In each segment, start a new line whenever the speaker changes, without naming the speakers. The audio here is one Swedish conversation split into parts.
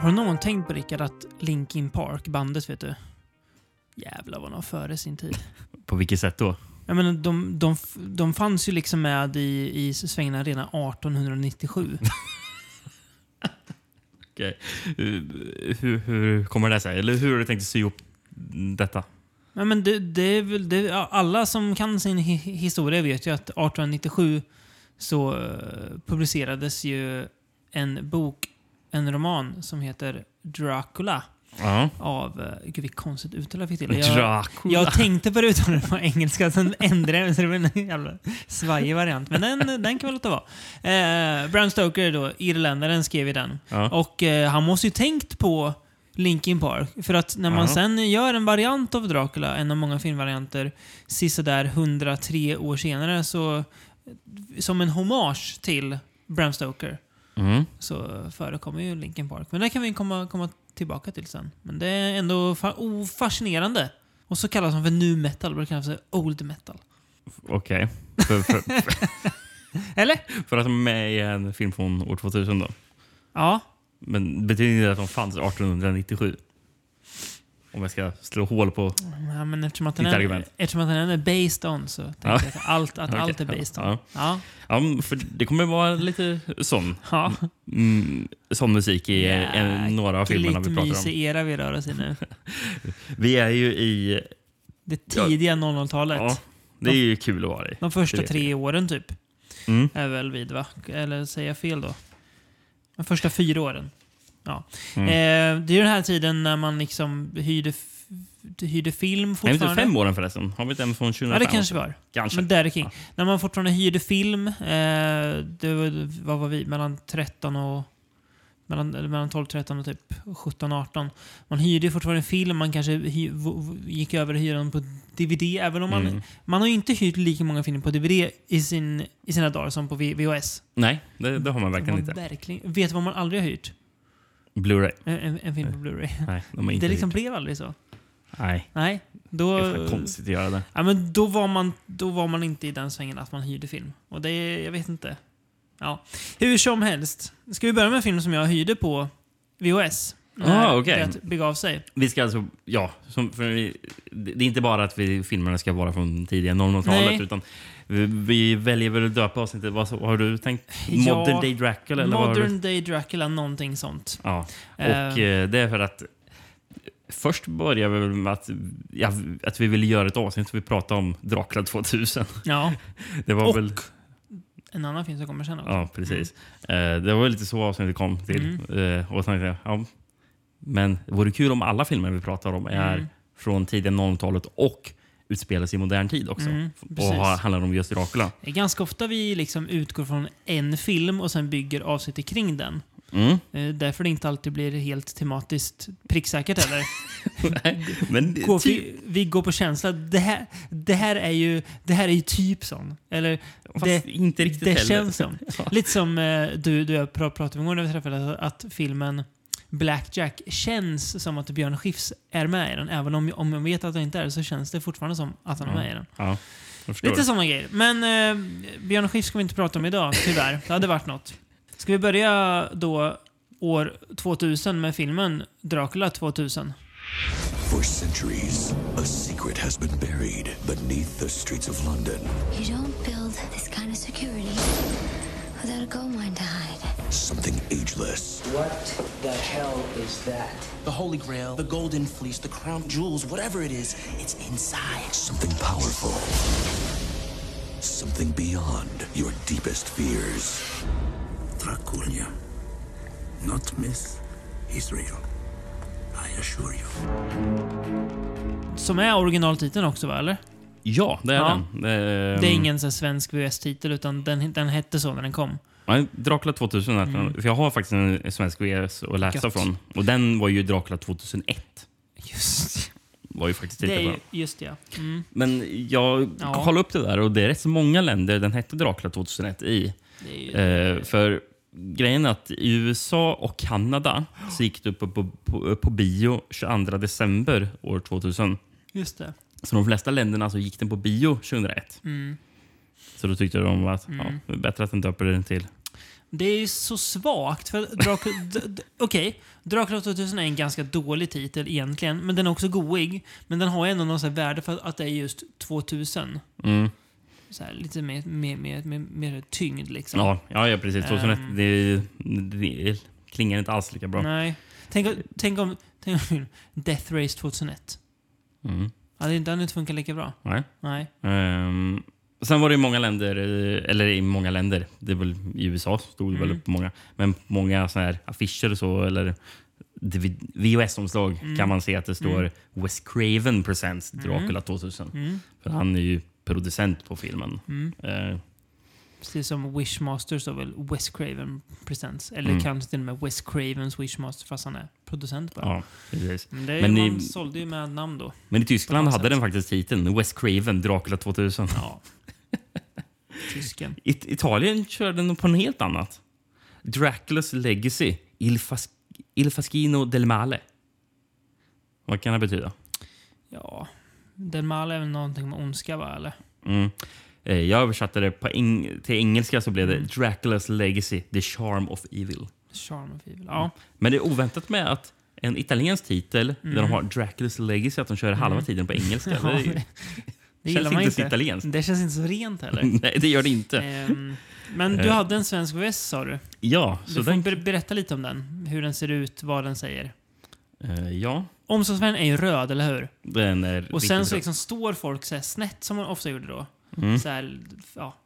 Har någon tänkt på Rickard att Linkin Park, bandet vet du. Jävlar vad de var före sin tid.
På vilket sätt då?
Jag menar, de, de, f- de fanns ju liksom med i, i svängarna redan 1897.
Okej. Eh, Hur, hur kommer det sig? Eller hur har du tänkt sy ihop detta?
Nej, men det, det är väl, det, ja, alla som kan sin hi historia vet ju att 1897 så eh, publicerades ju en bok, en roman som heter Dracula
Ja.
av... eh, Gud, vilket konstigt uttal jag fick till det. Jag,
Dracula.
jag tänkte på det uttalet på engelska, sen ändrade jag mig så det blev en jävla svajig variant. Men den, den kan vi låta vara. Eh, Bram Stoker, då, irländaren, skrev ju den.
Ja.
Och eh, han måste ju tänkt på Linkin Park. För att när man
Ja.
sen gör en variant av Dracula, en av många filmvarianter, sisådär 103 år senare, så som en hommage till Bram Stoker
Mm.
så förekommer ju Linkin Park. Men det kan vi komma, komma tillbaka till sen. Men det är ändå fa- oh, fascinerande. Och så kallas de för nu metal, brukar kallas för old metal.
Okej. För, för,
Eller?
för att de är med i en film från år 2000 då.
Ja.
Men betyder inte det att de fanns 1897? Om jag ska slå hål på...
Ja, men eftersom att den,
Ditt
är,
argument.
eftersom att den är based on så tänker
Ja.
jag att allt, att allt är
Okej.
based on.
Ja.
Ja.
Ja, men för det kommer vara lite sån,
ja.
mm, sån musik i en- några av filmerna vi
Lite
pratar om.
mysig era vi rör oss i nu.
Vi är ju i...
Det tidiga 00-talet.
Ja, det är ju kul att vara i.
De första
Det vet
tre åren typ.
Mm.
Är väl vid va? Eller säger jag fel då? De första fyra åren. Ja.
Mm.
Eh, det är ju den här tiden när man liksom hyrde, f- hyrde film
Är
fortfarande.
inte typ fem åren förresten? Har vi inte en från 2005?
Ja, det kanske var.
Kanske.
Men där är kring. När man fortfarande hyrde film. Eh, det var, vad var vi? Mellan 13 och... Mellan, eller mellan 12, 13 och typ 17, 18. Man hyrde ju fortfarande film. Man kanske hy, v, v, gick över och hyrde dem på DVD. Även om man...
Mm.
Man har ju inte hyrt lika många filmer på DVD i, sin, i sina dagar som på V- VHS.
Nej, det, det har man verkligen
Man
inte.
verkligen, vet du vad man aldrig har hyrt?
Blu-ray.
En, en, en film på Blu-ray.
Nej, de har inte
Det liksom
hyrt.
blev aldrig så.
Nej,
Nej,
det
då...
är fan konstigt att göra det.
Ja, men då var, man, då var man inte i den svängen att man hyrde film. Och det, jag vet inte. Ja. Hur som helst. Ska vi börja med en film som jag hyrde på VHS?
Ah, okej.
Det begav sig.
Vi ska alltså, ja, som, för vi, det det är inte bara att vi, filmerna ska vara från tidiga 00-talet
Nej.
utan vi, vi väljer väl att döpa oss inte. Vad, så- vad har du tänkt? Modern
Ja,
Day Dracula? Eller vad har du?
Modern Day Dracula, någonting sånt.
Ja, och
Eh.
eh, det är för att först börjar vi väl med att, ja, att vi ville göra ett avsnitt där vi pratade om Dracula 2000.
Ja.
Det var
Och-
väl...
En annan film som kommer sen också.
Ja, precis. Eh, det var lite så avsnittet kom till.
Mm.
Eh, och tänkte, jag, ja, men det vore kul om alla filmer vi pratar om är
Mm.
från tidiga 00-talet och utspelas i modern tid också.
Mm,
och
precis.
har, handlar om just Dracula.
Det är Eh, ganska ofta vi liksom utgår från en film och sen bygger avsnittet kring den.
Mm.
Eh, Därför det inte alltid blir helt tematiskt pricksäkert heller.
men det-
Gå,
typ,
vi, vi går på känsla. Det här, det här, är, ju, det här är ju typ sån. Eller
fast
det,
inte riktigt
det
heller.
känns som.
Ja.
Lite som eh, du, du och jag pra- pratade om igår när vi träffades, att filmen Blackjack känns som att Björn Skifs är med i den. Även om, om jag vet att han inte är det så känns det fortfarande som att han är
Mm.
med i den.
Ja, jag förstår.
Lite sådana grejer. Men eh, Björn Skifs ska vi inte prata om idag, tyvärr. Det hade varit något. Ska vi börja då år 2000 med filmen Dracula 2000?
For centuries, a secret has been buried beneath the streets of London.
You don't build this kind of security without a gold mine to hide.
Something ageless
What the hell is that?
The Holy Grail, the Golden Fleece, the Crown Jewels, whatever it is, it's inside.
Something powerful. Something beyond your deepest fears. Dracula. Not Miss Israel. I assure you.
Som är originaltiteln också, va? Eller?
Ja, det är
Ja.
den. Ehm,
Det är ingen så här, svensk VHS-titel, utan den, den hette så när den kom.
nej, Dracula 2000 heter den. För jag har faktiskt en svensk VS att läsa
Mm. Gött.
från. Och den var ju Dracula 2001.
Just
Var ju faktiskt
det.
titeln
Är,
på
ju-
den.
just ja. Mm.
Men jag
Ja.
kollade upp det där och det är rätt så många länder den hette Dracula 2001 i.
Det är ju,
Eh, för grejen är att i USA och Kanada så gick det upp på, på, på bio 22 december år 2000.
just det.
Så de flesta länderna så gick den på
Mm.
bio 2001. Så då tyckte de att ja, det är bättre att den döper den till
Det är så svagt. För Dracula, d- d- Okej, Dracula 2000 är en ganska dålig titel egentligen, men den är också goig. Men den har ju ändå något så här värde för att det är just 2000.
Mm.
Så här, lite mer, mer, mer, mer, mer tyngd liksom.
Ja, ja, ja precis. 2001,
Ehm.
det, det klingar inte alls lika bra.
Nej. Tänk, om- tänk om... Tänk om Death Race 2001.
Mm.
Hade inte den inte funkat lika bra?
Nej.
Nej.
Ehm, sen var det i många länder, eh, eller i många länder, det är väl i USA stod det
Mm.
väl upp på många, men på många såna här affischer och så, eller DVD VHS-omslag
Mm.
kan man se att det står Wes Craven presents Dracula 2000.
Mm.
För han är ju producent på filmen. Eh,
Precis som Wishmaster så väl Wes Craven Presents. Eller
Mm.
kanske till och med Wes Cravens Wishmaster fast han är producent bara.
ja, precis.
Men, det är,
Men
man
i-
sålde ju med namn då.
Men i Tyskland
På något
hade
sätt.
den faktiskt titeln Wes Craven Dracula 2000.
Tysken.
It Italien körde nog på en helt annat. Draculas Legacy, Il, Fas Il Faschino del Male. Vad kan det betyda?
Ja. Den mal är väl någonting med ondska va, eller?
Mm. Eh, Jag översatte det på eng till engelska så blev
Mm.
det Draculas Legacy, The Charm of Evil.
Charm of Evil. Ja.
Men det är oväntat med att en italiensk titel där de har Draculas Legacy, att de kör halva tiden på engelska.
Mm. Ja,
det,
det- Det gillar
känns
man
inte så
inte.
italienskt.
Det känns inte så rent heller.
Nej, det gör det inte.
Ehm, men du hade en svensk VS sa du.
Ja,
Du
Eh. så
får
den...
ber- berätta lite om den. Hur den ser ut, vad den säger.
eh, Ja,
Omslagsfärgen är ju röd, eller hur?
den är
Och sen
riktigt
så
bra. Mm.
liksom står folk så här snett som man ofta gjorde då. Så här, ja.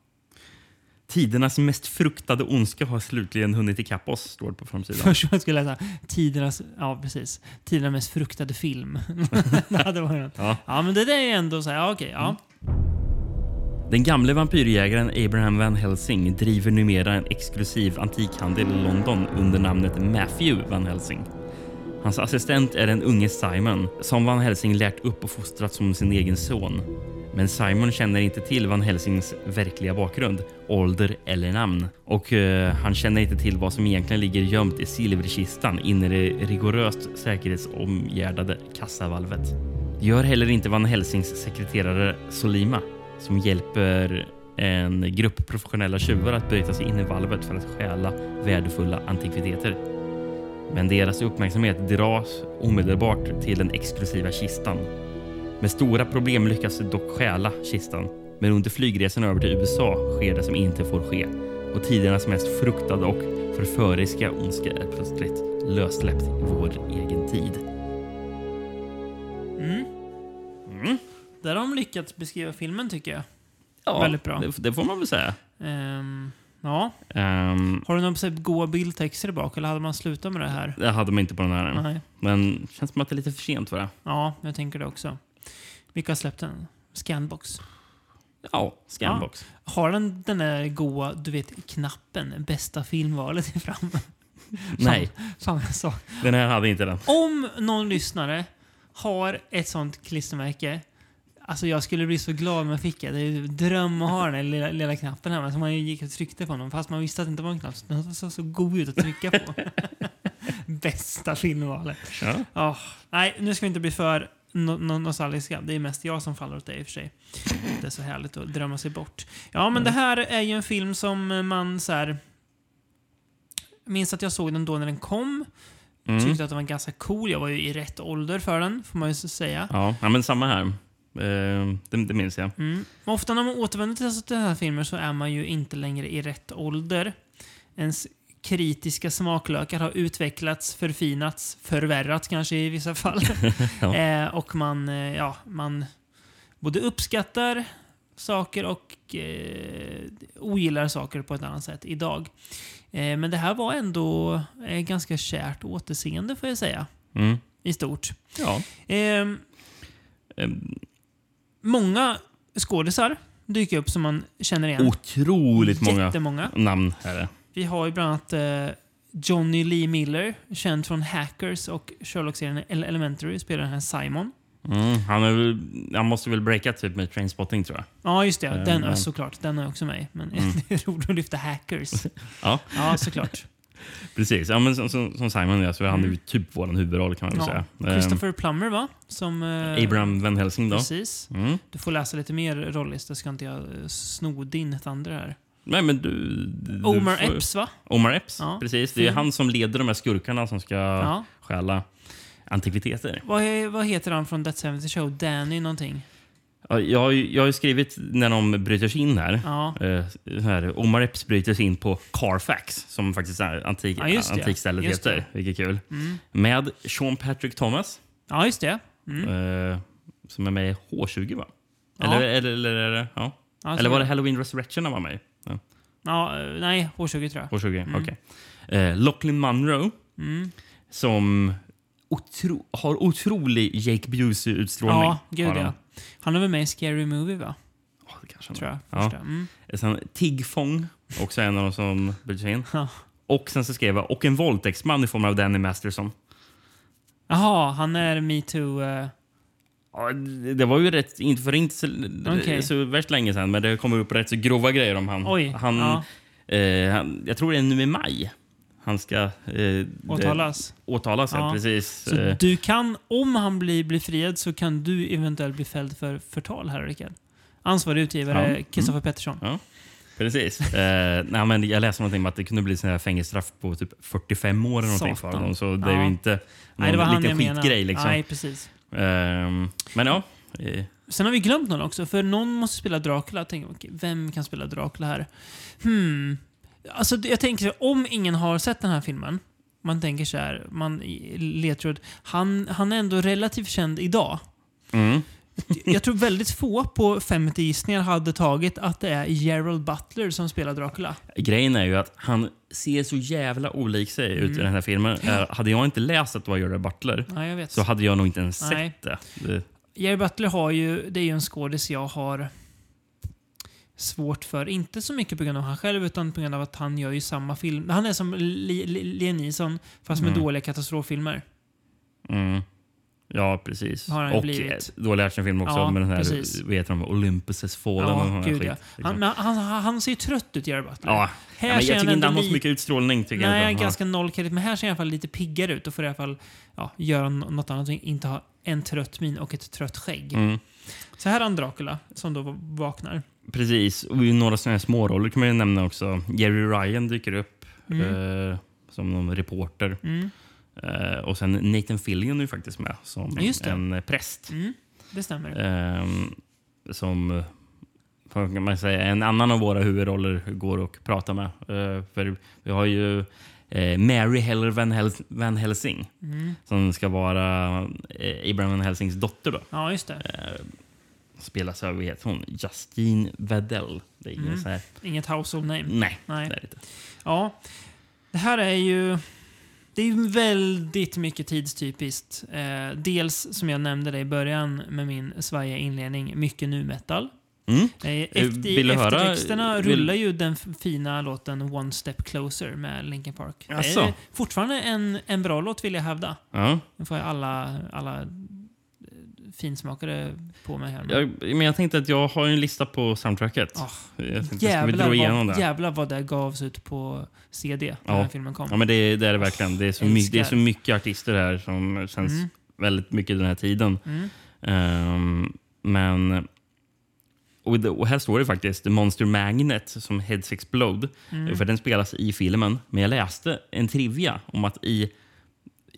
Tidernas mest fruktade ondska har slutligen hunnit ikapp oss, står det på framsidan.
Först man skulle läsa tidernas, ja precis, tidernas mest fruktade film. det hade varit något.
Ja.
ja men det där är ändå så här, ja, okej, ja.
Den gamle vampyrjägaren Abraham Van Helsing driver numera en exklusiv antikhandel i London under namnet Matthew Van Helsing. Hans assistent är den unge Simon, som Van Helsing lärt upp och fostrat som sin egen son. Men Simon känner inte till Van Helsings verkliga bakgrund, ålder eller namn. Och eh, han känner inte till vad som egentligen ligger gömt i silverkistan inne i det rigoröst säkerhetsomgärdade kassavalvet. Det gör heller inte Van Helsings sekreterare Solima, som hjälper en grupp professionella tjuvar att bryta sig in i valvet för att stjäla värdefulla antikviteter. Men deras uppmärksamhet dras omedelbart till den exklusiva kistan. Med stora problem lyckas de dock stjäla kistan. Men under flygresan över till USA sker det som inte får ske och tidernas mest fruktade och förföriska ondska är plötsligt lössläppt i vår egen tid. Mm.
Mm. Där har de lyckats beskriva filmen tycker jag.
Ja,
Väldigt bra.
Det, det får man väl säga.
Ehm, ja.
Ehm,
Har du några så här goa bildtexter bak eller hade man slutat med det här?
det hade man inte på den här.
Nej.
Men det känns som att det är lite för sent för det.
Ja, jag tänker det också. Vilka har släppt den? Scanbox.
Ja, Scanbox.
Har den den där goa, du vet, knappen, bästa filmvalet i fram?
Nej,
Fan, jag sa
den här hade inte den.
Om någon lyssnare har ett sånt klistermärke, alltså jag skulle bli så glad om jag fick det. Det är ju en dröm att ha den där lilla, lilla knappen hemma som man ju gick och tryckte på någon fast man visste att det inte var en knapp. så Den såg så god ut att trycka på. Bästa filmvalet.
Ja.
Ja, nej, nu ska vi inte bli för no no nostalgiska. Det är mest jag som faller åt dig i och för sig. Det är så härligt att drömma sig bort. Ja, men det här är ju en film som man så här... Minns att jag såg den då när den kom. Tyckte att den var ganska cool. Jag var ju i rätt ålder för den, får man ju säga.
Ja, ja men samma här. Ehm, det, det minns jag.
Mm. Men ofta när man återvänder till sådana här filmer så är man ju inte längre i rätt ålder. Ens kritiska smaklökar har utvecklats, förfinats, förvärrats kanske i vissa fall.
Ja.
eh, och man, eh, ja, man både uppskattar saker och eh, ogillar saker på ett annat sätt idag. Eh, men det här var ändå eh, ganska kärt återseende får jag säga.
Mm.
I stort.
Ja.
Ehm,
Ehm,
många skådisar dyker upp som man känner igen.
otroligt många
Jättemånga.
namn är det.
Vi har ju bland annat eh, Johnny Lee Miller, känd från Hackers och Sherlock-serien Ele- Elementary, spelar den här Simon.
Mm, han, är väl, han måste väl breaka typ med Trainspotting tror jag.
Ja, just det.
Eh,
Den är
men-
såklart. Den är också med. Men det är roligt att lyfta Hackers.
Mm. Ja,
Ja, såklart.
precis. Ja, men som, som som Simon är, så är han
Mm.
ju typ vår huvudroll kan man väl
Ja.
säga.
Christopher Plummer, va? Som...
Ehm,
Eh,
Abraham Van Helsing då.
Precis.
Mm.
Du får läsa lite mer rollista, ska inte jag eh, sno din thunder här.
Nej, men du, du
Omar
får-
Epps, va?
Omar Epps,
Ja.
precis. Det är
Fin.
han som leder de här skurkarna som ska
Ja.
stjäla antikviteter.
Vad, är, vad heter han från Death 70 Show? Danny någonting?
Ja, Jag har, ju, jag har ju skrivit när de bryter sig in här.
Ja.
Eh, så här Omar Epps bryter sig in på Carfax, som faktiskt är antik,
Ja, just det.
antikstället
Just
heter.
det. Mm.
Vilket är kul. Med Sean Patrick Thomas,
Ja, just det. Mm.
eh, som är med i H20, va?
Ja.
Eller, eller, eller, eller, ja.
Ja, så
eller var
är
det
det.
Halloween Resurrection han var med i? ja.
Ja, eh, nej, H20 tror jag.
H20, okej. Eh, Lachlan Munro, som otro, har otrolig Jake Busey-utstrålning.
Ja, gud
har han.
ja. Han är väl med i Scary Movie, va?
Ja, det kanske han
Tror jag.
Ja.
Första. Mm.
är. Sen Tig Fong, också en av de som bryter sig in.
Ja.
Och sen så skrev jag, och en våldtäktsman i form av Danny Masterson.
Jaha, han är metoo...
Mm.
eh,
Ja, det det var ju rätt, inte för inte så,
Okej.
så värst länge sedan, men det kommer upp rätt så grova grejer om han.
Oj,
han, eh, han jag tror det är nu i maj han ska eh, det-
åtalas.
åtalas. Ja.
Ja.
Precis.
Så
Eh,
du kan, om han blir, blir friad, så kan du eventuellt bli fälld för förtal här, Rickard. Ansvarig
Ja.
utgivare,
Mm.
Kristoffer Pettersson.
Ja, precis. Eh, nej, men jag läste någonting om att det kunde bli sån här fängelsestraff på typ 45 år eller någonting för
Satan.
honom. Så det är ju
Ja.
inte någon
Nej, det var han
liten
jag menade.
skitgrej. Liksom.
Nej, precis.
Ehm, men ja. eh,
Sen har vi glömt någon också, för någon måste spela Dracula. Jag tänker, okej, vem kan spela Dracula här? Hmm. Alltså, det- jag tänker så här, om ingen har sett den här filmen, man tänker så här, man i- ledtråd. Han, han är ändå relativt känd idag.
Mm.
Jag tror väldigt få på 50 gissningar hade tagit att det är Gerald Butler som spelar Dracula.
Grejen är ju att han ser så jävla olik sig ut i
Mm.
den här filmen. Eh, hade jag inte läst att det var Gerard Butler
Nej, jag vet.
så hade jag nog inte ens
Nej.
sett det. det.
Jerry Butler har ju, det är ju en skådis jag har svårt för. Inte så mycket på grund av han själv, utan på grund av att han gör ju samma film. Han är som Li- Li- Liam Neeson, fast med dåliga katastroffilmer.
Mm. Ja, precis.
Har han ju
och
blivit.
eh, dålig actionfilm också
Ja,
med den här,
precis.
vad heter de, Olympus has fallen och sån
Ja,
här
gud
skit,
ja.
liksom.
Han, men han, han, han ser ju trött ut, Jerry Butler.
Ja.
Här
ja, men
ser
jag tycker inte
ändå
han har så
lite-
mycket utstrålning. Tycker jag
Nej,
inte han har.
ganska nollkredit. Men här ser han i alla fall lite piggare ut och får i alla fall ja, göra nå- något annat och inte ha en trött min och ett trött skägg.
Mm.
Så här har han Dracula som då vaknar.
Precis, och i några sådana här småroller kan man ju nämna också. Jerry Ryan dyker upp
Mm.
eh, som någon reporter. Eh, och sen Nathan Fillion är ju faktiskt med som
Ja, just det. Mm.
en eh, präst.
Det stämmer.
Ehm, som eh, vad kan man säga, en annan av våra huvudroller går och pratar med. Eh, för vi har ju eh, Mary Heller Van, Hels- Van Helsing
Mm.
som ska vara eh, Abraham Van Helsings dotter. Då
Ja, just det.
spelas av vad heter hon? Justine Vadell. Det är ingen
Mm.
så här...
Inget household name.
Nej,
Nej.
det är det inte.
Ja, det här är ju... Det är ju väldigt mycket tidstypiskt. Eh, dels, som jag nämnde det i början med min svajiga inledning, mycket nu metal.
Mm.
Eh, efter,
vill du höra-
eftertexterna
vill-
rullar ju den f- fina låten One Step Closer med Linkin Park.
Asså?
Det är fortfarande en, en bra låt vill jag hävda.
Ja.
Nu får jag alla, alla eh, finsmakare på mig här.
Jag, men jag tänkte att jag har ju en lista på soundtracket.
Ah,
jag tänkte, ska vi
jävlar,
dra igenom
vad,
det?
jävlar vad det gavs ut på CD när
Ja.
den här filmen kom.
Ja, men det, det är det verkligen. Det är, så my,
älskar. Mm.
det är så mycket artister här som känns väldigt mycket i den här tiden. Ehm, men... Och, det, och här står det faktiskt Monster Magnet som Heads Explode.
Mm.
För den spelas i filmen. Men jag läste en trivia om att i,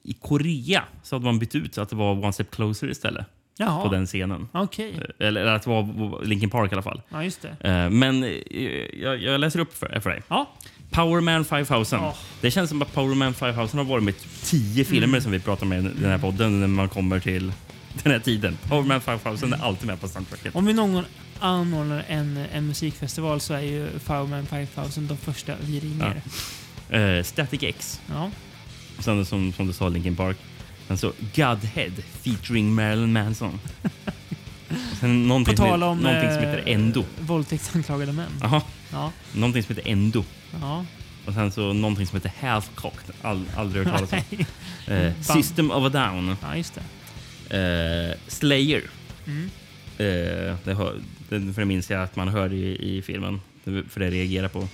i Korea så hade man bytt ut så att det var One Step Closer istället
Jaha.
på den scenen.
Okej.
Eh, Eller, eller att det var Linkin Park i alla fall.
Ja, just det.
Eh, Men eh, jag, jag läser upp för, för dig.
Ja.
Power Man 5000.
Ja.
Det känns som att Power Man 5000 har varit med typ tio filmer
Mm.
som vi pratar om i den här podden när man kommer till den här tiden. Power Man 5000 är alltid med på soundtracket.
Om vi någon gång anordnar en, en musikfestival så är ju Fireman 5000 de första vi ringer.
Eh, Static X,
Ja.
sen som, som du sa, Linkin Park. Sen så Godhead featuring Marilyn Manson. Sen någonting,
På
som-
tal om...
någonting som
eh,
heter Endo.
Våldtäktsanklagade män.
Aha,
Ja.
någonting som heter Endo.
ja.
Och sen så någonting som heter Half Cocked. All, aldrig hört talas om.
Nej.
Eh, System of a Down.
ja, just det.
Eh, Slayer. Eh, det hör, den för det minns jag att man hör i, i filmen, för det reagerar på.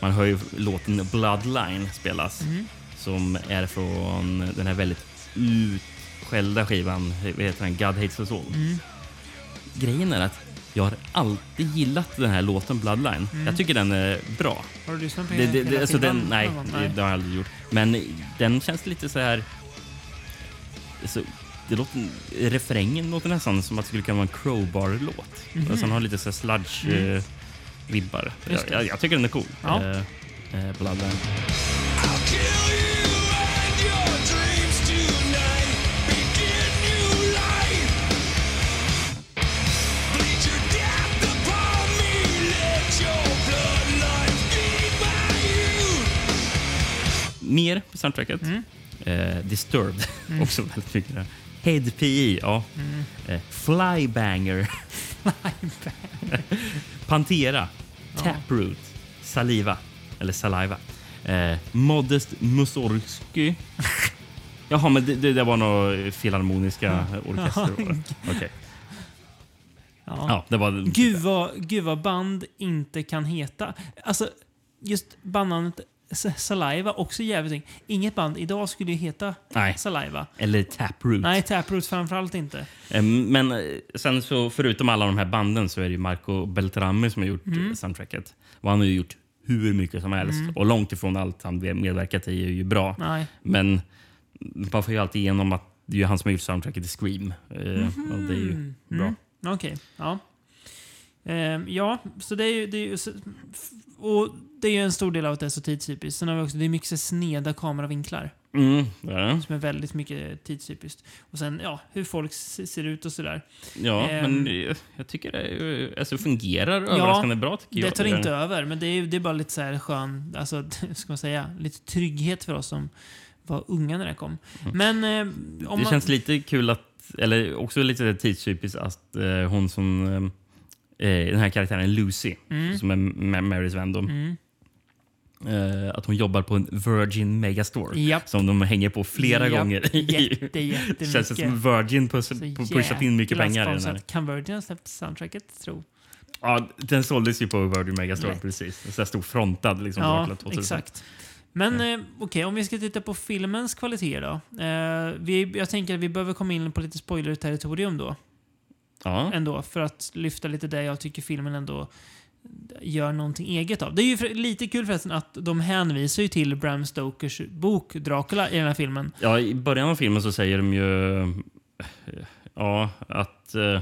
Man hör ju låten Bloodline spelas som är från den här väldigt utskällda skivan, vad heter den? God Hates Us All. Grejen är att Jag har alltid gillat den här låten Bloodline. Jag tycker den är bra.
Har du lyssnat på
Det,
hela-
det, det,
hela
alltså den,
skivan?
nej,
Någon gång?
det, det har jag aldrig gjort. Men den känns lite så här... Alltså, det låter, refrängen låter nästan som att det skulle kunna vara en Crowbar-låt. Alltså, den har lite så här sludge-vibbar. Jag,
Mhm. Mm. Just det.
jag, jag tycker den är cool.
Ja.
Eh, eh, Bloodline. Mer på soundtracket.
Mm.
Eh, Disturbed också väldigt mycket. Där. Head PI, ja.
Mm.
Eh, Flybanger. Pantera. Taproot. Saliva. Eller Saliva. Eh, Modest Mussorgsky. Jaha, men det, det, det var några filharmoniska orkester. var det. Okej.
Ja.
Ja, det var...
Gud vad, gud vad band inte kan heta. Alltså, just bandnamnet S- Saliva, också jävligt ting. Inget band idag skulle ju heta
Nej.
Saliva.
Eller Taproot.
Nej, Taproot framförallt inte.
Eh, Men eh, sen så förutom alla de här banden så är det ju Marco Beltrami som har gjort mm. soundtracket. Och han har ju gjort hur mycket som helst.
Mm.
Och långt ifrån allt han medverkat i är ju bra.
Nej.
Men man får ju alltid igenom att det är ju han som har gjort soundtracket till Scream. Eh, Och
Mhm.
det är
Mm.
ju bra.
Okej, ja. Ehm, ja, så det är ju... Det är ju så, f- och det är ju en stor del av att det är så tidstypiskt. Sen har vi också, det är mycket så sneda kameravinklar.
Mm, det är det.
Som är väldigt mycket tidstypiskt. Och sen, ja, hur folk se- ser ut och sådär.
Ja,
Ehm.
men eh, jag tycker det är ju- alltså, fungerar överraskande bra tycker jag.
Det tar inte över, men det är, det är bara lite så här skön, alltså, ska man säga, lite trygghet för oss som var unga när det här kom. Men eh, om
Mm. det
man...
känns lite kul att, eller också lite tidstypiskt att eh, hon som, eh, eh, den här karaktären Lucy,
Mm.
som är Ma- Marys vän då, eh, att hon jobbar på en Virgin Megastore
Japp.
som de hänger på flera
Japp,
gånger.
jätte,
Det
jättemycket.
känns det som Virgin puss,
Så
pushat in mycket
jäkla
pengar i den här.
sponsrat. Kan Virgin ha släppt soundtracket, tro?
Ja, den såldes ju på Virgin Megastore,
Lätt.
precis. En sån här stor frontad. Liksom,
Ja,
bakåt, 2000.
exakt. Men eh, okej, om vi ska titta på filmens kvaliteter då. Eh, vi, jag tänker att vi behöver komma in på lite spoiler-territorium då.
Ja.
ändå för att lyfta lite det jag tycker filmen ändå gör någonting eget av. Det är ju för, lite kul förresten att de hänvisar ju till Bram Stokers bok Dracula i den här filmen.
Ja, I början av filmen så säger de ju eh, ja, att... eh,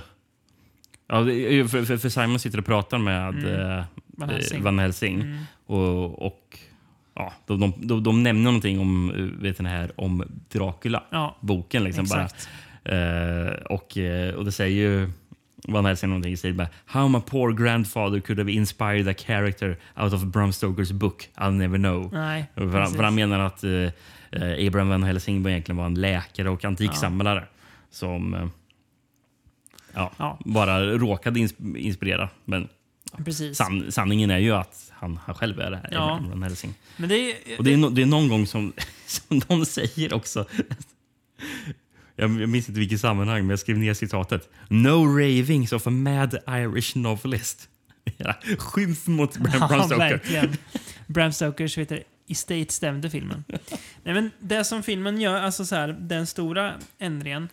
Ja, det är ju för, för, för Simon sitter och pratar med eh,
Mm. Van Helsing. Mm.
eh, Van Helsing. Och, och ja, de, de, de, de nämner någonting om, eh, vet den här, om Dracula.
Ja,
boken. Liksom, bara.
exakt.
Eh, och, eh, och det säger ju Van Helsing någonting i stil med How my poor grandfather could have inspired a character out of Bram Stokers book, I'll never know.
Nej,
För han,
precis.
för han menar att eh, eh, Abraham van Helsing egentligen var en läkare och antiksamlare som eh, ja,
Ja.
bara råkade ins- inspirera. Men
Precis.
san- sanningen är ju att han, han själv är det här,
Ja.
Abraham van Helsing.
Men det är,
Och det är, no, det är någon gång som, som de säger också. Jag, jag minns inte vilket sammanhang, men jag skrev ner citatet. No ravings of a mad Irish novelist. Ja, Skymf mot Bram Bram
Ja,
Stoker.
verkligen. Bram Stokers vet du, estate stämde filmen. Nej, men det som filmen gör, alltså så här, den stora ändringen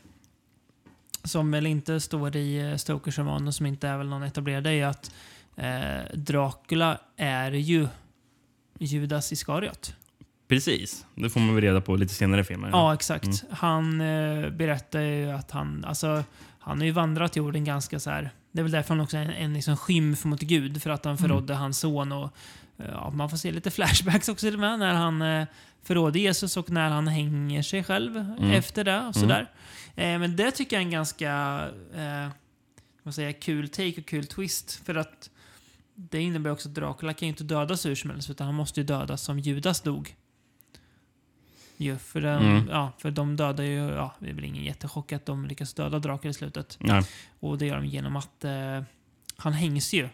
som väl inte står i eh, Stokers roman och som inte är väl någon etablerad är ju att eh, Dracula är ju Judas Iskariot.
Precis. Det får man väl reda på lite senare i filmen.
Ja, exakt. Han eh, berättar ju att han, alltså, han har ju vandrat jorden ganska så här. Det är väl därför han också är en, en liksom skymf mot Gud, för att han förrådde hans son. Och, eh, ja, man får se lite flashbacks också till och med, när han eh, förrådde Jesus och när han hänger sig själv efter det. Och sådär. Eh, men det tycker jag är en ganska eh, man säga, kul take och kul twist. För att det innebär också att Dracula kan ju inte dödas hur som helst, utan han måste ju dödas som Judas dog. Ju, för, den,
Mm.
ja, för de dödar ju, ja, det är väl ingen jättechock att de lyckas döda Dracula i slutet.
Nej.
Och det gör de genom att eh, han hängs ju.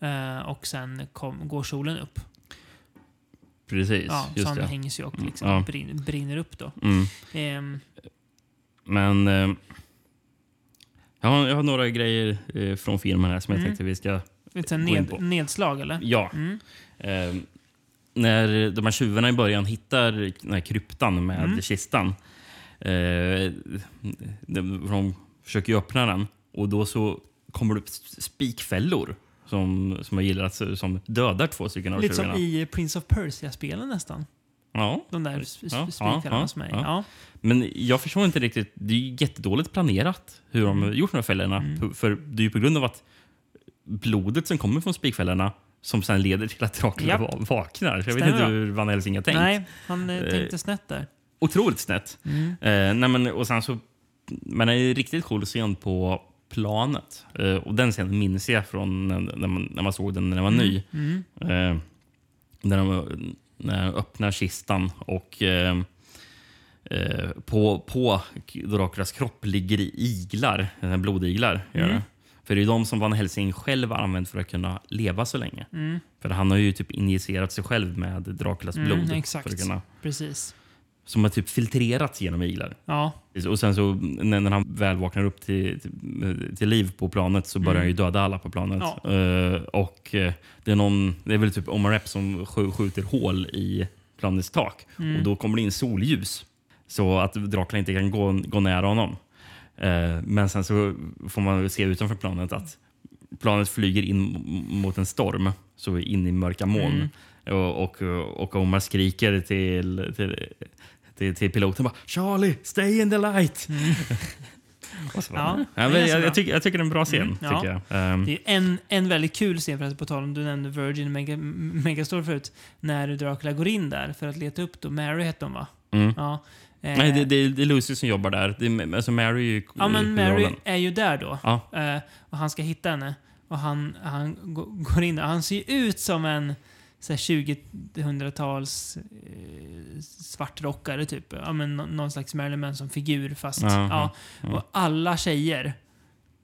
Eh, och sen kom, går solen upp.
Precis.
Ja, så
just
han
det. Mm,
hängs ju och liksom
Ja.
brin, brinner upp då.
Mm.
Ehm,
Men eh, jag, har, jag har några grejer eh, från filmen här
Mm.
som jag tänkte vi ska...
lite
Gå in på.
ned, nedslag eller?
Ja. Eh, när de här tjuvarna i början hittar den här kryptan med
Mm.
kistan. Eh, de, de försöker ju öppna den och då så kommer det upp spikfällor som, som jag gillar, alltså, som dödar två stycken av
Lite som
tjuvarna.
i Prince of Persia-spelen nästan.
Ja.
De där sp- sp- spikfällorna som är ja.
Men jag förstår inte riktigt. Det är ju jättedåligt planerat hur de
Mm.
har gjort de här fällorna. P- För det är ju på grund av att blodet som kommer från spikfällorna som sen leder till att Dracula
Japp.
va- vaknar. Så jag vet
Stämmer
inte
bra.
hur Van Helsing har tänkt.
Nej, han eh, tänkte snett där.
Otroligt snett.
Mm.
Eh, nej, men, och sen så, men det är en riktigt cool scen på planet. Eh, och Den scenen minns jag från när, när, man, när man såg den när den var
Mm.
ny. Eh, när, de, när de öppnar kistan och eh, eh, på, på Draculas kropp ligger i iglar, eh, blodiglar. Gör
Mm.
det. För det är ju de som Van Helsing själv har använt för att kunna leva så länge. För han har ju typ injicerat sig själv med Draculas blod.
Mm. Mm,
För
exakt.
att kunna,
Precis.
som har typ filtrerats genom iglar.
Ja,
Och sen så när, när han väl vaknar upp till, till, till liv på planet så börjar han ju döda alla på planet.
Ja.
Eh, och eh, det är, någon, det är väl typ Omar Epps som sk- skjuter hål i planets tak. Och då kommer det in solljus. Så att Dracula inte kan gå, gå nära honom. Eh, men sen så får man se utanför planet att planet flyger in m- mot en storm, så in i mörka moln. Och, och, och Omar skriker till, till, till, till piloten bara “Charlie, stay in the light!” och så bara,
Ja,
"Nej."
Mm. det är
ja, men,
så
jag,
bra. Mm.
jag, tycker, jag tycker det är en bra scen.
ja.
tycker jag. Ehm,
det är ju en, en väldigt kul scen förresten, på tal om du nämnde Virgin Mega, Megastore förut. När Dracula går in där för att leta upp då, Mary hette hon va? Ja. Eh,
Mm. nej, det, det, det är Lucy som jobbar där. Det är, alltså Mary är ju
Ja, men Mary
huvudrollen.
är ju där då.
Ja.
Eh, och han ska hitta henne. Och han, han gå- går in där. Han ser ju ut som en så här 2000-tals eh, svartrockare typ. Ja, men nå- någon slags Marilyn Manson-figur fast...
Ja,
ja, Och alla tjejer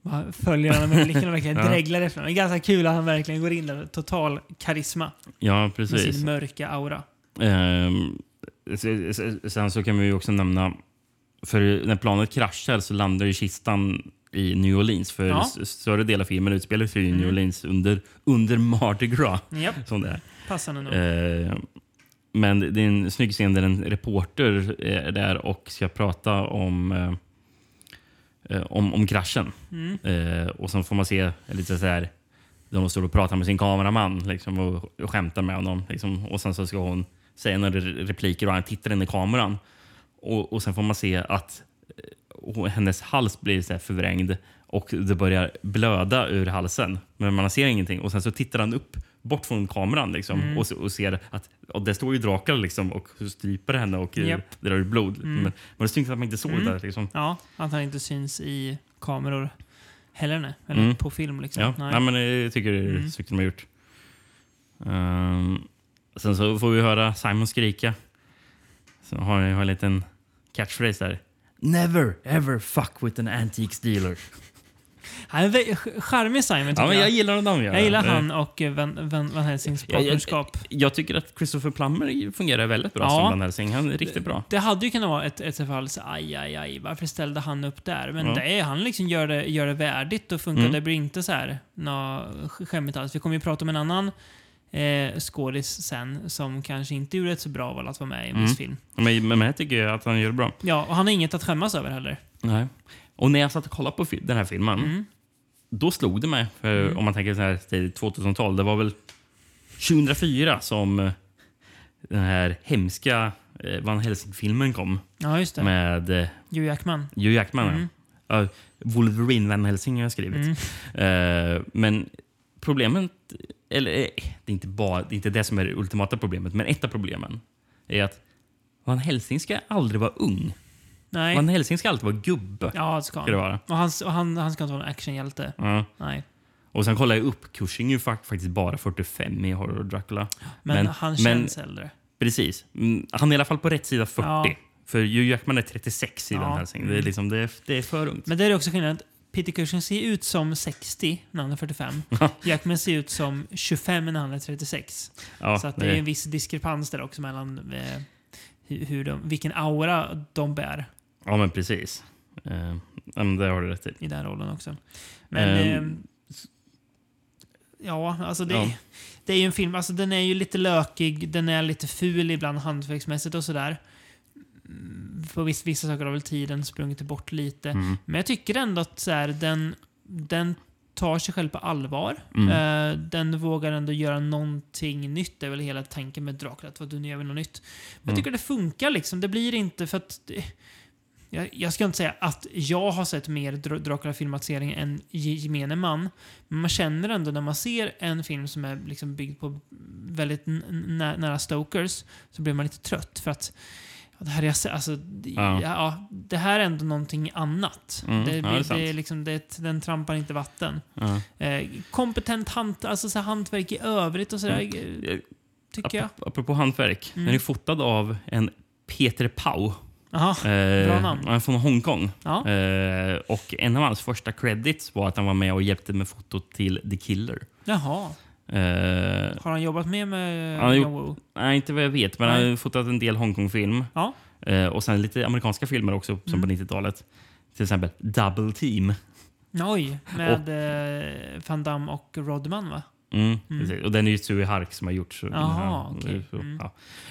bara följer honom med blicken och verkligen dreglar efter honom. Det är ganska kul att han verkligen går in där med total karisma
Ja,
med
precis.
sin mörka aura.
Ehm, se- se- sen så kan vi ju också nämna, för när planet kraschar så landar ju kistan i New Orleans. För
Ja. Mm.
s- större del av filmen utspelar sig ju i New Orleans under, under Mardi Gras.
Japp,
Som det är.
passande nog.
Ehm, men det är en snygg scen där en reporter är där och ska prata om eh, eh, om, om kraschen. Eh, och sen får man se lite så här, de står och pratar med sin kameraman liksom, och, och skämtar med honom. Liksom. Och sen så ska hon säga några re- repliker och han tittar in i kameran. Och, och sen får man se att eh, hon- hennes hals blir så här förvrängd och det börjar blöda ur halsen. Men man ser ingenting. Och sen så tittar han upp bort från kameran liksom, och, se- och ser att och där står ju Dracula liksom, och stryper henne och eh,
Japp.
det där är blod. Men, men det är snyggt att man inte såg det där. Liksom.
Ja, att han inte syns i kameror heller. Nej. Eller
Mm.
på film liksom.
Ja,
Nej.
nej. men jag tycker det är
Mm.
snyggt de har gjort. Ehm, sen så får vi höra Simon skrika. Så har jag har en liten catchphrase där. Never ever fuck with an antiques dealer.
Han är vä- ch- charmig Simon tycker
Ja, men jag
jag.
gillar dem.
Jag gillar han och eh, Van, Van, Van Helsings
Jag- jag-
partnerskap.
Jag tycker att Christopher Plummer fungerar väldigt bra
Ja.
som Van Helsing. Han är riktigt bra.
Det hade ju kunnat vara ett, ett fall så aj, aj, aj, varför ställde han upp där? Men
Ja.
det är, han liksom gör det, gör det värdigt och funkar. Det blir inte så här nå sk- skämmigt alls. Vi kommer ju prata om en annan eh, skådis sen som kanske inte gjorde ett så bra val att vara med i en viss film.
Men, men här tycker jag att han gör det bra.
Ja, och han har inget att skämmas över heller.
Nej. Och när jag satt och kollade på fi- den här filmen,
Mm.
då slog det mig. För Om man tänker så här till 2012, det var väl 2004 som eh, den här hemska eh, Van Helsing-filmen kom
Ja, Mm. just det.
med eh,
Hugh Jackman.
Hugh Jackman. Ja, Wolverine Van Helsing har jag skrivit.
Mm.
Eh, men problemet, eller eh, det är, inte bara, det är inte det som är det ultimata problemet, men ett av problemen är att Van Helsing ska aldrig vara ung.
Nej.
Van Helsing ska alltid vara gubbe.
Ja, det ska han.
Ska det vara.
Och han, och han, han ska inte vara en actionhjälte.
Ja.
Nej.
Och sen kollar jag upp, Cushing är ju fak- faktiskt bara 45 i Horror Dracula.
Men, han känns
men,
äldre.
Precis. Mm, Han är i alla fall på rätt sida 40.
Ja.
För Hugh Jackman är 36 i
Ja.
Van Helsing. Det är, liksom, det är, det är för ungt.
Men där är också skillnad. Peter Cushing ser ut som 60 när han är 45. Jackman ser ut som 25 när han är 36.
Ja,
så att det är en viss diskrepans där också mellan eh, hur, hur de, vilken aura de bär
ja men precis. Eh, ja, men det har du rätt i.
typ, i den rollen också. Men...
Ehm,
ehm, ja, alltså det,
ja.
det är ju en film. Alltså den är ju lite lökig, den är lite ful ibland hantverksmässigt och sådär. Mm, På vissa, vissa
Mm.
saker har väl tiden sprungit bort lite. Men jag tycker ändå att så här, den, den tar sig själv på allvar.
Mm.
Eh, den vågar ändå göra någonting nytt. Det är väl hela tanken med Dracula, att vad du nu gör vi något nytt.
Mm.
Men jag tycker det funkar liksom. Det blir inte för att... Det, jag, jag ska inte säga att jag har sett mer Dra- Dracula-filmatisering än ge- gemene man. Men man känner ändå när man ser en film som är liksom byggd på väldigt n- n- nä- nära Stokers så blir man lite trött för att ja, det här, är, jag se- alltså, det-
Ja.
ja. Ja, det här är ändå någonting annat.
Mm,
Det,
ja, det är
det,
sant.
är liksom, det, den trampar inte vatten.
Ja.
Eh, kompetent hant, alltså, så här, hantverk i övrigt och sådär, eh,
Eh,
tycker jag.
Apropå, apropå hantverk.
Mm.
Den är fotad av en Peter Pau.
Aha.
Eh,
Bra namn.
Han är från Hongkong.
Ja.
Eh, och en av hans första credits var att han var med och hjälpte med fotot till The Killer.
Jaha.
Eh,
Har han jobbat mer med
Han har
John
gjort-
Woo?
nej, inte vad jag vet, men han
Nej.
har fotat en del Hongkong-film.
Ja.
Eh, och sen lite amerikanska filmer också, som
Mm.
på 90-talet. Till exempel Double Team.
Oj, med eh, Van Damme och Rodman va?
Mm, precis. Och den är ju Sue Hark som har gjort. Så,
Jaha,
ja,
okej. Mm.
så,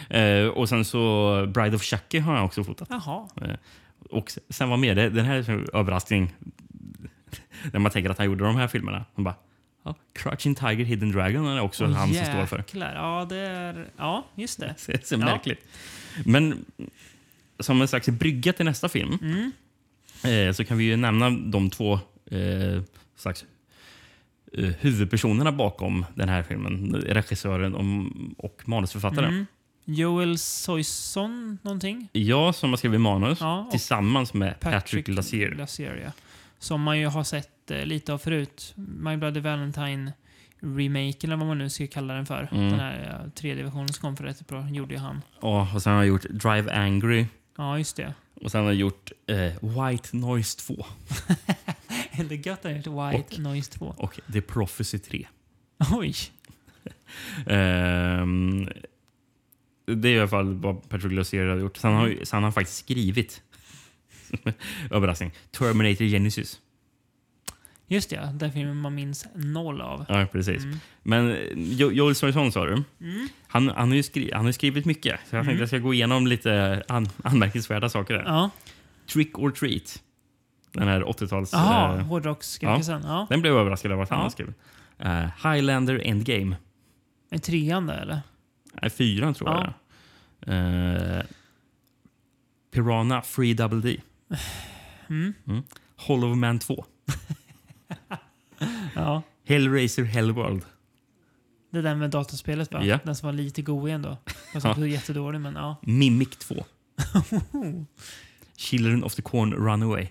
ja. Eh, och sen så Bride of Chucky har jag också fotat.
Jaha.
Eh, och sen var med det, den här är en överraskning. När man tänker att han gjorde de här filmerna. Man bara, ja, Crouching Tiger, Hidden Dragon är också
Åh,
han som står för.
jäklar. Ja, det är... Ja, just det.
Så, så
Ja.
märkligt. Men som en slags brygga till nästa film
Mm.
eh, så kan vi ju nämna de två eh, slags eh, huvudpersonerna bakom den här filmen. Regissören och, och manusförfattaren.
Mm. Joel Soyson någonting?
Jag som har skrivit manus
Ja, och
tillsammans med Patrick, Lassier.
ja. Som man ju har sett eh, lite av förut. My Bloody Valentine remake eller vad man nu ska kalla den för.
Mm.
Den här eh, tredje versionen som kom för ett bra gjorde ju han.
Ja, och sen har han gjort Drive Angry
Ja, just det.
och sen har han gjort eh, White Noise 2
Eller gött är det White
Och-
Noise 2.
och The Prophecy 3.
Oj!
Ehm, det är i alla fall vad Patrick Lussier har gjort. Sen har, ju- sen har han faktiskt skrivit, överraskning, Terminator Genesis.
Just det, ja. den filmen man minns noll av.
Ja, precis.
mm.
Men eh, Jo- Joel Soyson sa du. Han, han, har ju skri- han har ju skrivit mycket. Så jag tänkte jag ska gå igenom lite an- anmärkningsvärda saker. Där.
Mm. Ja.
Trick or treat. Den här 80-tals...
Jaha,
eh,
hårdrocksskräckisen. Ja.
den blev jag överraskad över att han
Ja.
har skrivit. Eh, Highlander Endgame.
Är trean där eller?
Nej, fyran tror jag
Ja.
det är. Eh, Piranha Free Double D. Mm. Hollow Man 2.
Ja.
Hellraiser Hellworld.
Det där med dataspelet va?
Ja.
Den som var lite god ändå. Fast
Ja.
ja. jättedålig men ja.
Mimic 2. Children of the Corn Runaway.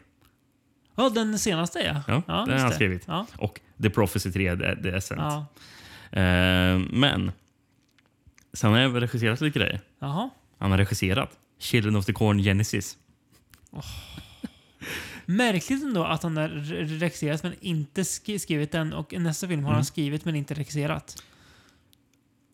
Ja, den senaste ja.
Ja, den har
just
han
det.
skrivit.
Ja.
Och The Prophecy 3, det, det är sent.
ja.
Eh, men sen har jag väl regisserat lite grejer.
Jaha.
Han har regisserat Children of the Corn Genesis.
Märkligt ändå att han har re- regisserat men inte sk- skrivit den och nästa film har
Mm.
han skrivit men inte regisserat.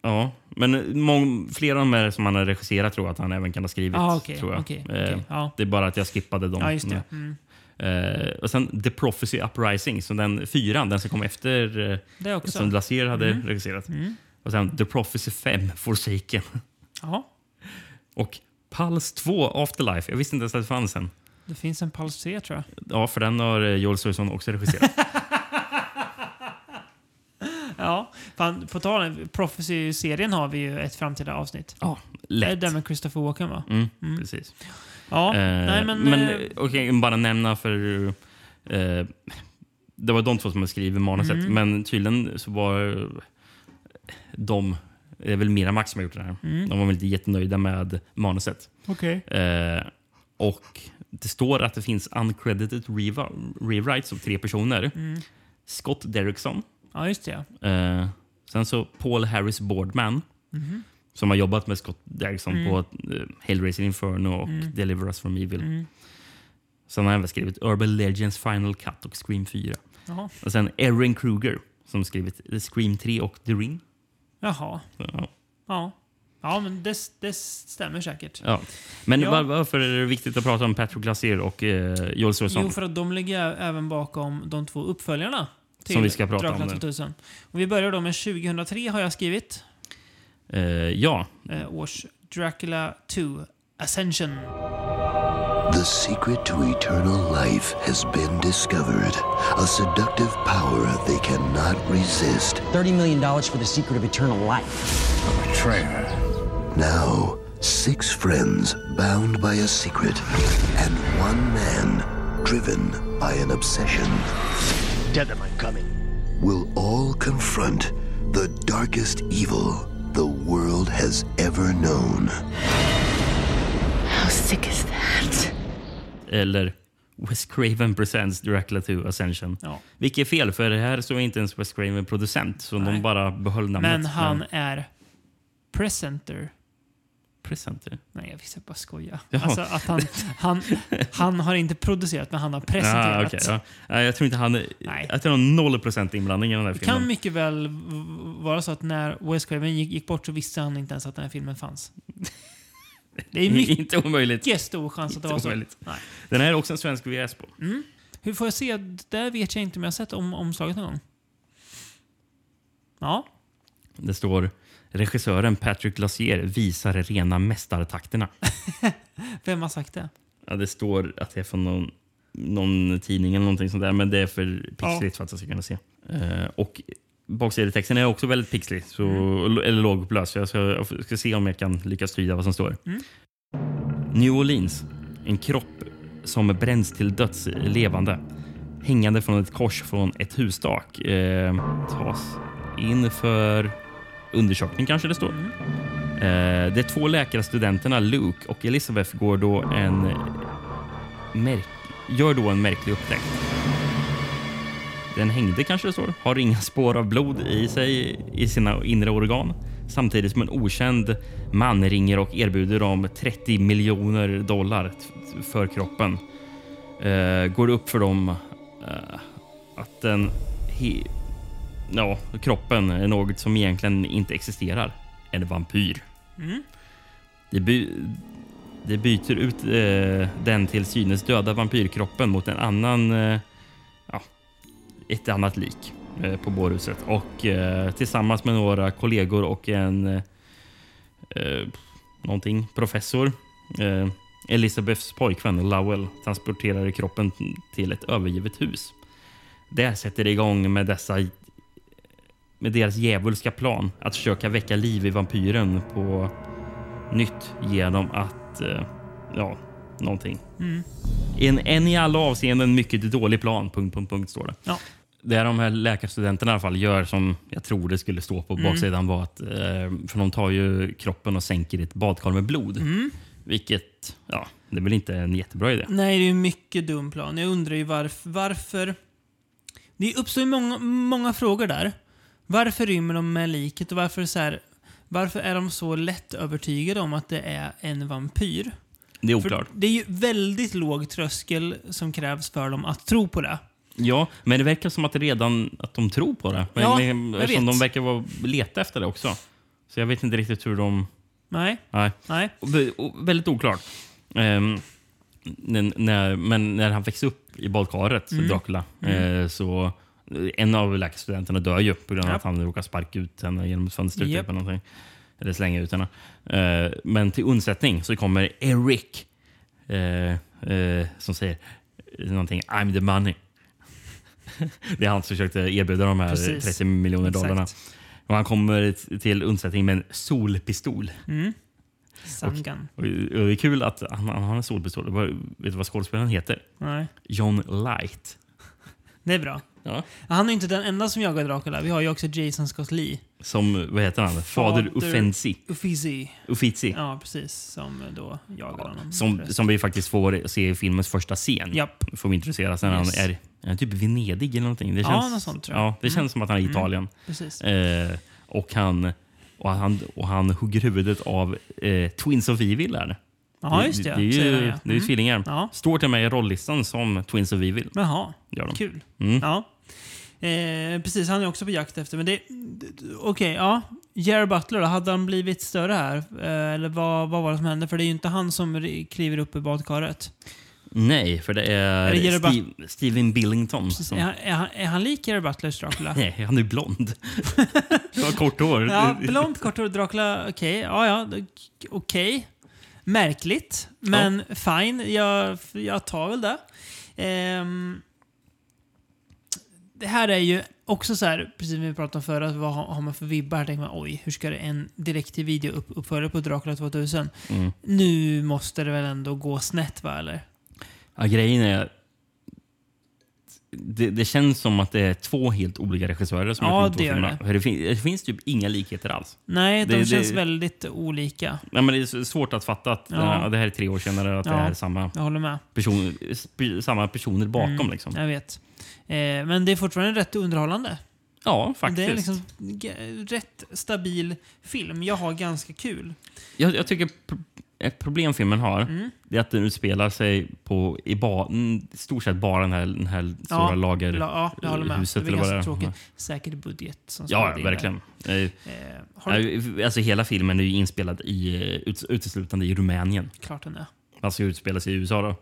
Ja, men mång, flera av de här som han har regisserat tror jag att han även kan ha skrivit.
Ah, okej,
tror jag.
okej, okej,
Eh,
ja.
Det är bara att jag skippade dem.
Ja, just det. Mm.
Eh, och sen The Prophecy Uprising, som den fyran, den som kom efter eh,
Det också. Mm.
som Glacier hade regisserat. Och sen The Prophecy 5, Forsaken.
Jaha.
Och Pulse 2, Afterlife. Jag visste inte ens att det fanns en.
Det finns en Pulse 3 tror jag.
Ja, för den har eh, Joel Soyson också regisserat.
Ja. Fan, på tal om Prophecy-serien har vi ju ett framtida avsnitt.
ja,
Det är
lätt.
den med Christopher Walken va?
Mm, Precis.
Ja.
Eh,
Nej men...
men
eh,
eh, okej, bara nämna för... Eh, det var de två som skrev manuset,
Mm.
men tydligen så var eh, de... Det är väl Miramax som har gjort det här.
Mm.
De var väl inte jättenöjda med manuset.
Okej.
Eh, och det står att det finns uncredited reva- rewrites av tre personer.
Mm.
Scott Derrickson,
Ja, just det. ja.
eh, sen så Paul Harris Boardman som har jobbat med Scott Derrickson på
Mm.
eh, Hellraiser Inferno och Deliver Us From Evil. Sen har han även skrivit Urban Legends Final Cut och Scream 4.
Jaha.
Och sen Erin Kruger som skrivit The Scream 3 och The Ring.
Jaha.
Så, ja.
Ja. Ja, men det, det stämmer säkert.
Ja. Men
Ja.
var- varför är det viktigt att prata om Patrick Glacier och eh, Joel Sorsson?
Jo, för att de ligger ä- även bakom de två uppföljarna. till
Som vi ska prata om
Dracula
nu.
2000. Och vi börjar då med 2003 har jag skrivit.
Eh, ja, Mm.
Eh, års Dracula 2 Ascension.
The secret to eternal life has been discovered. A seductive power they cannot resist.
$30 million for the secret of eternal life.
Now, six friends bound by a secret, and one man driven by an obsession.
Tell them I'm coming.
will all confront the darkest evil the world has ever known.
How sick is that?
Eller Wes Craven Presents Dracula 2 Ascension.
Ja.
Vilket är fel, för det här så är inte ens Wes Craven producent. Så de bara behöll namnet.
Men han är presenter.
Presenter.
Nej, jag visste bara skoja.
Ja.
Alltså att han, han, han har inte producerat, men han har presenterat.
Ah, okay, ja. Nej, Jag tror inte han...
Nej.
Jag tror han har 0% inblandning i den här
Det kan
filmen.
mycket väl v- vara så att när Wes Craven gick, gick bort så visste han inte ens att den här filmen fanns. Det är mycket
inte omöjligt.
stor chans att det var så.
Omöjligt.
Nej.
Den här är också en svensk VHS på.
Hur får jag se? Det där vet jag inte om jag har sett om, omslaget någon gång. Ja,
Det står regissören Patrick Glacier visar rena mästartakterna.
vem har sagt det?
Ja, det står att det är från någon, någon tidning eller någonting sånt där, men det är för pixligt för att jag ska kunna se. Eh, och baksidetexten är också väldigt pixlig, så, eller lågupplöst. så Jag ska, jag ska se om jag kan lyckas tyda vad som står. New Orleans. En kropp som bränns till döds levande. Hängande från ett kors från ett hustak. Eh, tas in för undersökning kanske det står. Eh, de två läkarstudenterna Luke och Elizabeth går då en märk gör då en märklig upptäckt. Den hängde kanske det står, har inga spår av blod i sig i sina inre organ. Samtidigt som en okänd man ringer och erbjuder dem 30 miljoner dollar t- för kroppen. Eh, går det upp för dem eh, att den he- ja, kroppen är något som egentligen inte existerar. En vampyr. Det, by det byter ut eh, den till synes döda vampyrkroppen mot en annan, eh, ja, ett annat lik eh, på bårhuset. Och eh, tillsammans med några kollegor och en eh, eh, någonting professor, eh, Elizabeths pojkvän Lowell transporterade kroppen till ett övergivet hus. Det sätter det igång med dessa med deras djävulska plan att försöka väcka liv i vampyren på nytt genom att, eh, ja, någonting.
Mm.
En, en i alla avseenden mycket dålig plan, punkt, punkt, punkt, står det.
Ja.
Det de här läkarstudenterna i alla fall gör, som jag tror det skulle stå
Mm.
på baksidan, var att, eh, för de tar ju kroppen och sänker i ett badkar med blod.
Mm.
Vilket, ja, det är väl inte en jättebra idé.
Nej, det är en mycket dum plan. Jag undrar ju varf varför... Det uppstår ju många, många frågor där. Varför rymmer de med liket och varför, så här, varför är de så lätt övertygade om att det är en vampyr?
Det är
För
oklart.
det är ju väldigt låg tröskel som krävs för dem att tro på det.
Ja, men det verkar som att det redan att de tror på det. Men
Ja,
men-
jag
eftersom
vet.
de verkar vara, leta efter det också. Så jag vet inte riktigt hur de...
Nej,
Nej.
nej.
Och vä- och väldigt oklart. Ehm, n- när, men när han växer upp i badkaret,
Mm.
Dracula, eh, så... En av läkarstudenterna dör ju på grund av
Ja.
att han råkar sparka ut henne genom ett fönster.
Japp.
Typ, eller, någonting. eller slänga ut henne. Eh, men till undsättning så kommer Eric eh, eh, som säger någonting I'm the money. Det är han som försökte erbjuda de här
Precis.
30 miljoner
Exakt.
dollarna. Och han kommer t- till undsättning med en solpistol.
Sangan.
Och och det är kul att han, han har en solpistol. Vad- Vet du vad skådespelaren heter?
Nej.
John Light.
Det är bra.
Ja.
Han är ju inte den enda som jagar Dracula. Vi har ju också Jason Scott Lee.
Som, vad heter han? Fader
Fader-
Ufensi.
Uffizi.
Uffizi.
Ja, precis. Som då jagar honom.
Som, som vi faktiskt får se i filmens första scen.
Japp.
Får vi introduceras när
Yes.
han är, är han typ Venedig eller någonting. Det
Ja,
känns,
något sånt tror jag. Mm.
Ja, det känns som att han är i Italien.
Precis.
Eh, och, han, och, han, och han hugger huvudet av eh, Twins of Evil. Där.
Ja, just det.
Det, det är ju
säger han,
det är
ja. Mm.
ju tvillingar.
Ja.
Står till mig i rollistan som Twins of Evil.
Jaha,
Gör de.
kul. Ja. Eh, precis, han är också på jakt efter, men det... d- d- Okej, ja. Jerry Butler då, hade han blivit större här? Eh, eller vad, vad var det som hände? För det är ju inte han som ri- kliver upp i badkaret.
Nej, för det är,
det Gerard
Steve, Steven Billington. Som,
Är han, är, han, är han lik Jerry Butlers Dracula?
Nej, han är blond. Han har kort hår.
ja, blont, kort hår, Dracula, okej. Ja, ja, d- okej. Märkligt, men fine. Jag, jag tar väl det. Ehm, det här är ju också så här, precis som vi pratade om förra, att vad har har man för vibbar? Här tänker man oj, hur ska det en direkt till video upp, uppföra på Dracula 2000?
Mm.
Nu måste det väl ändå gå snett va, eller?
Ja, grejen är... Det, det känns som att det är två helt olika regissörer som
Ja,
har gjort
det
de
gör
två filmerna. Det. fin- det finns typ inga likheter alls.
Nej, de
Det- det-
känns väldigt olika.
Nej, men det är s- svårt att fatta att
Ja.
den här- det här är tre år senare att
Ja.
det är samma,
Jag håller med.
person, sp- samma personer bakom.
Mm.
Liksom.
Jag vet. Eh, men det är fortfarande rätt underhållande.
Ja, faktiskt.
Det är liksom g- rätt stabil film. Jag har ganska kul.
jag, jag tycker pr- ett problem filmen har
Mm.
det är att den utspelar sig på i ba, mm, stort sett bara den här, den här stora lager...
la- ja, jag håller med.
huset
det
eller
var
vad
ganska
det är.
tråkigt. Säkert budget som
Ja,
spelade in
ja, verkligen. Eh,
där. Eh, har du
nej, Alltså, hela filmen är ju inspelad i, eh, ut, uteslutande i Rumänien.
klart den är? Mm,
Alltså utspelar sig i USA. Då.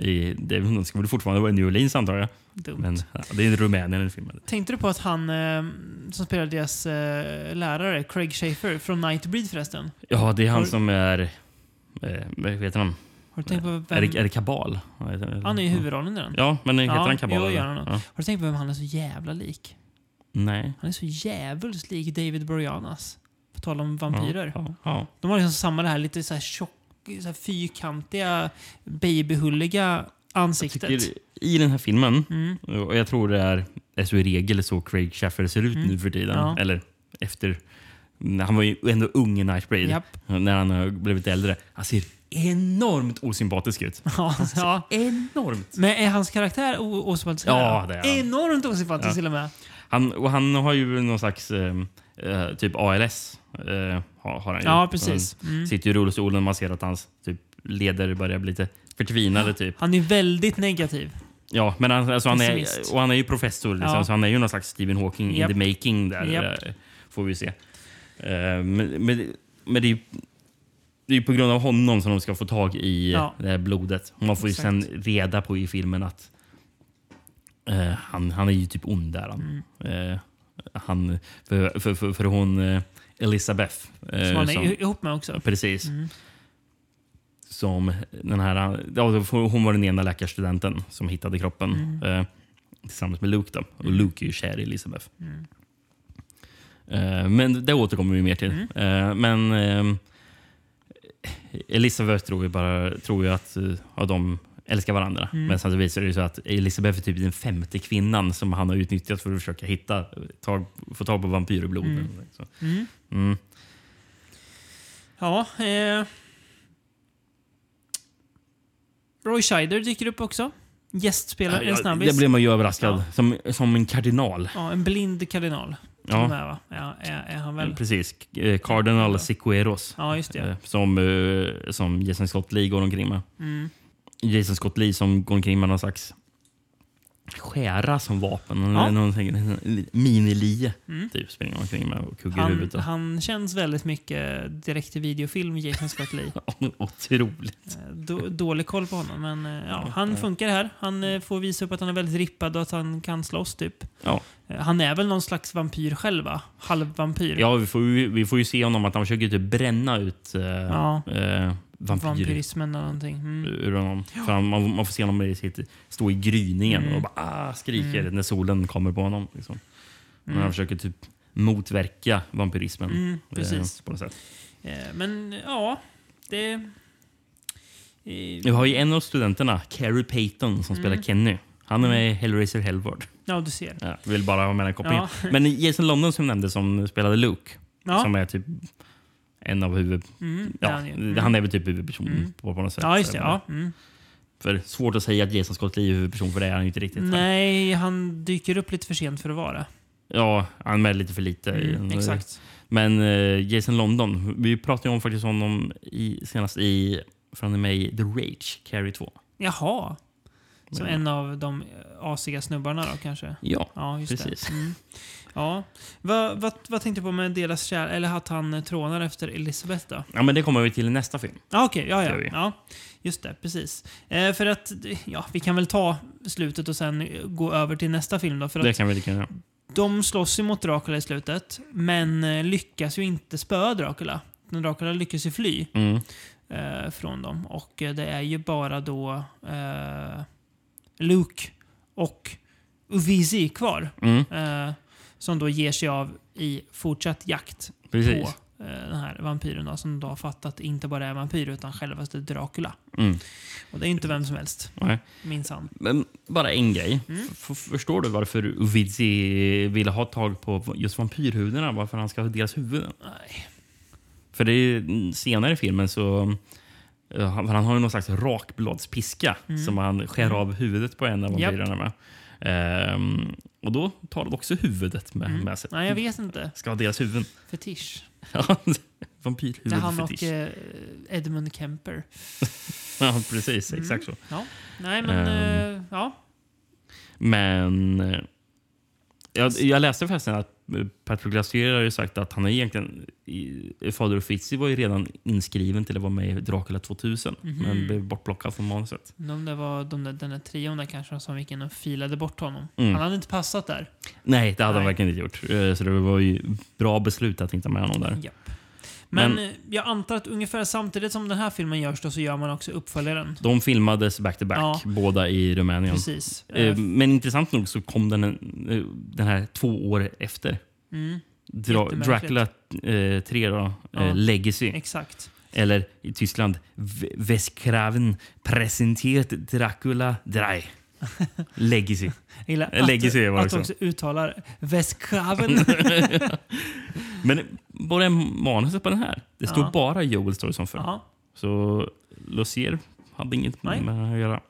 I, det, det ska väl fortfarande vara i New Orleans antar jag.
Dumt.
Men ja, det är Rumänien den filmen.
Tänkte du på att han eh, som spelar deras eh, lärare, Craig Schaefer från Nightbreed förresten?
Ja, det är han
Har-
som är... Eh, vad heter han?
Har du tänkt på
Är det, är
vem...
det Kabal? Vad heter det?
Han är ju huvudrollen i den.
Ja, men heter
Ja,
han Kabal?
jo,
eller?
gör han nog.
ja.
Har du tänkt på vem han är så jävla lik?
Nej.
Han är så jävligt lik David Boreanaz. På tal om vampyrer.
Ja, ja.
De har liksom samma det här lite så här tjock, så här fyrkantiga, babyhulliga ansiktet.
Tycker, I den här filmen,
Mm.
och jag tror det är, är så i regel så Craig Shaffer ser ut nu för tiden.
Mm. Ja.
Eller efter... Han var ju ändå ung i Nightbreed.
Japp.
När han har blivit äldre. Han ser enormt osympatisk ut.
Ja, ja.
Enormt.
Men är hans karaktär o- osympatisk?
Ja, det är han.
Enormt osympatisk
Ja.
till och med.
Han, och han har ju någon slags eh, eh, typ ALS. Eh, har, har han ju.
Ja, precis. Mm.
Han sitter ju i rullstolen och man ser att hans typ, leder börjar bli lite förtvinade. Typ.
Han är väldigt negativ.
Ja, men han, alltså, han, är,
Pessimist.
och han är ju professor, liksom,
Ja.
så han är ju någon slags Stephen Hawking
Japp.
in the making. där
Japp.
eh, Får vi se. Eh, men, men, men det är ju det är ju på grund av honom som de ska få tag i eh,
Ja.
det här blodet. Och Man får ju sen
Exakt.
reda på i filmen att eh, han, han är ju typ ond där. Han.
Mm.
Eh, han, för, för, för, för hon eh, Elisabeth. eh,
Som han är
som-
ihop med också.
Precis. Som den här, ja, då får- hon var den ena läkarstudenten som hittade kroppen eh, tillsammans med Luke. Då. Och Luke är ju kär i Elisabeth. Eh, men det återkommer vi mer till. Eh, men ehm, Elisabeth tror ju, bara, tror ju att eh, ja, de älskar varandra. Men sen så visar det ju så att Elisabeth är typ den femte kvinnan som han har utnyttjat för att försöka hitta, tag, få tag på vampyrblod. Så. Mm.
Ja. Eh. Roy Scheider dyker upp också. Gästspelar en
Ja,
snabbis.
det blev man ju överraskad.
Ja.
Som, som en kardinal.
Ja, en blind kardinal.
Ja.
Ja. Med, va? ja är, är han väl?
Precis. K- eh, Cardinal Siqueiros.
Ja, just det.
eh, Som, eh, som Jason Scott Lee går omkring med.
Mm.
Jason Scott Lee som går omkring med någon slags skära som vapen.
Ja. Mm.
Ja. Någonting, en li- minilie. Typ springer omkring med och kuggar
Han,
huvudet.
han känns väldigt mycket direkt till videofilm, Jason Scott Lee.
Otroligt.
Eh, Då, dålig koll på honom, men eh, ja, han funkar här. Han
Mm.
eh, får visa upp att han är väldigt rippad och att han kan slåss. Typ.
Ja.
Eh, Han är väl någon slags vampyr själv, va? Halvvampyr.
Ja, vi får, ju- vi får ju se honom att han försöker typ bränna ut eh,
Ja.
eh, vampyrer.
Vampyrismen eller någonting. Mm.
ur honom. För han, man, man får se honom i sitt, stå i gryningen
Mm.
och bara ah, skriker när solen kommer på honom. Liksom. Men
Mm.
han försöker typ motverka vampyrismen. eh,
precis.
På något sätt.
Eh, Men ja, det... eh,
Vi har ju en av studenterna, Carrie Payton, som
Mm.
spelar Kenny. Han är med i Hellraiser Hellward.
Ja, du ser.
Ja, vill bara ha med den kopplingen.
Ja.
Men Jason London som nämnde som spelade Luke,
Ja.
som är typ en av huvud... ja,
det är han ju. Mm.
Han är väl typ huvudperson på, på något sätt.
Ja, just det. Ja. Mm.
För svårt att säga att Jason Scott Lee är huvudperson, för det är han ju inte riktigt.
Nej, han dyker upp lite för sent för att vara det.
Ja, han är med lite för lite. i den.
Mm, Exakt.
Men eh, Jason London, vi pratade ju om faktiskt honom i, senast i, från mig, The Rage, Carrie 2.
Jaha. Som en av de eh, asiga snubbarna då kanske?
Ja,
Ja, just
precis.
det. Mm. Ja. Vad, vad, vad tänkte du på med deras kär... Eller att han eh, trånar efter Elisabeth då?
Ja, men det kommer vi till i nästa film.
Ja, okej. Ja,
Tror
ja.
vi.
ja, just det. Precis. Eh, för att, ja, vi kan väl ta slutet och sen eh, gå över till nästa film då. För att
Det kan vi lika gärna göra.
De slåss ju mot Dracula i slutet, men eh, lyckas ju inte spöa Dracula. när Dracula lyckas ju fly
Mm.
eh, från dem. Och eh, det är ju bara då eh, Luke och Uvisi kvar.
Mm.
Eh, som då ger sig av i fortsatt jakt
Precis.
på eh, den här vampyren då, som då har fattat inte bara är vampyr utan självaste Dracula.
Mm.
Och det är inte vem som helst,
Nej.
minsann.
Men bara en grej. F- Förstår du varför Uvidzi ville ha tag på just vampyrhuvudarna? Varför han ska ha deras huvuden?
Nej.
För det är ju- senare i filmen så... eh, Han, för han har ju någon slags rakbladspiska som han skär av huvudet på en av
Mm. Japp.
vampyrerna med. Ehm, och då tar de också huvudet med, med sig.
Mm. Nej, jag vet inte.
Ska ha deras huvuden.
Fetisch.
Ja,
Det är han och
Vampyrhuvudfetisch.
eh, Edmund Kemper.
Ja, precis. Exakt så.
Ja. Nej, men...
Ehm.
eh, ja.
Men eh, jag, jag läste förresten att eh, Patrick Lassier har ju sagt att han är egentligen... i- Fader Uffizi var ju redan inskriven till att vara med i Dracula 2000
Mhm.
men blev bortplockad från manuset.
De där var de där, den där trion där kanske som gick in och filade bort honom.
Mm.
Han hade inte passat där.
Nej, det hade han
Nej.
verkligen inte gjort. Eh, Så det var ju bra beslut att inte ha med honom där.
Japp. Men,
Men-
eh, jag antar att ungefär samtidigt som den här filmen görs då, så gör man också uppföljaren.
De filmades back to back,
Ja.
båda i Rumänien.
Precis.
Eh,
Eh,
Men intressant nog så kom den, eh, den här två år efter.
Mm.
Dra-
Jättemärkligt.
Dracula 3 då, eh,
Ja.
Legacy.
Exakt.
Eller i Tyskland, V- Westkraven präsentiert Dracula 3. Legacy.
Jag gillar
Jag Eh, lägger sig i var
att
också.
du också uttalar Westkraven.
Men bara manuset på den här. Det stod
Ja.
bara Joel Story som för.
ja.
Så Lossier hade inget
Nej.
med att göra.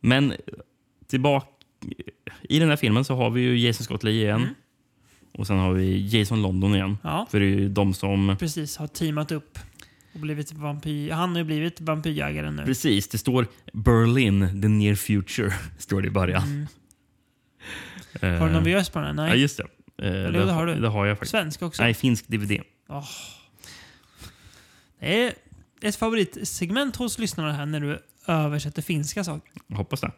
Men tillbaka... I den här filmen så har vi ju Jason Scott Lee igen.
Mm.
Och sen har vi Jason London igen.
ja,
För det är ju de som...
precis. Har teamat upp och blivit vampyr. Han har ju blivit vampyrjägaren nu.
Precis, det står Berlin, the near future. Står det i början. Eh,
Mm. Har du någon VHS på den? här?
Ja,
Nej.
just det. Eh,
det har du.
Det har jag faktiskt.
Svensk också?
Nej, finsk DVD.
Åh. Det är ett favoritsegment hos lyssnarna här när du översätter finska saker.
Jag hoppas det.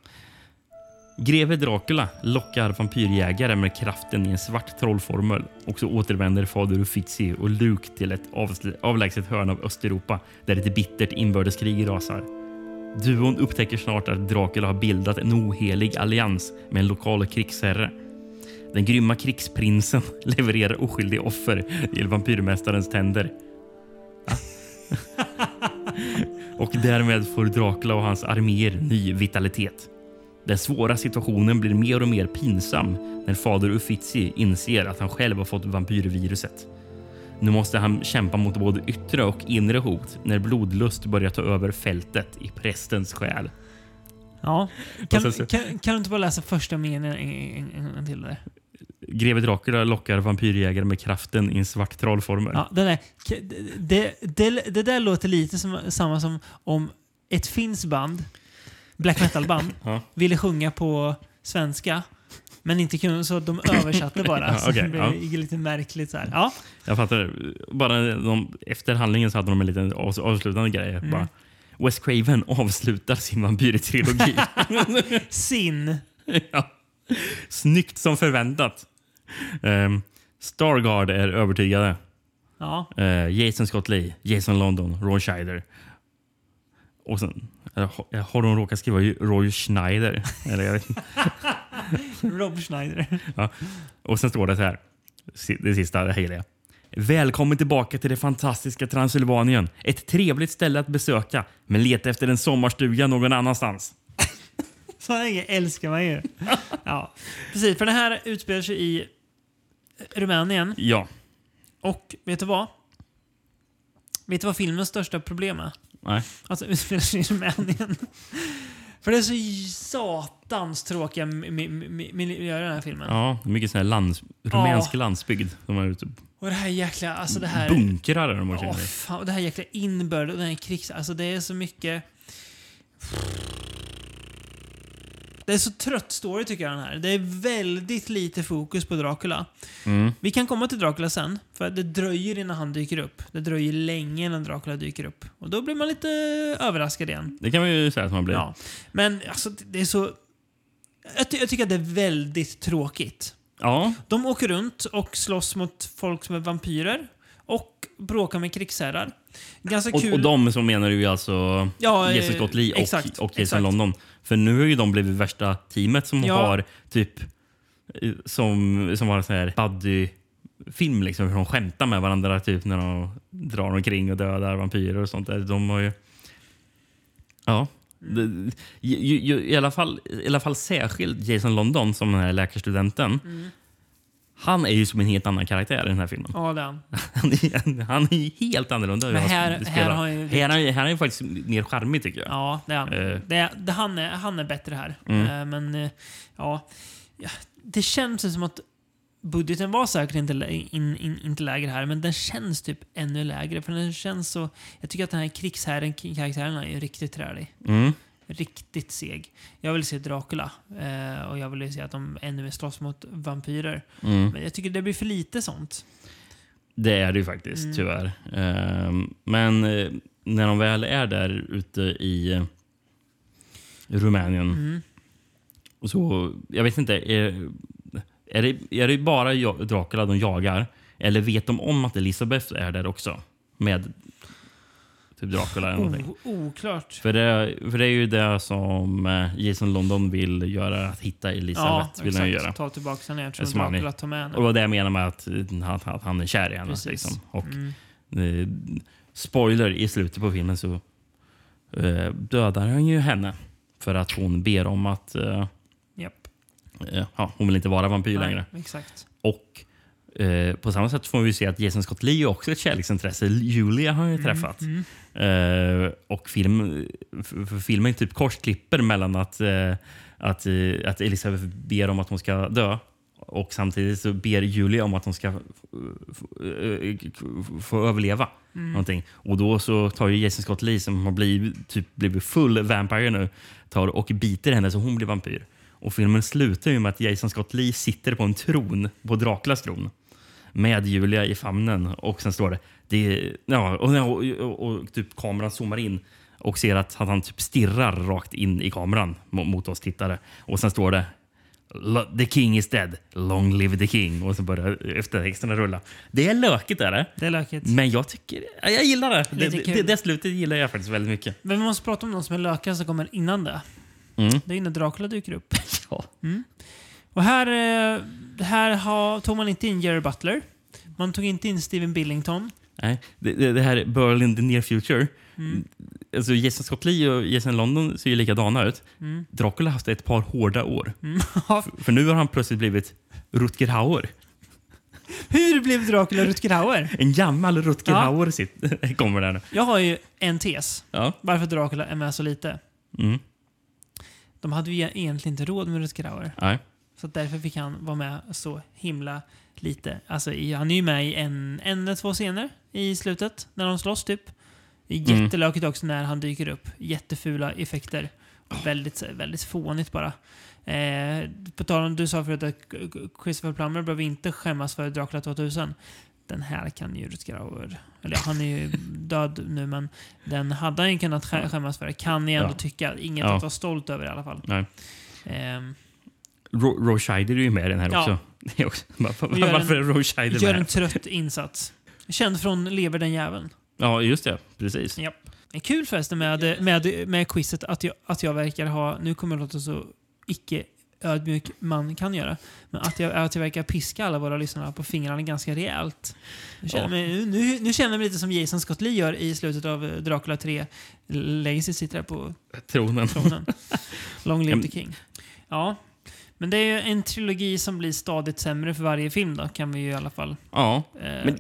Greve Dracula lockar vampyrjägare med kraften i en svart trollformel och så återvänder fader Uffizi och Luke till ett avsl- avlägset hörn av Östeuropa där ett bittert inbördeskrig rasar. Duon upptäcker snart att Dracula har bildat en ohelig allians med en lokal krigsherre. Den grymma krigsprinsen levererar oskyldiga offer till vampyrmästarens tänder. och därmed får Dracula och hans arméer ny vitalitet. Den svåra situationen blir mer och mer pinsam när fader Uffizi inser att han själv har fått vampyrviruset. Nu måste han kämpa mot både yttre och inre hot när blodlust börjar ta över fältet i prästens själ.
Ja.
Och sen
Kan,
så-
kan, kan du inte bara läsa första meningen en, en, en till? Där?
Greve Dracula lockar vampyrjägare med kraften i en svart trollformel.
Ja, den där, det, det, det där låter lite som, samma som om ett finskt band, black metal-band,
Ja.
ville sjunga på svenska men inte kunde, så de översatte bara.
Ja,
så det
okej,
blev lite märkligt. Så här. Ja,
Jag fattar. Bara de, efter handlingen så hade de en liten avs- avslutande grej. Bara, Wes Craven avslutar sin vampyrtrilogi.
sin.
ja. Snyggt som förväntat. Ehm, Stargard är övertygade.
Ja,
Eh, Jason Scott Lee, Jason London, Ron Scheider. Och sen eh, har- har de råkat skriva ju Roy Schneider. Eller jag vet inte.
Rob Schneider.
Och sen står det så här. Det sista, det här gillar jag. Välkommen tillbaka till det fantastiska Transylvanien. Ett trevligt ställe att besöka, men leta efter en sommarstuga någon annanstans.
Sådana grejer älskar man ju. Ja, precis. För det här utspelar sig i Rumänien.
Ja.
Och vet du vad? Vet du vad filmens största problem är?
Nej.
Alltså utspelar sig i Rumänien. För det är så j- satans tråkiga mi- mi- mi- miljöer i den här filmen.
Ja, det är mycket sån här lands, rumänsk
Ja.
landsbygd. De har ute.
Och det här jäkla... Alltså det här...
Bunkrar de åker in
Åh,
i.
fan, och det här jäkla inbördes och den här krigs... Alltså det är så mycket... Det är så trött story tycker jag den här. Det är väldigt lite fokus på Dracula. Vi kan komma till Dracula sen, för det dröjer innan han dyker upp. Det dröjer länge innan Dracula dyker upp. Och då blir man lite överraskad igen.
Det kan man ju säga att man blir.
Ja. Men alltså, det det är så... Jag, ty- jag tycker att det är väldigt tråkigt.
ja.
De åker runt och slåss mot folk som är vampyrer. Och bråkar med krigsherrar. Ganska
Och,
kul.
och de som menar du är alltså
Ja, eh,
Jesus Scott Lee och,
exakt,
och Jason
exakt.
London. För nu har ju de blivit värsta teamet som
Ja.
har typ eh, som, som har en sån här buddy film liksom hur de skämtar med varandra typ när de drar omkring och dödar vampyrer och sånt där. De har ju... Ja. Det- ju- ju- ju- I alla fall, i alla fall särskilt Jason London som den här läkarstudenten.
Mm.
Han är ju som en helt annan karaktär i den här filmen.
Ja, det är han.
Han är, han är ju helt annorlunda. hur
Men
han
här-
spelar.
här har ju-
här, är- här är han faktiskt mer charmig tycker jag.
Ja, det är han.
Eh. Mm.
Det, är- det, han, är, han är bättre här. Eh, Men eh, ja, Ja, det känns ju som att budgeten var säkert inte, lä- in, in, inte lägre här, men den känns typ ännu lägre. För den känns så... Jag tycker att den här krigsherren, karaktären är ju riktigt trälig.
Mm.
Riktigt seg. Jag vill se Dracula eh, och jag vill se att de ännu mer slåss mot vampyrer.
Mm.
Men jag tycker det blir för lite sånt.
Det är det ju faktiskt,
Mm.
tyvärr. Ehm, men eh, när de väl är där ute i eh, Rumänien.
Mm.
Och så, jag vet inte, är, är, det, är det bara ja- Dracula de jagar? Eller vet de om att Elisabeth är där också? Med typ Dracula eller någonting?
O, oklart.
För det, för det är ju det som eh, Jason London vill göra, att hitta Elisabeth. vill han ju göra.
Ta tillbaka henne
Eftersom
eftersom
han är-
Dracula tar med henne.
Och det var det jag menar med att, eh, att, att han är kär i henne.
Precis. Mm.
Liksom. Och, eh, spoiler, i slutet på filmen så eh, dödar han ju henne. För att hon ber om att... Eh,
Japp.
eh, ja, hon vill inte vara vampyr längre.
Nej, exakt.
Och eh, på samma sätt får vi se att Jason Scott Lee är också ett kärleksintresse. Julia har han ju träffat.
Mm,
Eh, och film, f- f- filmen typ korsklipper mellan att, eh, att, eh, att Elisabeth ber om att hon ska dö och samtidigt så ber Julia om att hon ska f- f- eh, k- få överleva. Någonting. Och då så tar ju Jason Scott Lee, som har blivit, typ, blivit full vampire nu, tar och biter henne så hon blir vampyr. Och filmen slutar ju med att Jason Scott Lee sitter på en tron, på Draculas tron med Julia i famnen och sen står det... det ja, och, och, och, och typ kameran zoomar in och ser att han typ stirrar rakt in i kameran mot, mot oss tittare. Och sen står det "Lo- The king is dead, long live the king. Och så börjar eftertexterna rulla. Det är lökigt är det.
Det är lökigt.
Men jag tycker... ja, Jag gillar det. Det,
Lite
det,
kul.
det. det slutet gillar jag faktiskt väldigt mycket.
Men vi måste prata om de som är lökiga som kommer innan det.
Mm.
Det är innan Dracula dyker upp.
Ja.
Och här, eh, här har, tog man inte in Jerry Butler. Man tog inte in Steven Billington.
Nej, det, det, det här är Berlin the near future.
Mm.
Alltså Jason Scott Lee och Jason London ser ju likadana ut.
Mm.
Dracula har haft ett par hårda år. F- För nu har han plötsligt blivit Rutger Hauer.
Hur blev Dracula Rutger Hauer?
En gammal Rutger
Ja.
Hauer sitter, kommer där nu.
Jag har ju en tes.
Ja.
Varför Dracula är med så lite.
Mm.
De hade ju egentligen inte råd med Rutger Hauer.
Nej.
Så att därför fick han vara med så himla lite. Alltså, i- han är ju med i en, en eller två scener i slutet, när de slåss typ. Det är
Mm.
Jättelökigt också när han dyker upp. Jättefula effekter.
Oh.
Väldigt, väldigt fånigt bara. Eh, på tal om, du sa förut att Christopher Plummer behöver inte skämmas för Dracula 2000. Den här kan ju Rutger Hauer... Eller han är ju död nu, men den hade han ju kunnat skä- skämmas för. Kan jag ändå
Ja.
tycka. Inget
Ja.
att vara stolt över i alla fall.
Nej.
Ehm,
Ro, Ro Scheider är ju med i den här
Ja.
också. Det är också. Varför,
Och gör en-
varför är Ro Scheider
Gör
med?
en trött insats. Känd från Lever den jäveln.
Ja, just det. Precis.
Japp. En Kul förresten med, med, med quizet att jag, att jag verkar ha, nu kommer det låta så icke ödmjuk man kan göra, men att jag, att jag verkar piska alla våra lyssnare på fingrarna ganska rejält. Nu känner,
Ja.
mig, nu, nu känner jag mig lite som Jason Scott Lee gör i slutet av eh, Dracula 3. Legacy sitter där på
Tronen.
tronen. Long
Ja,
live
men-
the king. Ja. Men det är ju en trilogi som blir stadigt sämre för varje film då, kan vi ju i alla fall
Ja.
eh,
Men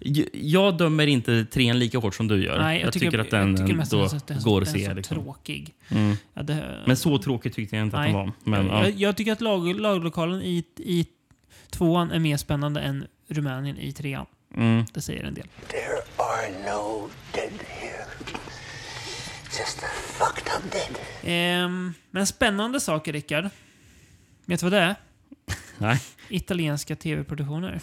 J- Jag dömer inte trean lika hårt som du gör.
Nej, jag, tycker,
att den
jag tycker mest
då
att den,
går
den
att se.
är så
liksom.
tråkig.
Mm.
Ja, det,
Men så tråkigt tyckte jag inte
Nej.
att den var. Men, ja.
jag, jag tycker att lag, laglokalen i, i tvåan är mer spännande än Rumänien i trean.
Mm.
Det säger en del.
There are no dead here. Just the fucked up dead.
Ehm, men spännande saker, Rickard. Vet du vad det är?
Nej.
Italienska tv-produktioner.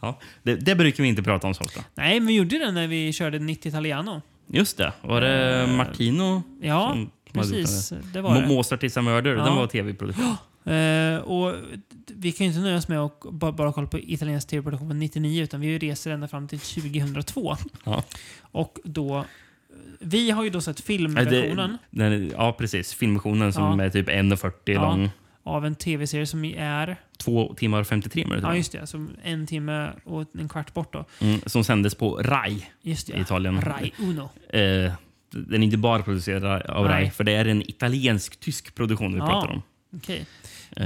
Ja. Det, det brukar vi inte prata om så ofta.
Nej, men vi gjorde det när vi körde 90 Italiano.
Just det. Var det Martino?
Ja,
som- som hade gjort
precis.
den?
Det var
Mo-
det.
Mozart is a murder.
Ja.
Den var tv-produktion.
Eh, och vi kan ju inte nöja oss med att bara, bara kolla på italiensk tv-produktion från 99 utan vi reser ända fram till 2002.
Ja.
Och då... eh, Vi har ju då sett
Nej, det-
filmversionen
den, ja, precis. Filmversionen som
Ja.
är typ 1.40
Ja.
lång.
av en tv-serie som är...
2 timmar och 53 minuter.
Ja, just det. Som en timme och en kvart bort då.
mm, som sändes på Rai.
Just det.
Italien.
Rai Uno.
Eh, den är inte bara producerad av
Nej.
Rai, för det är en italiensk-tysk produktion vi
Ja.
pratar om. Eh.
Okej.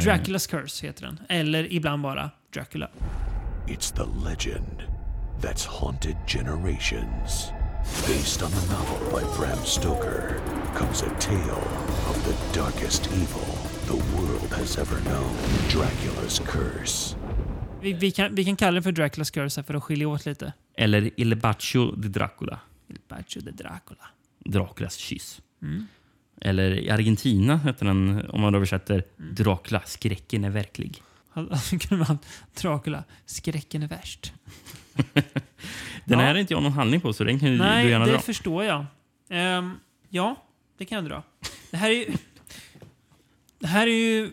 Draculas Curse heter den. Eller ibland bara Dracula.
It's the legend that's haunted generations. Based on the novel by Bram Stoker comes a tale of the darkest evil the world has ever known Dracula's curse.
Vi, vi, kan, vi kan kalla den för Draculas Curse för att skilja åt lite.
Eller Il Bacio di Dracula.
Bacio de Dracula. Mm.
Draculas kyss. Eller i Argentina heter den, om man översätter,
Mm.
Dracula, skräcken är verklig.
Alltså kunde man haft Dracula. Skräcken är värst.
Den
Ja.
här är inte jag någon handling på, så den kan ju
Nej,
du gärna
det
dra.
förstår jag. Ehm, ja, det kan jag dra. Det här är ju... Det här är ju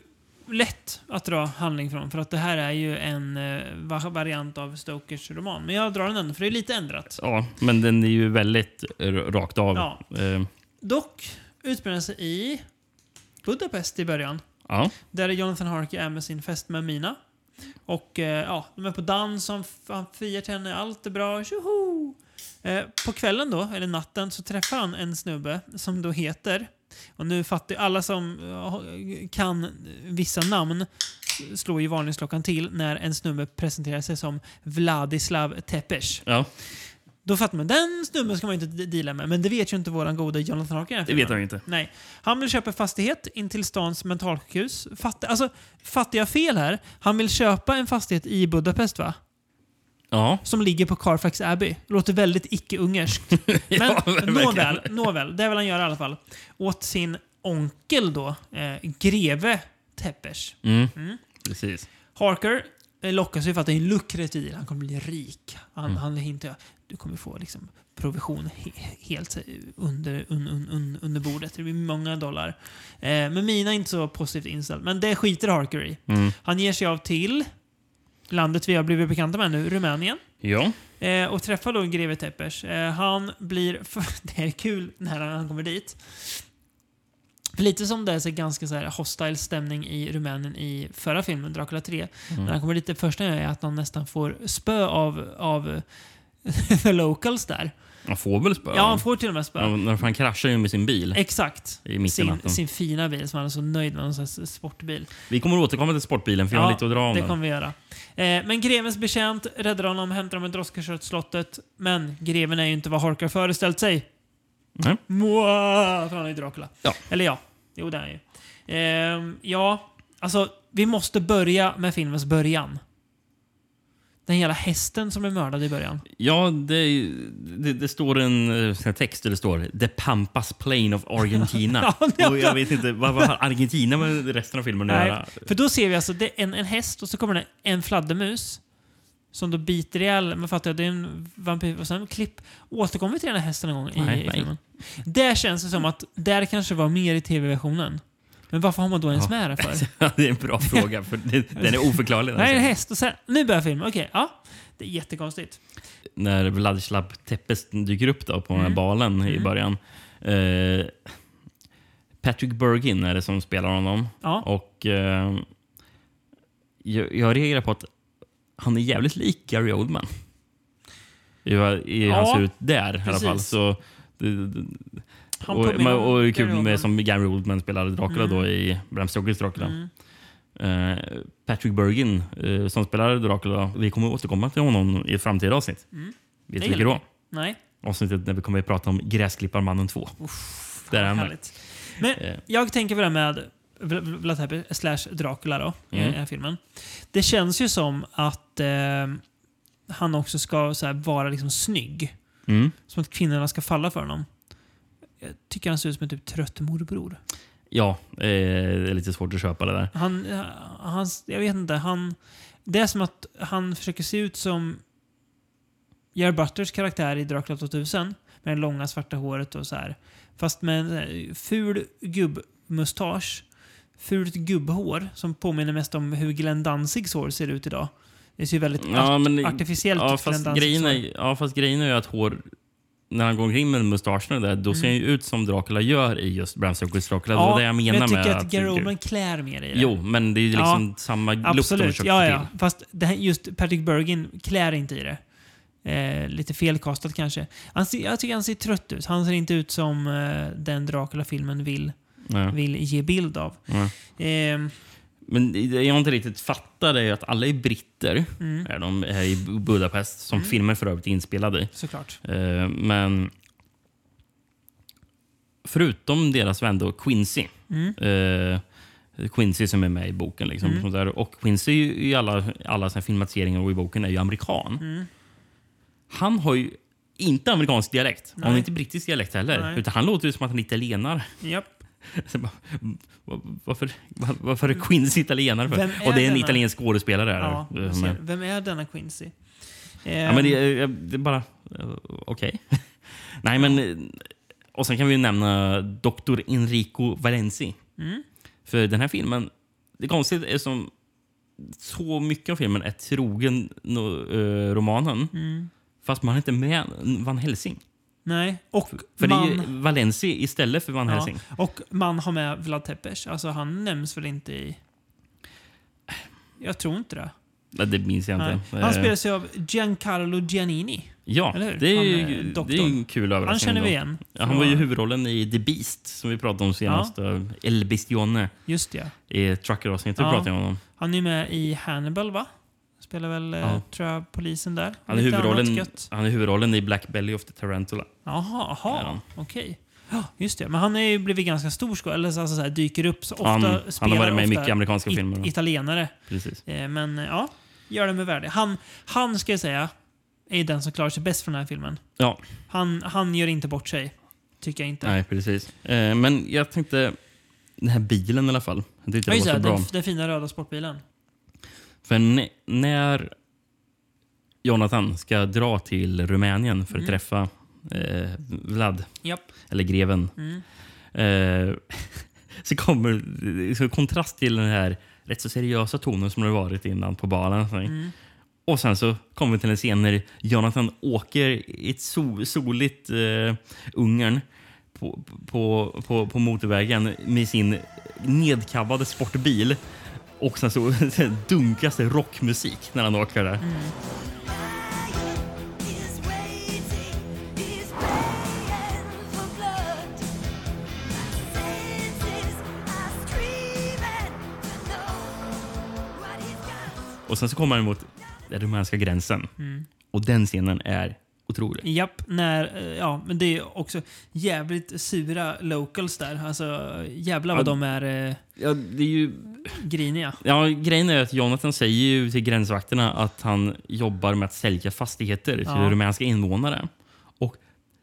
lätt att dra handling från för att det här är ju en eh, va- variant av Stokers roman. Men jag drar den ändå för det är lite ändrat.
Ja, men den är ju väldigt eh, rakt av.
Ja.
Eh,
Dock utspelar den sig i Budapest i början.
ja.
Där Jonathan Harker är med sin fästmö Mina. Och eh, ja, de är på dans, han, f- han friar till henne, allt är bra, tjoho! Eh, på kvällen då, eller natten, så träffar han en snubbe som då heter, och nu fattar ju alla som eh, kan vissa namn slår ju varningsklockan till när en snubbe presenterar sig som Vladislav Tepes.
ja,
Då fattar man, den snubben ska man ju inte d- deala med, men det vet ju inte våran goda Jonathan Harker. i den här
det vet
filmen.
jag ju inte.
Nej. Han vill köpa fastighet in till stans mentalsjukhus. Fatt, alltså, fattar jag fel här? Han vill köpa en fastighet i Budapest, va?
Ja,
Som ligger på Carfax Abbey. Låter väldigt icke-ungerskt. Men
Ja, verkligen.
nåväl, nåväl, det vill han göra i alla fall. Åt sin onkel då, eh, greve Teppers.
precis.
Harker eh, lockas ju för att det är en lukrativ Han kommer bli rik. Han, han hintar du kommer få liksom, provision he, helt eh, under, un, un, un, under bordet. Det blir många dollar. Eh, men Mina är inte så positivt inställd. Men det skiter Harker i. Han ger sig av till landet vi har blivit bekanta med nu, Rumänien.
Ja.
Eh, och träffar då greve Teppers. Eh, han blir... det här är kul när han kommer dit. För lite som det är så ganska så här hostile stämning i Rumänien i förra filmen, Dracula 3.
Mm.
När han kommer dit, det första är att han nästan får spö av, av the locals där.
Han får väl spö?
Ja, han får till och med spö.
Ja, när han kraschar ju med sin bil.
Exakt.
I mitt i
Sin,
natten.
sin fina bil som han är så nöjd med, någon sån här sportbil.
Vi kommer återkomma till sportbilen för jag har lite att dra om
det
den.
kommer vi göra. Eh, men grevens betjänt räddar honom, hämtar honom i Droskerslottet. Men greven är ju inte vad Harker föreställt sig.
Nej.
Moa, för han är ju Dracula.
Ja.
Eller ja, jo det är han ju. Ehm, ja, alltså vi måste börja med filmens början. Den hela hästen som är mördad i början.
Ja, det, det, det står en eh, sån här text där det står The Pampas Plain of Argentina.
Ja, ja.
Och jag vet inte, vad vad har Argentina med resten av filmen att göra?
För då ser vi alltså det är en, en häst och så kommer det en fladdermus. Som då biter ihjäl, man fattar ju, det är en vampyr. Och sen klipp, återkommer vi till den här hästen en gång i,
Nej,
i
nej.
filmen. Där känns det som att, där kanske var mer i tv-versionen. Men varför har man då ens med det för?
det är en bra fråga, för det, den är oförklarlig. den
Nej, en
scenen.
häst och sen, nu börjar filmen. Okej, ja. Det är jättekonstigt.
När Vladislav Tepes dyker upp då på den
Mm.
här balen i början. Eh, Patrick Bergin är det som spelar honom.
Ja.
Och eh, jag, jag reagerar på att han är jävligt lik Gary Oldman. I, vad- i hur han
Ja,
ser ut där i alla fall.
precis.
Så, det, det,
Han
och,
påminner
men-
om
och det är
Gary
kul
Oldman. Mm.
med som Gary Oldman spelade Dracula då i Bram Stokers Dracula. Eh, Patrick Bergin eh, som spelade Dracula. Vi kommer återkomma till honom i ett framtida avsnitt. Vet
Mm. Det
du vilket
gillar
då?
Nej.
Avsnittet när vi kommer att prata om Gräsklipparmannen 2.
Mm.
Där är han med. Eh.
Härligt. Men jag tänker på det här med Vl- Vl- Vlad Tepes slash Dracula då,
Mm.
i den här filmen. Det känns ju som att eh, han också ska så här, vara liksom snygg.
Mm.
Som att kvinnorna ska falla för honom. Jag tycker han ser ut som en typ trött morbror.
Ja, eh, det är lite svårt att köpa det där.
Han, han, jag vet inte, han... Det är som att han försöker se ut som Jerry Butters karaktär i Dracula 2000. Med det långa svarta håret och så här. Fast med en så här ful eh, gubbmustasch. fult gubbhår som påminner mest om hur Glenn Danzigs hår ser ut idag. Det ser ju väldigt
Ja,
art-
men-
artificiellt
ja,
ut. Glenn
fast
Danzigs
grejen
hår.
är, ja, fast grejen är ju att hår... När han går omkring med mustaschen och det där, då ser han ju ut som Dracula gör i just Bram Stokers Dracula. alltså, det var det jag menar
Mm. men jag tycker
med
att Gary Oldman klär mer i det.
Jo, men det är ju liksom
Ja,
samma lukt de
Absolut.
försöker
Ja,
få
ja. Fast det här, just Patrick Bergin klär inte i det. Eh, lite felkastat kanske. Han ser, jag tycker han ser trött ut. Han ser inte ut som eh, den Dracula-filmen vill,
till. Ja.
vill ge bild av.
Ja.
Ehm,
Men det jag inte riktigt fattar är ju att alla är britter.
Mm.
Är de här i Bu- Budapest, som filmen för övrigt är inspelad i.
såklart.
Eh, Men förutom deras vän då, Quincy.
Mm.
Eh, Quincy som är med i boken. Liksom, sånt där. Och Quincy i alla, alla sina filmatiseringar och i boken är ju amerikan.
Mm.
Han har ju inte amerikansk dialekt. Han har inte brittisk dialekt heller.
Nej.
Utan han låter ju som att han är italienare.
Japp.
Så bara, va- Varför, va- varför är Quincy italienare? För?
Vem är
och det är en
denna?
italiensk skådespelare. Där,
Ja,
eh,
jag
som är-
ser. Vem är denna Quincy? Ehm,
Ja, men det, är- det är bara... eh, Okej. Nej, men... eh, Och sen kan vi ju nämna Dr. Enrico Valenci.
Mm.
För den här filmen... Det konstiga är som... Så mycket av filmen är trogen no, eh, romanen.
Mm.
Fast man är inte med Van Helsing.
Nej. Och
För
man,
det är ju Valenci istället för Van
ja,
Helsing.
och man har med Vlad Tepes. Alltså han nämns väl inte i... Jag tror inte det.
Nej, Det minns jag
Nej.
inte.
Han
Eh,
spelas ju av Giancarlo Giannini.
Ja,
eller hur?
det är,
Han är
ju, det är ju
doktorn.
en kul
Han
överraskning.
känner vi
då.
igen.
Ja, han var ju huvudrollen i The Beast som vi pratade om senast. eh, El Bestione.
Just det.
i Trucker-avsnittet
Ja.
pratade jag om honom.
Han är ju med i Hannibal, va? Spelar väl, eh,
Ja.
tror jag, polisen där.
Han är,
Lite annat
huvudrollen,
gött.
han är huvudrollen i Black Belly of the Tarantula.
Jaha, aha,
Ja.
okej. Ja, just det. Men han har ju blivit ganska stor skådis. Eller så- alltså, så här, dyker upp så ofta.
Han- han har
spelar
varit med i
ofta
mycket amerikanska
it-
filmer.
Italienare.
Precis.
Eh, Men eh, ja, gör det med värde. Han, han ska jag säga, är den som klarar sig bäst från den här filmen.
Ja,
Han, han gör inte bort sig. Tycker jag inte.
nej precis. Eh, men jag tänkte, den här bilen i alla fall. Jag tyckte
Ja,
det
just
var så
det,
bra.
den, den fina röda sportbilen.
För n- när Jonathan ska dra till Rumänien för att
Mm.
träffa eh, Vlad,
Japp.
eller greven, eh, så kommer så kontrast till den här rätt så seriösa tonen som det har varit innan på balen. så här. Och sen så kommer vi till en scen när Jonathan åker i ett sol, soligt eh, Ungern på, på, på, på motorvägen med sin nedkabbade sportbil. Och sen så dunkas det rockmusik när han åker där. Och sen så kommer han mot den rumänska gränsen. Och den scenen är otrolig.
Japp, när, eh, ja, men det är också jävligt sura locals där. Alltså, jävlar vad
Ja.
de är eh,
Ja, det är ju...
griniga.
ja, grejen är att Jonathan säger ju till gränsvakterna att han jobbar med att sälja fastigheter till
Ja.
rumänska invånare. Och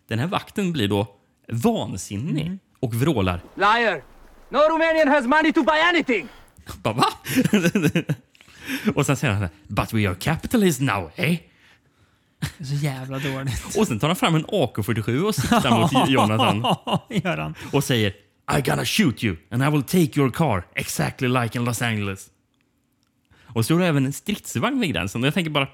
den här vakten blir då vansinnig och vrålar.
Liar! No Romanian has money to buy anything!
Bara, va? och sen säger han så här, “But we are capitalists now, eh?”
Så jävla dåligt.
Och sen tar han fram en AK47 och siktar mot Jonathan.
Gör han.
och säger I gonna shoot you and I will take your car exactly like in Los Angeles. Och så är det även en stridsvagn vid gränsen. Och jag tänker bara,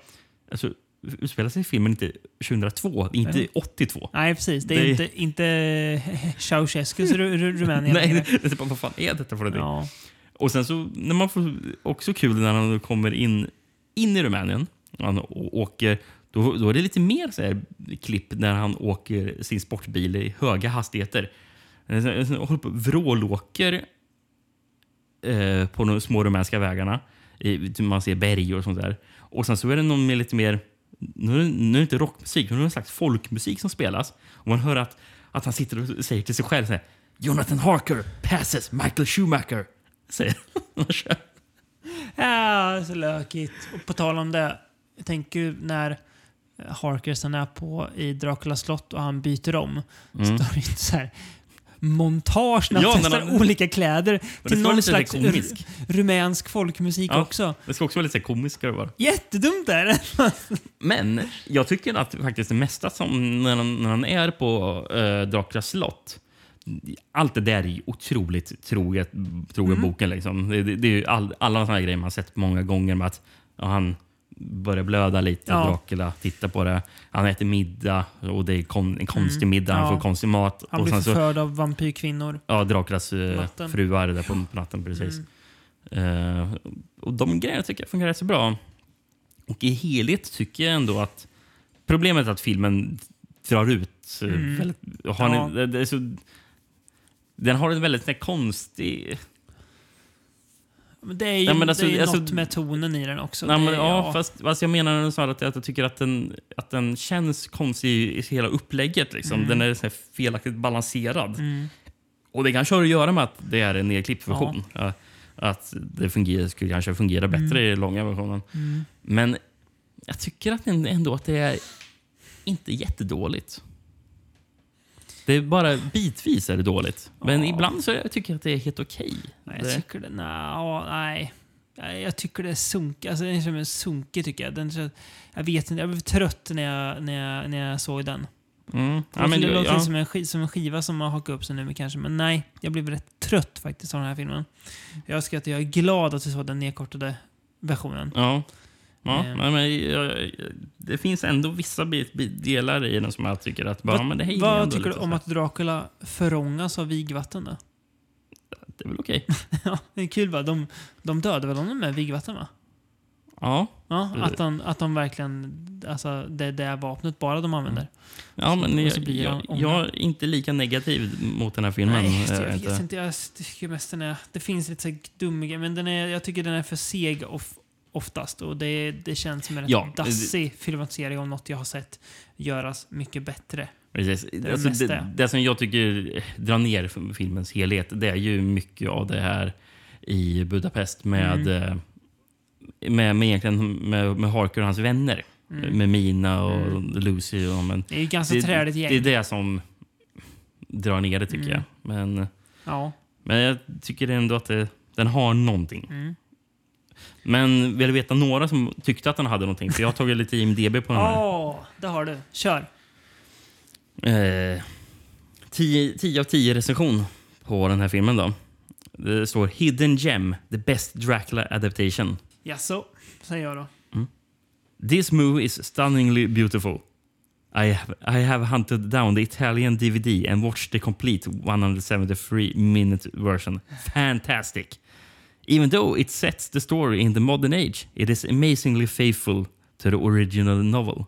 alltså, utspelar sig filmen inte 2002? Det är inte 82?
Nej, precis. Det är inte,
Det-
inte Ceausescus Ru- Ru- Rumänien.
Nej, det, det, vad fan är detta för någonting?
Ja.
Och sen så, när man får också kul när han kommer in, in i Rumänien han å- åker, då, då är det lite mer så här klipp när han åker sin sportbil i höga hastigheter. Eh, så- så Håller på vrålåker eh, på de små rumänska vägarna. I- typ Man ser berg och sånt där. Och sen så är det någon med lite mer... Nu är det, nu är det inte rockmusik, nu är det någon slags folkmusik som spelas. Och man hör att, att han sitter och säger till sig själv så här, Jonathan Harker passes Michael Schumacher. Säger han.
Ja, så lökigt. Och på tal om det, jag tänker ju när Harker sen är på i Dracula slott och han byter om. Så står det inte så här montage när han
Mm. Ja, men
testar
han-
olika kläder till
ska vara
någon
lite
slags
komisk.
ru- rumänsk folkmusik
Ja,
också.
Det ska också vara lite så här komiskt. Ska det vara.
Jättedumt är det.
Men jag tycker att faktiskt det mesta som när han, när han är på eh, Draculas slott, allt det där är ju otroligt troget, trogen
Mm.
boken. Liksom. Det, det, det är ju all, alla såna här grejer man sett många gånger med att ja, han börjar blöda lite,
Ja.
Dracula tittar på det. Han äter middag och det är kon, en konstig middag, han
Mm. Ja.
får konstig mat.
Han
och
blir
sen så,
förförd av vampyrkvinnor.
ja, Draculas eh,
Natten. Mm.
fruar där på på natten. Precis. Eh, och de grejerna tycker jag fungerar så bra. Och i helhet tycker jag ändå att problemet är att filmen drar ut. eh, Väldigt, och har
Mm. Ja.
en, det- det är så, den har en väldigt sån här konstig...
Men det är ju
Nej, men alltså-
det är ju
alltså-
något med tonen i den också.
Nej,
Det
men,
är-
ja, Fast, fast jag menar snarare att, jag- att jag tycker att den, att den känns konstig i hela upplägget. Liksom.
Mm.
Den är så här felaktigt balanserad. Och det kanske har att göra med att det är en nedklippt version. Ja, Att det fungerar, skulle kanske fungera
Mm.
bättre i den långa versionen. Men jag tycker att den- ändå att det är inte jättedåligt. Det är bara bitvis är det dåligt. Men ibland så tycker jag att det är helt okej.
Nej,
Det-
jag tycker det... Nej, ja, nej. Nej, Jag tycker det är sunk, alltså, den känns sunkig tycker jag. Den, känns- jag vet inte, jag blev trött när jag, när jag, när jag såg den.
Mm. Ja,
Alltså, det
men,
låter
ja.
som, en skiva, som en skiva som har hakat upp sig nu kanske, men nej. Jag blev rätt trött faktiskt av den här filmen. Jag ska att jag är glad att jag såg den nedkortade versionen.
Ja. Ja,
Ehm.
nej, men jag, det finns ändå vissa bit, bit delar i den som jag tycker att... Bara, men det här gillar jag
Vad
ändå
tycker du
lite
om
så här.
att Dracula förångas av vigvatten då?
Det är väl okej?
Ja, det är kul va? De, de dödade väl honom med vigvatten va?
Ja.
Ja,
Mm.
att, de, att de verkligen... Alltså det, det är vapnet bara de använder.
ja, men
och
jag,
så blir
jag,
han
jag,
ångad.
är inte lika negativ mot den här filmen.
Nej,
är
jag
jag
vet
eh, inte.
inte. Jag tycker mest den är... Det finns lite så här dummiga, men den är, jag tycker den är för seg of, oftast. Och det, det känns som en rätt
Ja, eh,
dassig filmatisering om något jag har sett göras mycket bättre.
Precis. Det, alltså,
mesta.
det, det som jag tycker drar ner f- filmens helhet, det är ju mycket av det här i Budapest med,
Mm.
eh, med, med, egentligen med, med Harker och hans vänner.
Mm.
Med Mina och Lucy. Och, men,
Det är ju Alltså, ett ganska träligt gäng. Mm.
det är det som drar ner det tycker jag. Men,
ja.
men jag tycker ändå att det, den har någonting.
Mm.
Men vill du veta några som tyckte att den hade någonting? För jag har tagit lite IMDB på den här.
Åh, det har du. Kör.
Eh, 10 10 av 10 recension på den här filmen då. Det står Hidden Gem, the best Dracula adaptation.
Jaså, säger jag då.
This movie is stunningly beautiful. I have, I have hunted down the Italian DVD and watched the complete 173-minute version. Fantastic! Even though it sets the story in the modern age, it is amazingly faithful to the original novel.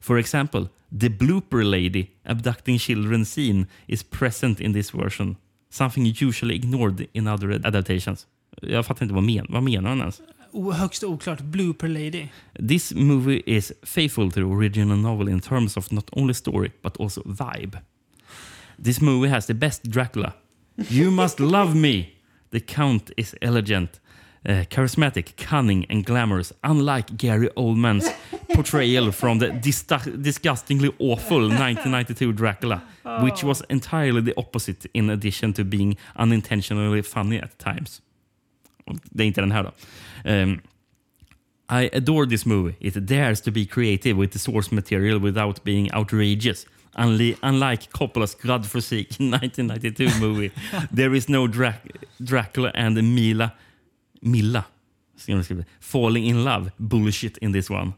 For example, the blooper lady abducting children scene is present in this version. Something usually ignored in other adaptations. Jag fattar inte vad, men, vad menar han ens?
O, högst oklart. Blooper Lady.
This movie is faithful to the original novel in terms of not only story but also vibe. This movie has the best Dracula. You must love me. The Count is elegant, uh, charismatic, cunning, and glamorous, unlike Gary Oldman's portrayal from the dista- disgustingly awful 1992 Dracula, which was entirely the opposite in addition to being unintentionally funny at times. Och Det är inte den här då. Ehm, I adore this movie. It dares to be creative with the source material without being outrageous. Unli- unlike Coppola's godforsaken 1992 movie, there is no Drac- Dracula and Mila, Milla ska jag skriva, falling in love bullshit in this one.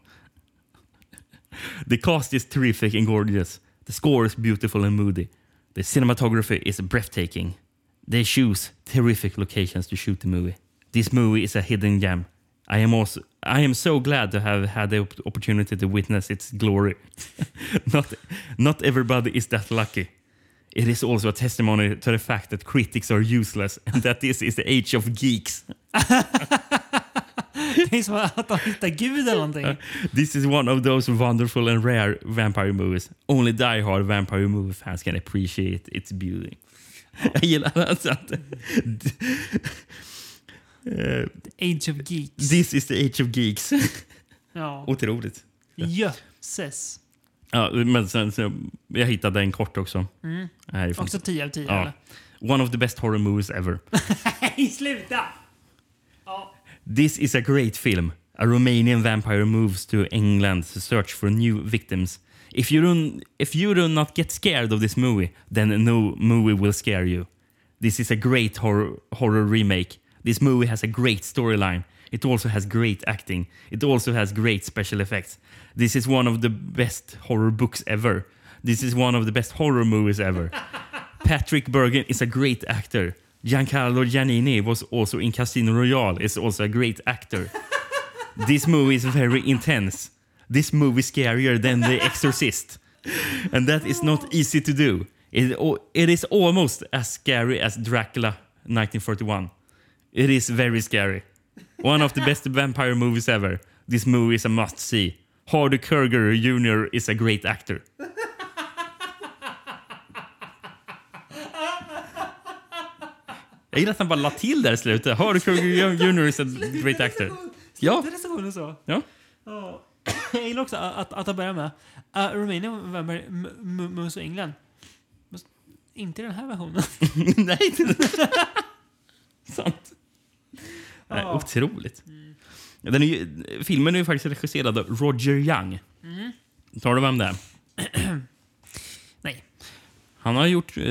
The cast is terrific and gorgeous. The score is beautiful and moody. The cinematography is breathtaking. They choose terrific locations to shoot the movie. This movie is a hidden gem. I am also I am so glad to have had the op- opportunity to witness its glory. not not everybody is that lucky. It is also a testimony to the fact that critics are useless and that this is the age of geeks.
Det är som att de hittar Gud eller någonting.
This is one of those wonderful and rare vampire movies. Only diehard vampire movie fans can appreciate its beauty. Jag gillar alltså att... Eh,
Age of Geeks.
This is the age of geeks.
Ja.
Otroligt.
Jösses.
Ja, men sen, så, jag hittade en kort också. Härifrån.
Mm. Också 10 av 10
Ja.
eller?
One of the best horror movies ever.
Nej, sluta!
This is a great film. A Romanian vampire moves to England to search for new victims. If you, do, if you do not get scared of this movie, then no movie will scare you. This is a great horror, horror remake. This movie has a great storyline. It also has great acting. It also has great special effects. This is one of the best horror books ever. This is one of the best horror movies ever. Patrick Bergen is a great actor. Giancarlo Giannini was also in Casino Royale, is also a great actor. this movie is very intense. This movie is scarier than The Exorcist. And that is not easy to do. It, it is almost as scary as Dracula 1941. It is very scary. One of the best vampire movies ever. This movie is a must see. Hardy Kerger Jr. is a great actor. Jag gillar att han bara la till där i slutet. Hardy Kerger Jr. is a great actor. Ja.
Slutade recensionen så?
ja.
Ja. Jag gillar också att, att han börjar med uh, Rumänien, Vampire, M- M- Moose och England. Fast Inte i den här versionen.
Nej, det Sant. Nej, otroligt. Den är ju, filmen är ju faktiskt regisserad av Roger Young. Tar du vem det är?
Nej.
Han har gjort... Eh,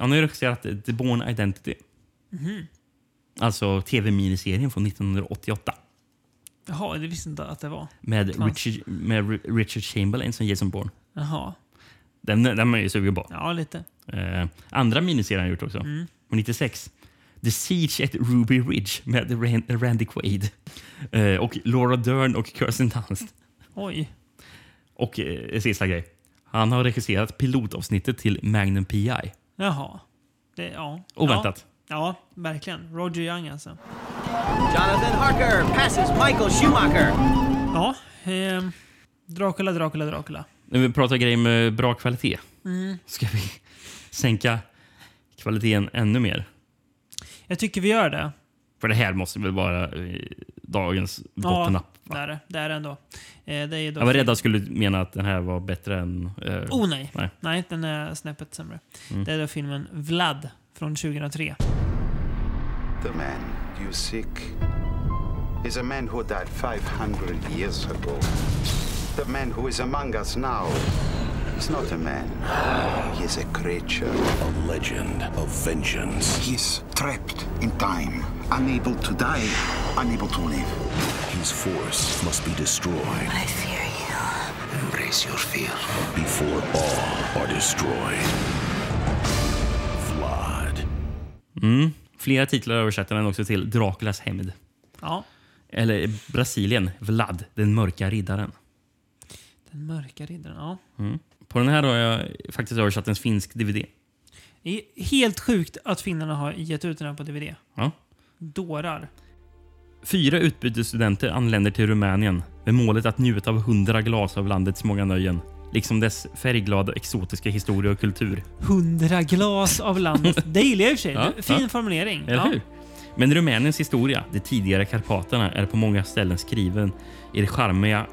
han har ju regisserat The Born Identity. Alltså tv-miniserien från 1988.
Jaha, det visste inte att det var.
Med
Fanns.
Richard, med Richard Chamberlain som Jason Bourne.
Jaha.
Den, den är man ju sugen på.
Ja, lite.
Eh, andra miniserier han gjort också.
Mm.
Från 96. The Siege at Ruby Ridge med Ran- Randy Quaid. Eh, och Laura Dern och Kirsten Dunst.
Oj.
Och eh, sista grej. Han har regisserat pilotavsnittet till Magnum P.I.
Jaha. Det, ja.
Oväntat.
Ja. ja, verkligen. Roger Young alltså.
Jonathan Harker passes Michael Schumacher.
Ja. Ehm, Dracula, Dracula, Dracula.
När vi pratar grejer med bra kvalitet.
Mm.
Ska vi sänka kvaliteten ännu mer?
Jag tycker vi gör det.
För det här måste väl vara eh, dagens
Ja,
bottennapp?
det är det. Det är det ändå. Eh, det är ju då
Jag var rädd att jag skulle mena att den här var bättre än... Eh,
Oh nej.
Nej. Mm.
nej. den är snäppet sämre. Det är då filmen Vlad från 2003.
The man you seek is a man who died 500 years ago. The man who is among us now is not a man, he is a creature.
A legend of vengeance.
He's trapped in time, unable to die, unable to live.
His force must be destroyed
I fear you.
Embrace your fear.
before all are destroyed. Vlad.
Flera titlar översätter den också till Draculas hämnd.
Ja,
Eller Brasilien, Vlad, den mörka riddaren.
Den mörka riddaren. Ja.
På den här har jag faktiskt översatt en finsk DVD.
Det är helt sjukt att finnarna har gett ut den här på DVD.
Ja.
Dårar.
Fyra utbytesstudenter anländer till Rumänien med målet att njuta av hundra glas av landets många nöjen. Liksom dess färgglada exotiska historia och kultur.
Hundra glas av landet. Det gillar jag i och för sig.
Ja,
Det- fin
ja.
formulering.
Eller hur? Men Rumäniens historia, de tidigare Karpaterna, är på många ställen skriven i det charmiga,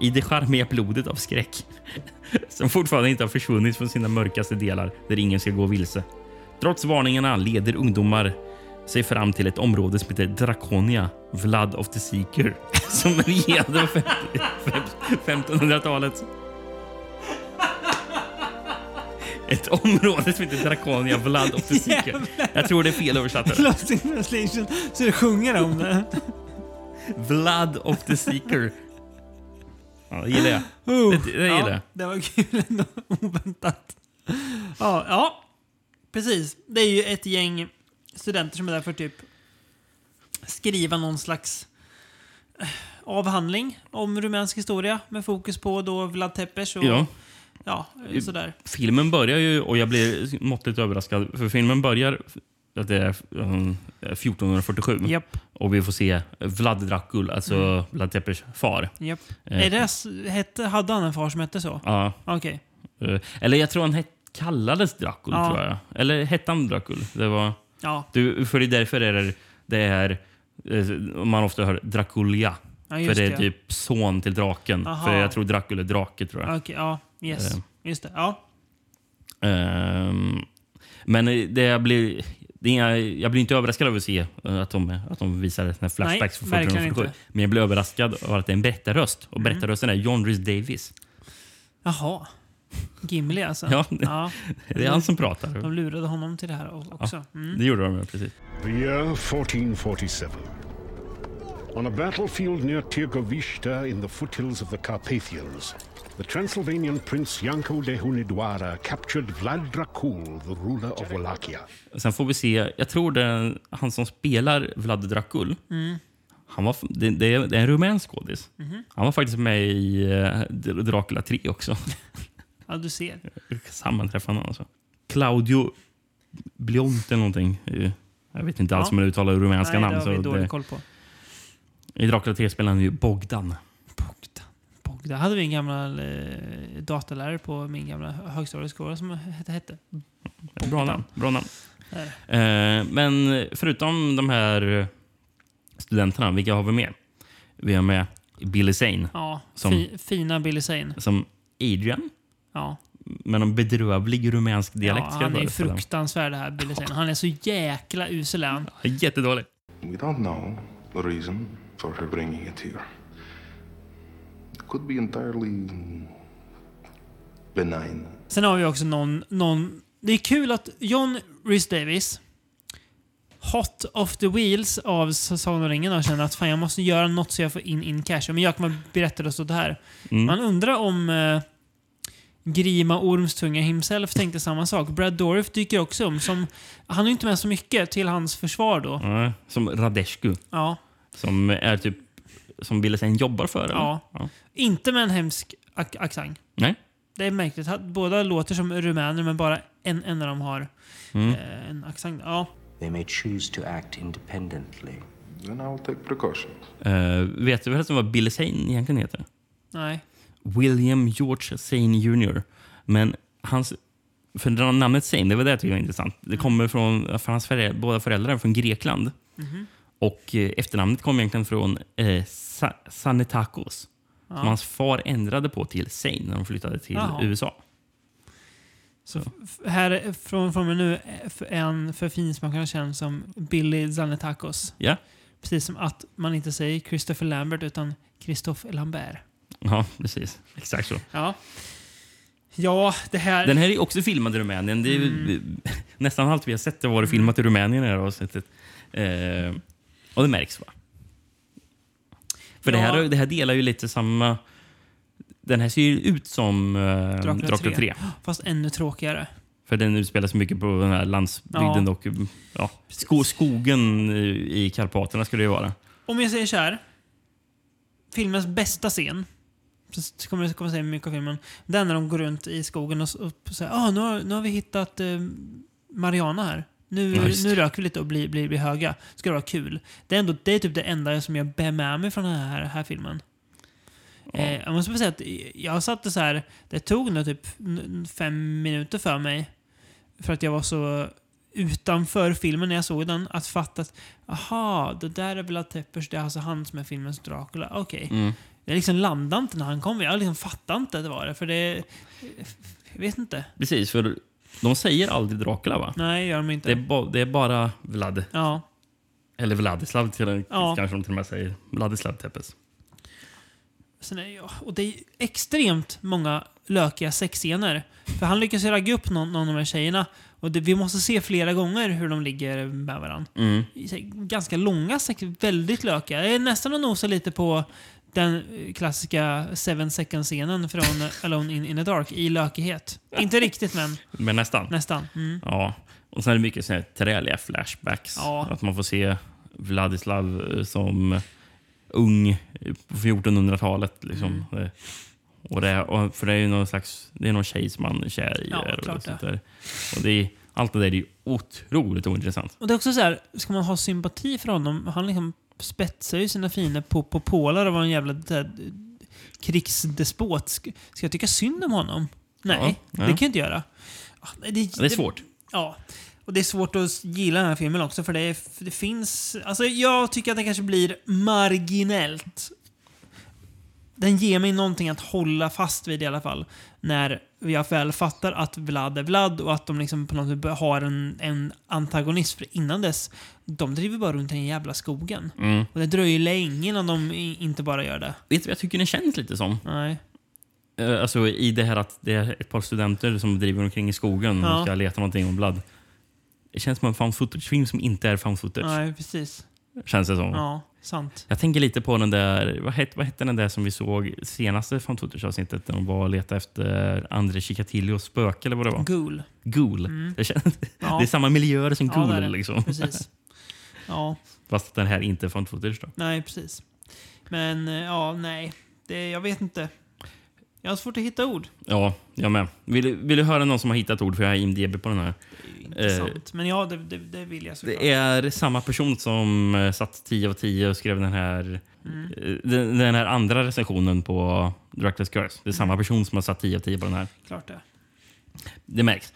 i det charmiga blodet av skräck. Som fortfarande inte har försvunnit från sina mörkaste delar där ingen ska gå vilse. Trots varningarna leder ungdomar sig fram till ett område som heter Draconia, Vlad of the Seeker, som regerade på 1500-talet. Ett område som heter Draconia, Vlad of the Seeker. Jag tror det är fel översatt. här.
Lost in translation. Så det sjunger om det.
Vlad of the Seeker. Ja, det gillar jag.
Oh,
Det- det gillar jag.
ja, det var kul ändå. Oväntat. Ja, ja, precis. Det är ju ett gäng studenter som är där för typ skriva någon slags eh, avhandling om rumänsk historia med fokus på då Vlad Tepes och
Ja.
ja, eh, sådär.
Filmen börjar ju, och jag blir måttligt överraskad, för filmen börjar att det är mm, 1447.
Japp, Mm.
Och vi får se Vlad Dracul, alltså Vlad Tepes far.
japp.
Eh.
Är det, s- hette, hade han en far som hette så?
Ja.
Okej.
eh, Eller jag tror han het, kallades Dracul,
Ja.
tror jag. Eller hette han Dracul? Det var...
Ja,
Du, för det är därför är det, det är, eh, man ofta hör Draculia.
Ja,
för
just
det är
det.
typ son till draken.
Aha.
För jag tror Dracul är drake, tror jag.
okej. ja, yes.
Eh.
Just det. Ja.
Ehm, men eh, det jag blir... Det är, inga- jag blir inte överraskad över att se eh, att de, att de visar den här flashbacks
Nej,
från
verkligen
1447.
inte. Mm.
Men jag blir överraskad över att det är en berättarröst. Och berättarrösten är John Rhys Davies.
Jaha. Gimli alltså?
Ja, det, det är han som pratar.
De lurade honom till det här också. Mm.
Det gjorde de, ja, precis.
The year 1447. On a battlefield near Tirgovishta in the foothills of the Carpathians, the Transylvanian prince Janko de Hunidwara captured Vlad Dracul, the ruler of Wallachia.
Sen får vi se, jag tror den, han som spelar Vlad Dracul,
Mm.
han var, det, det är det är en rumänsk skådis.
Mhm.
Han var faktiskt med i eh, Dracula 3 också.
Ja, du ser.
Sammanträffande alltså. Claudio Blionte någonting. Eh, Jag vet inte alls
Ja.
om jag uttalar rumänska
Nej,
namn.
det har vi
så
dålig
det-
koll på.
I Dracula 3 spelar han ju Bogdan.
Och där hade vi en gammal eh, datalärare på min gamla högstadieskola som hette... hette.
Bra
Bogdan.
namn. Bra namn.
Det är det.
Eh, men förutom de här studenterna, vilka har vi med? Vi har med Billy Zane
Ja,
Som-
fi, fina Billy Zane.
som Adrian,
Ja.
med en bedrövlig rumänsk dialekt.
ja,
ska jag
han är
bara
ju
säga.
fruktansvärd det här Billy Zane. Han är så jäkla usel är han.
Jättedålig.
We don't know the reason for her bringing it here. It could be entirely benign.
Sen har vi också någon, någon... Det är kul att John Rhys Davis, hot off the wheels av S- Sagan om ringen, och känner att fan, jag måste göra något så jag får in, in cash. Men Jakob berättade oss det här.
Mm.
Man undrar om eh, Grima Ormstunga himself tänkte samma sak. Brad Dourif dyker också om. Som, han är ju inte med så mycket till hans försvar då.
Ja, som Radescu,
Ja.
som är typ som Billy Zane jobbar för. eller?
Ja. Inte med en hemsk ac- accent.
Nej.
Det är märkligt. Ha- Båda låter som rumäner men bara en, en av dem har
Mm.
eh, en accent. Ja.
They may choose to act independently.
Then I'll take precautions.
Eh, vet du vad som var Billy Zane egentligen heter?
Nej.
William George Zane Jr. Men hans... För det namnet Zane, det var det jag tyckte var intressant.
Mm.
Det kommer från... För hans föräldrar, båda föräldrar är från Grekland.
Mhm.
Och eh, efternamnet kom egentligen från eh, Sa Sanetakos.
Ja.
Som hans far ändrade på till Zane när de flyttade till
Jaha.
USA.
Så f- här är- från, från mig nu är f- en för finsmakarna känd som Billy Zanetakos.
Ja.
Precis som att man inte säger Christopher Lambert utan Christophe Lambert.
Ja, precis. Exakt så.
Ja. Ja, det Mm. här...
Den här är också filmad i Rumänien. Det är, Nästan allt vi har sett har varit filmat i Rumänien i det här avsnittet. Eh, och det märks va? För det, här,
Ja.
det här delar ju lite samma... Den här ser ju ut som eh, Dracula, 3.
Fast ännu tråkigare.
För den utspelar sig mycket på den här landsbygden
Ja.
och ja, sko, skogen i Karpaterna skulle det ju vara.
Om jag säger så här. Filmens bästa scen, så kommer jag kommer jag säga mycket av filmen, det är när de går runt i skogen och, s- och säger ah, nu, har, nu har vi hittat eh, Mariana här. Nu,
Ja, just
nu
det.
röker vi lite och blir, blir, blir höga. Ska det vara kul. Det är, ändå, det är typ det enda som jag bär med mig från den här, här filmen. Eh, jag måste bara säga att jag satte så här, det tog nog typ n- fem minuter för mig. För att jag var så utanför filmen när jag såg den. Att fatta att, aha, det där är Vlad Tepes, det är alltså han som är filmens Dracula. Okej.
Mm.
Jag liksom landade inte när han kom. Jag liksom fattade inte att det var det. För det... Jag vet inte.
Precis, för de säger aldrig Dracula va?
Nej, gör de inte.
Det är, ba, det är bara Vlad.
Ja.
Eller Vladislav till,
Ja.
kanske de till och med säger. Vladislav Tepes.
Sen är, ja, och det är extremt många lökiga sexscener. För han lyckas ju ragga upp någon, någon av de här tjejerna. Och det, vi måste se flera gånger hur de ligger med varandra.
Mm.
Ganska långa sex, väldigt lökiga. Jag är nästan och nosar lite på den eh, klassiska Seven Seconds-scenen från eh, Alone in, in the Dark i lökighet. Inte riktigt, men
Men nästan.
nästan. Mm.
Ja. Och sen är det mycket såna här träliga flashbacks.
Ja.
Att man får se Vladislav eh, som ung eh, på 1400-talet. Liksom.
Mm.
Eh, Och det, och för det är ju någon slags, det är någon tjej som man är kär i.
Ja,
där och
klart
sånt
det.
där. Och det är, allt det där är ju otroligt ointressant.
Och det är också så här, ska man ha sympati för honom? Han liksom spetsar ju sina fiender på, på pålar och var en jävla så här, krigsdespot. Ska, ska jag tycka synd om honom? Nej,
Ja,
det kan
ja.
jag inte göra. Ah, nej,
Det är svårt.
Ja. Och det är svårt att gilla den här filmen också för det, är, för det finns... Alltså jag tycker att den kanske blir marginellt. Den ger mig någonting att hålla fast vid i alla fall. När jag väl fattar att Vlad är Vlad och att de liksom på något sätt har en, en antagonist. För innan dess, de driver bara runt i den jävla skogen.
Mm.
Och det dröjer länge innan de i- inte bara gör det.
Vet du vad jag tycker den känns lite som?
Nej.
eh, alltså i det här att det är ett par studenter som driver omkring i skogen
Ja.
och ska leta någonting om Blood. Det känns som en found footage-film som inte är found footage.
Nej, precis.
Känns det som.
Ja, sant.
Jag tänker lite på den där, vad hette, vad hette den där som vi såg senaste found footage-avsnittet när de var och letade efter André Chikatilos spöke eller vad det var?
Ghoul.
Ghoul.
Mm.
Det, känns,
Ja.
det är samma miljöer som
Ja,
Ghoul.
det är det.
liksom.
Precis. Ja,
Fast att den här inte är found footage. Då.
nej, precis. Men eh, ja, nej. Det, jag vet inte. Jag har svårt att hitta ord.
Ja, jag med. Vill, du- vill du höra någon som har hittat ord? För jag har IMDB på den här. Eh,
Intressant. Men ja, det, det, det vill jag såklart.
Det är samma person som eh, satt 10 av 10 och skrev den här, eh, den, den här andra recensionen på Directors Curse. Det är samma person som har satt 10 av 10 på den här.
Klart det.
Det märks.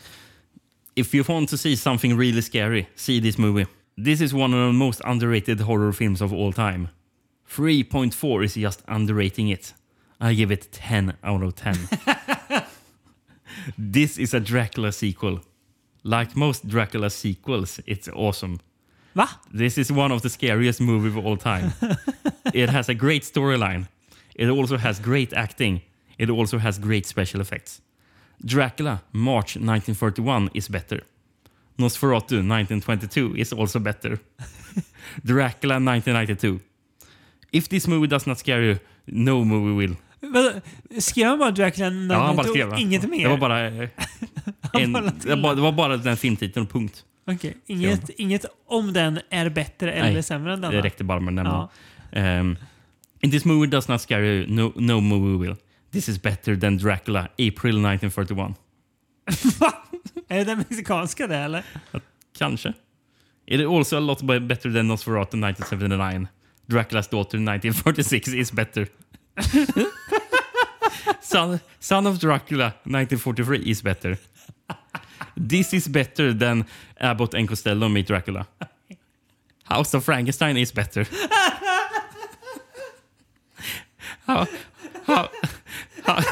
If you want to see something really scary, see this movie. This is one of the most underrated horror films of all time. 3.4 is just underrating it. I give it 10 out of 10. this is a Dracula sequel. Like most Dracula sequels, it's awesome.
Va?
This is one of the scariest movies of all time. it has a great storyline. It also has great acting. It also has great special effects. Dracula, March 1941, is better. Nosferatu, 1922, is also better. Dracula, 1992. If this movie does not scare you, no movie will.
Vadå? Skrev han bara Dracula när
Ja, han
han
bara
tog
skrev va?
inget mer?
Det var bara, eh, en,
bara
det var- det var bara den filmtiteln och punkt.
Okej, inget, inget om den är bättre eller
Nej,
sämre än denna.
Det räckte bara med den.
Ja.
Um, in this movie does not scare you, no, no movie will. This is better than Dracula, April 1941.
Är det den mexikanska det eller?
Kanske. It also a lot be- better than Nosferatu 1979. Draculas daughter 1946 is better. son, son of Dracula 1943 is better. This is better than Abbott and Costello meet Dracula. House of Frankenstein is better. how, how, how,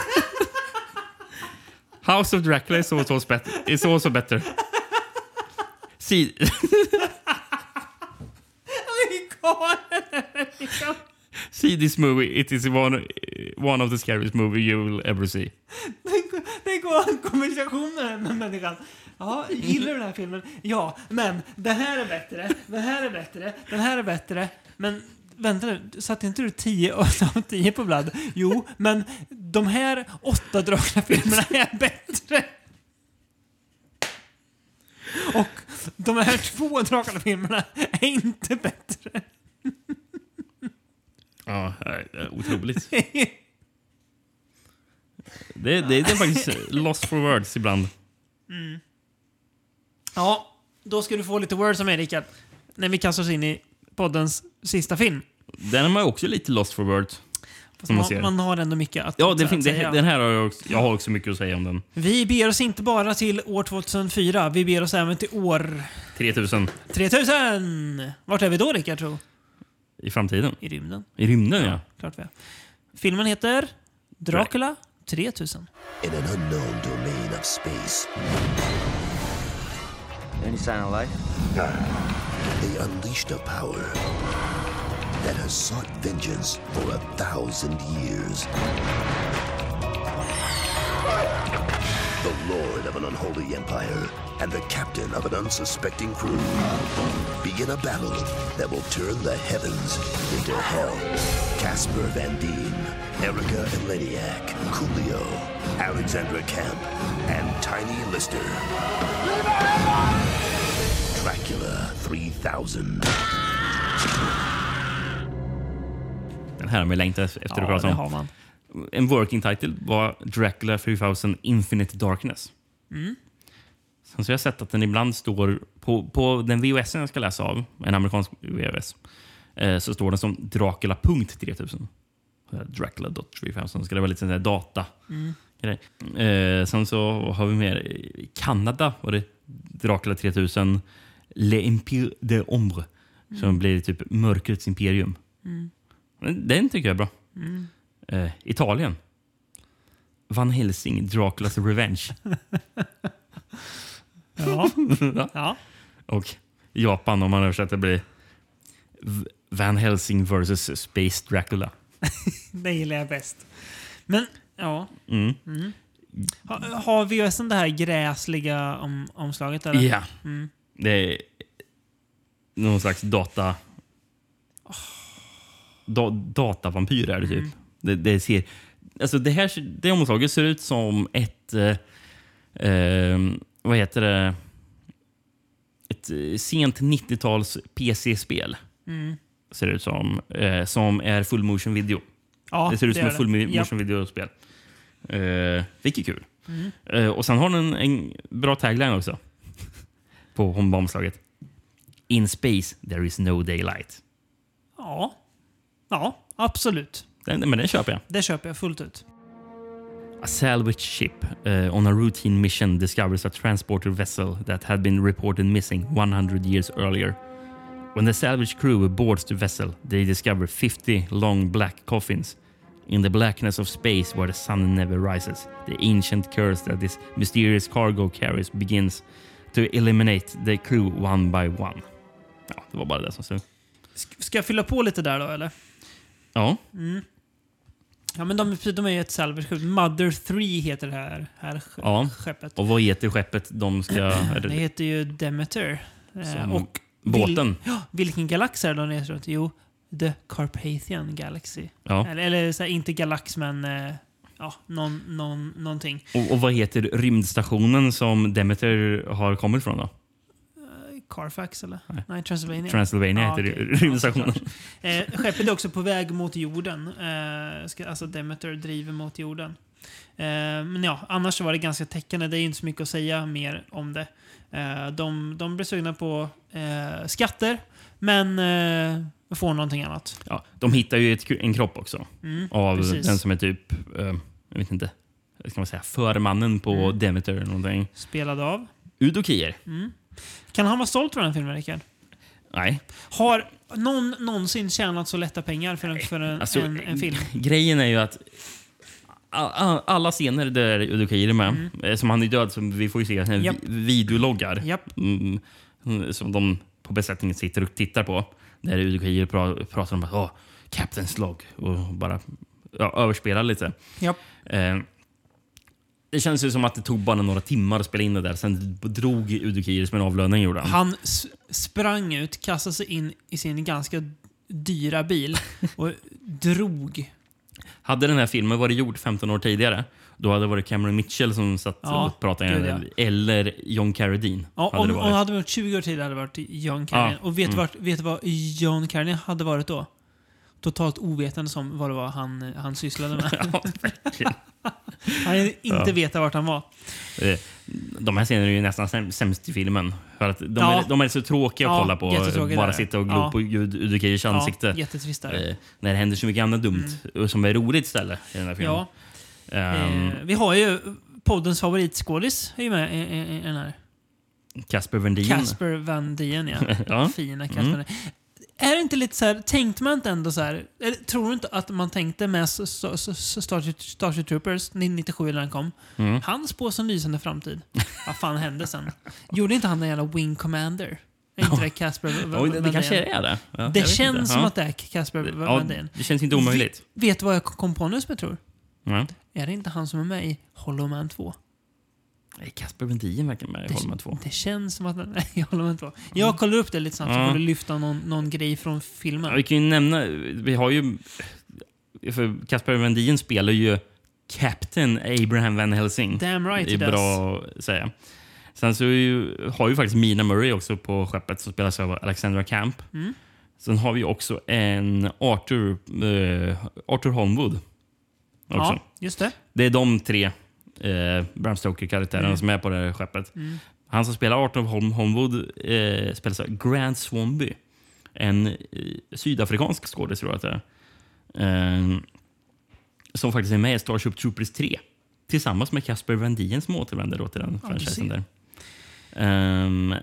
House of Dracula is also, bet- is also better. See, see this movie. It is one, one of the scariest movie you will ever see.
Tänk att ha en konversation med den här människan. Ja, gillar du den här filmen? Ja, men den här är bättre, den här är bättre, den här är bättre. Men vänta nu, satte inte du 10 av 10 på Blood? Jo, men de här åtta dragna filmerna är bättre. Och de här två drakarna filmerna är inte bättre.
Ja, det är otroligt. Det, det, det är faktiskt eh, lost for words ibland.
Ja, då ska du få lite words av mig Rickard. När vi kastar oss in i poddens sista film.
Den är man ju också lite lost for words.
Fast
Som man
man,
ser.
man har ändå mycket att,
Ja, det,
att
fin- det,
säga.
den här har jag, också, jag har också mycket att säga om den.
Vi ber oss inte bara till år 2004, vi ber oss även till år
3000
3000! Vart är vi då Rickard, tror
i framtiden.
I rymden.
I rymden, ja.
Klart vi är. Filmen heter Dracula 3000.
in an unknown domain of space.
Any sign of life?
They unleashed a power that has sought vengeance for a thousand years. The lord of an unholy empire and the captain of an unsuspecting crew begin a battle that will turn the heavens into hell. Casper Van Dien, Erica Eleniak, Coolio, Alexandra Camp, and Tiny Lister. Dracula 3000.
Den här har man längtat efter att prata
det
om.
har man.
En working title var Dracula 3000 Infinite Darkness.
Mm.
Sen så har jag sett att den ibland står på, på den VHS jag ska läsa av, en amerikansk VHS, eh, så står den som Dracula.3000. Eh, Dracula.3000 ska det vara lite sån där data.
Mm.
grej. Eh, sen så har vi mer i Kanada var det Dracula 3000 Le Empire de Ombre som blir typ mörkrets imperium.
Mm.
Men Den tycker jag är bra.
Mm.
Eh, Italien. Van Helsing, Draculas Revenge.
Ja. ja.
Och Japan om man översätter blir V- Van Helsing vs Space Dracula.
Det gillar jag bäst. Men Ja.
Mm.
Mm. Ha, har VHSen det här gräsliga om, omslaget? Eller?
Ja.
Mm.
Det är någon slags data... Da, datavampyr är det
Mm.
typ. Det, det ser... Alltså det här det omslaget ser ut som ett... Eh, eh, vad heter det? Ett eh, sent 90-tals PC-spel.
Mm.
Ser det ut som. Eh, som är full motion video.
Ja,
det ser ut
det
som
gör
ett full
det.
motion
Japp.
video-spel. Eh, vilket är kul.
Mm.
Eh, och sen har den en bra tagline också. På om- omslaget. In space there is no daylight.
Ja. Ja, absolut.
Den, men den köper jag.
Det köper jag fullt ut.
A salvage ship uh, on a routine mission discovers a transporter vessel that had been reported missing 100 years earlier. When the salvage crew boards the vessel, they discover 50 long black coffins. In the blackness of space where the sun never rises, the ancient curse that this mysterious cargo carries begins to eliminate the crew one by one. Ja, det var bara det som stod.
Sk- Ska jag fylla på lite där då, eller?
Ja.
Mm. Ja, men de, de är ju ett salvage Mother 3 heter det här, här sk-
ja.
skeppet.
Och vad heter skeppet de ska...
Det heter ju Demeter. Eh,
Som
och
båten.
Ja, vilken galax är det de reser runt? Jo, The Carpathian Galaxy.
Ja.
Eller, eller så här, inte galax, men eh, ja, någon, någon, någonting.
Och, och vad heter rymdstationen som Demeter har kommit från då?
Carfax eller? Nej, Transylvania.
Transylvania
Ja,
heter
okej.
ry- rymdstationen.
Eh, skeppet är också på väg mot jorden. Eh, ska, alltså Demeter driver mot jorden. Eh, men ja, annars så var det ganska täckande. Det är inte så mycket att säga mer om det. Eh, de, de blir sugna på eh, skatter, men eh, får någonting annat.
Ja, de hittar ju ett, en kropp också.
Mm,
av
precis.
den som är typ, eh, jag vet inte, ska man säga förmannen på Demeter eller någonting.
Spelad av.
Udo Kier.
Mm. Kan han vara stolt över den filmen, Rickard?
Nej.
Har någon någonsin tjänat så lätta pengar för en, för en,
Alltså,
en, en film?
Grejen är ju att a- a- alla scener där Udo Kier är med, eh, som han är död, som vi får ju se, här
Mm. Japp.
vi- videologgar
Japp.
mm, mm, som de på besättningen sitter och tittar på. Där Udo Kier pra- pratar om att oh, Captain's log och bara ja, överspelar lite.
Japp.
Eh, det känns ju som att det tog bara några timmar att spela in det där. Sen drog Udo Kier som en avlöning gjorde han.
Han s- sprang ut, kastade sig in i sin ganska dyra bil och drog.
Hade den här filmen varit gjord 15 år tidigare, då hade det varit Cameron Mitchell som satt
Ja,
och pratade.
gud,
Eller, eller John Carradine.
Ja,
hade
om,
det
om
varit.
han hade varit 20 år tidigare hade det varit John Carradine.
Ja,
Och vet du
mm.
vart- vet du vad John Carradine hade varit då? Totalt ovetande som vad det var han, han sysslade med.
Ja, verkligen.
han hade inte
Ja.
vetat vart han var.
Eh, De här scenerna är ju nästan säm- sämst i filmen. För att de,
Ja.
är, de är så tråkiga att
Ja,
kolla på. eh,
jättetråkiga där.
Bara sitta och glo
Ja.
på Gud- Udo Kiers
Ja,
ansikte.
jättetrist där.
Eh, När det händer så mycket annat dumt och som är roligt istället i den här filmen.
Ja.
Ehm,
Eh, vi har ju poddens favoritskådis är ju med i, i, i den här.
Casper Vendin.
Casper Van Dien, ja.
Mm. Ja.
Fina Casper.
Mm.
Van Dien. Är det inte lite så här, tänkte man inte ändå så här, eller, tror du inte att man tänkte med s- s- s- Starship Starship Troopers 97 när den kom?
Mm.
Han spås en lysande framtid. Vad fan hände sen? Gjorde inte han den jävla Wing Commander? Är inte det Casper Van- Van
Oj, det, det
Dien?
kanske är det. Ja, jag
det
vet
känns
inte.
som
Ja.
att det är Casper
ja,
Van Dien.
Det känns inte omöjligt.
Vet du vad jag kom på nu som jag tror?
Ja.
Är det inte han som är med i Hollow Man 2?
Nej, Casper Vendin verkar med i Holmen 2.
Det känns som att... Nej, jag håller med på. Jag kollar upp det lite snabbt så
Ja.
får du lyfta någon, någon grej från filmen.
Ja, Vi kan ju nämna, vi har ju... För Casper Vendin spelar ju Captain Abraham Van Helsing.
Damn right
Det är
he does.
bra att säga. Sen så är ju, har ju faktiskt Mina Murray också på skeppet som spelas av Alexandra Camp.
Mm.
Sen har vi också en Arthur, eh, Arthur Holmwood. Också.
Ja, just det.
Det är de tre eh, Bram Stoker-karaktärerna
Mm.
som är på det här skeppet.
Mm.
Han som spelar Arthur Holm Holmwood eh, spelas av Grant Swanby. En eh, sydafrikansk skådis, tror jag att det är. Eh, som faktiskt är med i Starship Troopers 3. Tillsammans med Casper Van Dien som återvänder då till den
Ja,
franchisen. Där. Ehm,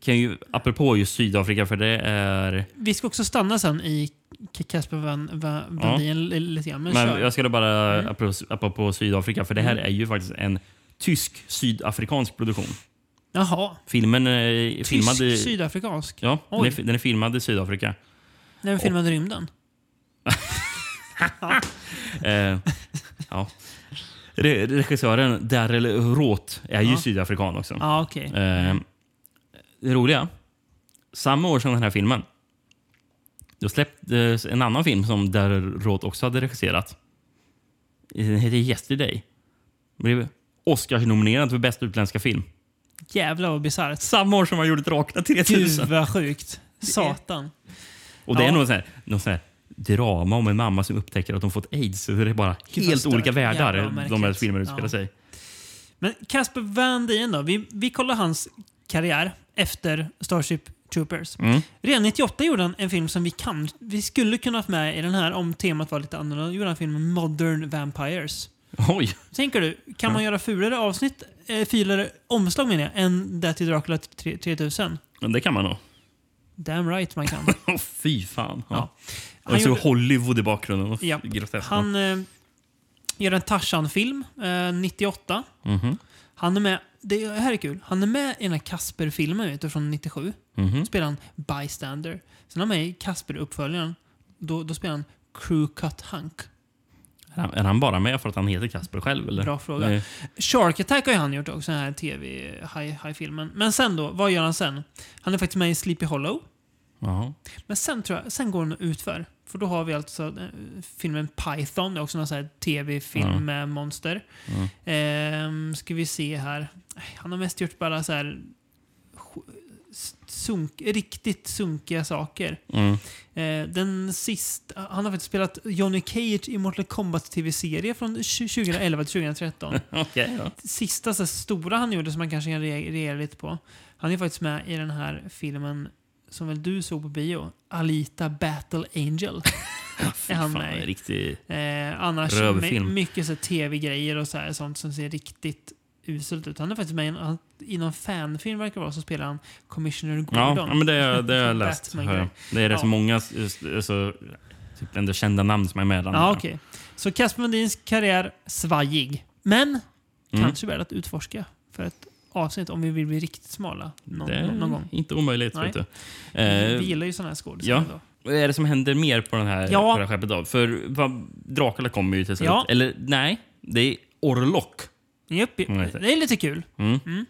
kan ju, apropå just Sydafrika, för det är...
Vi ska också stanna sen i K- Kasper Van, Van,
Ja.
Van Dien li- lite grann. Men,
Men
kör.
jag skulle bara,
Mm.
apropå, apropå Sydafrika, för det här
Mm.
är ju faktiskt en tysk sydafrikansk produktion.
Jaha.
Filmen är filmad i...
Tysk, sydafrikansk.
Ja, den
Oj.
är, den är filmad i Sydafrika.
När vi filmade rymden.
Eh, ja. Re- regissören Daryl Roth är ju sydafrikan också.
Ja, okej.
Eh, det roliga, samma år som den här filmen, då släpptes en annan film som Daryl Roth också hade regisserat. Den heter Yesterday. Blev Oscars-nominerad för bästa utländska film.
Jävlar vad bisarrt.
Samma år som han gjorde Drakna 3000.
Gud vad sjukt. Satan.
Och det är
Ja.
någon sån här, någon sån här drama om en mamma som upptäcker att de fått aids. Så det är bara
vad
helt
stört.
olika
Jävla
världar
märkligt.
de här filmerna utspelar
Ja.
sig.
Men Casper Van Dien då? Vi, vi kollar hans karriär efter Starship Troopers.
Mm.
Redan 98 gjorde han en film som vi kan, vi skulle kunna haft med i den här om temat var lite annorlunda. Då gjorde han filmen Modern Vampires.
Oj!
Tänker du, kan man göra fulare avsnitt, eh, fulare omslag menar jag, än det till Dracula 3- 3000?
Men det kan man nog.
Damn right man kan.
Åh, Fy fan. Ja.
Han
Och så
gjorde-
Hollywood i bakgrunden. Och
Ja.
groteskt.
Han eh, gör en Tarzan-film, eh, 98.
Mhm.
Han är med, det här är kul, han är med i den här Kasper-filmen vet du, från 97.
Mhm.
Då spelar han Bystander. Sen är han med i Kasper-uppföljaren. Då, då spelar han Crew Cut Hunk.
Är han- Är han bara med för att han heter Kasper själv? Eller?
Bra fråga.
Nej.
Shark Attack har ju han gjort också, den här tv-high-filmen. Men sen då, vad gör han sen? Han är faktiskt med i Sleepy Hollow.
Jaha.
Men sen tror jag, sen går den utför. För då har vi alltså eh, filmen Python, det är också någon sån här tv-film
Mm.
med monster.
Mm.
Ehm, ska vi se här. Han har mest gjort bara så här sj- sunk, riktigt sunkiga saker.
Mm.
Eh, den sista, han har faktiskt spelat Johnny Cage i Mortal Kombat TV-serie från 20- 2011 till 2013.
Okej då.
Sista så här, stora han gjorde som man kanske kan re- reagera lite på. Han är faktiskt med i den här filmen som väl du såg på bio? Alita Battle Angel. är han
Fan,
med i.
riktigt.
Eh, annars
Rövfilm.
my- mycket så här tv-grejer och så här, sånt som ser riktigt uselt ut. Han är faktiskt med i, en, han- i någon fanfilm verkar det vara, så spelar han Commissioner
Ja,
Gordon.
ja, men det, har jag- det har jag
Från
läst.
Batman-grej.
hör jag. Det är rätt
Ja.
många s- s- så, typ ändå kända namn som är med. i den
Ja,
här.
okej. Så Casper Lundins karriär, svajig. Men
Mm.
kanske värd att utforska för ett avsnitt om vi vill bli riktigt smala någon,
Det är
någon gång.
inte omöjligt.
Nej.
Vet du.
Vi-
Eh,
vi gillar ju sådana här skådespelare.
Ja.
då.
Vad är det som händer mer på, den här,
Ja.
på det här skeppet? Då? För vad, Dracula kommer ju till slut.
Ja.
Eller nej, det är Orlok.
Japp,
Mm, vet du.
det är lite kul.
Mm.
Mm.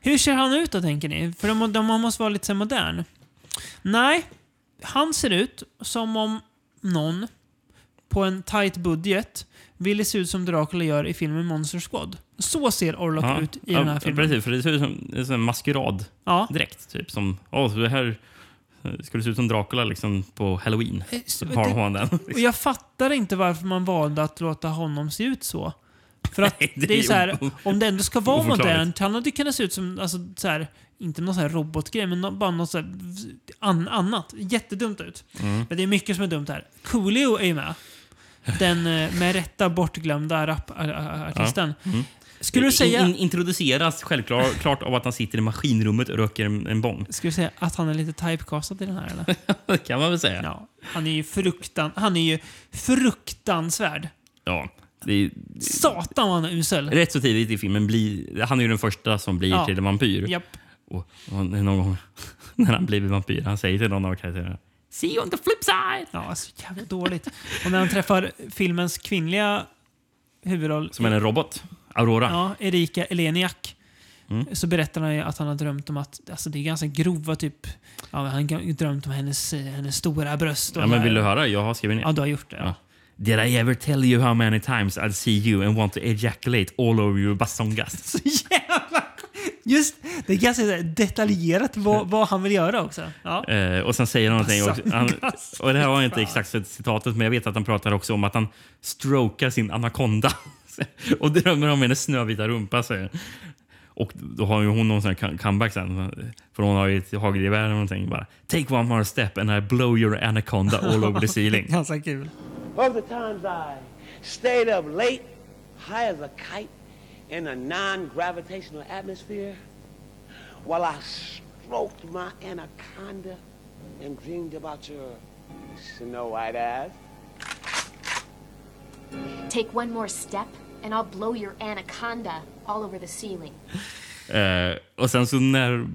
Hur ser han ut då, tänker ni? För de, de måste vara lite så här modern. Nej, han ser ut som om någon på en tight budget ville se ut som Dracula gör i filmen Monster Squad. Så ser Orlok
Ja,
ut i
ja,
den här filmen.
Precis, för det ser ut som det är som en maskerad
Ja.
direkt. Typ, som, åh, så det här skulle se ut som Dracula liksom, på halloween.
Eh,
Så
det-
har har han den.
Och jag fattar inte varför man valde att låta honom se ut så. För att
Nej,
det är ju så här, om det ändå ska vara
oförklarligt.
modernt, han hade kunnat se ut som, alltså, så här, inte någon så här robotgrej, men nå- bara något så här, an, annat. Jättedumt ut.
Mm.
Men det är mycket som är dumt här. Coolio är ju med. Den eh, med rätta bortglömda rapartisten.
Mm.
Skulle du säga-
In, in, introduceras självklart klart av att han sitter i maskinrummet och röker en, en bång.
Ska du säga att han är lite typecastad i den här eller?
Det kan man väl säga.
Ja. Han är ju, fruktan, han är ju fruktansvärd.
Ja, det är,
Satan vad han är usel.
rätt så tidigt i filmen blir han är ju den första som blir
Ja.
till en vampyr.
Japp.
Och, och någon gång när han blir vampyr, han säger till någon av karaktärerna See you on the flip side!
Ja, så jävla dåligt. Och när han träffar filmens kvinnliga huvudroll,
Som är en robot, Aurora.
ja, Erika Eleniak,
Mm.
så berättar han ju att han har drömt om att, alltså det är ganska grova typ, ja, men han har ju drömt om hennes, eh, hennes stora bröst. och
Ja, men
där.
vill du höra? Jag har skrivit ner.
Ja, du har gjort det.
Ja. Did I ever tell you how many times I'd see you and want to ejaculate all over your basongas?
Just, det är ganska så här detaljerat vad, vad han vill göra också. Ja.
Mm. Eh, och sen säger han någonting. Och, han,
Basongas.
och det här var inte
Fan.
exakt så citatet, men jag vet att han pratar också om att han strokar sin anakonda och drömmer om hennes snövita rumpa. Säger. han. Och då har ju hon någon sån här come- comeback sen. För hon har ju ett hagelgevär eller någonting. Bara, Take one more step and I blow your anaconda all over the ceiling.
Ganska kul.
Of the times I stayed up late, high as a kite, in a non gravitational atmosphere, while I stroked my anaconda and dreamed about your snow white ass.
Take one more step, and I'll blow your anaconda all over the ceiling.
Eh, och sen så när...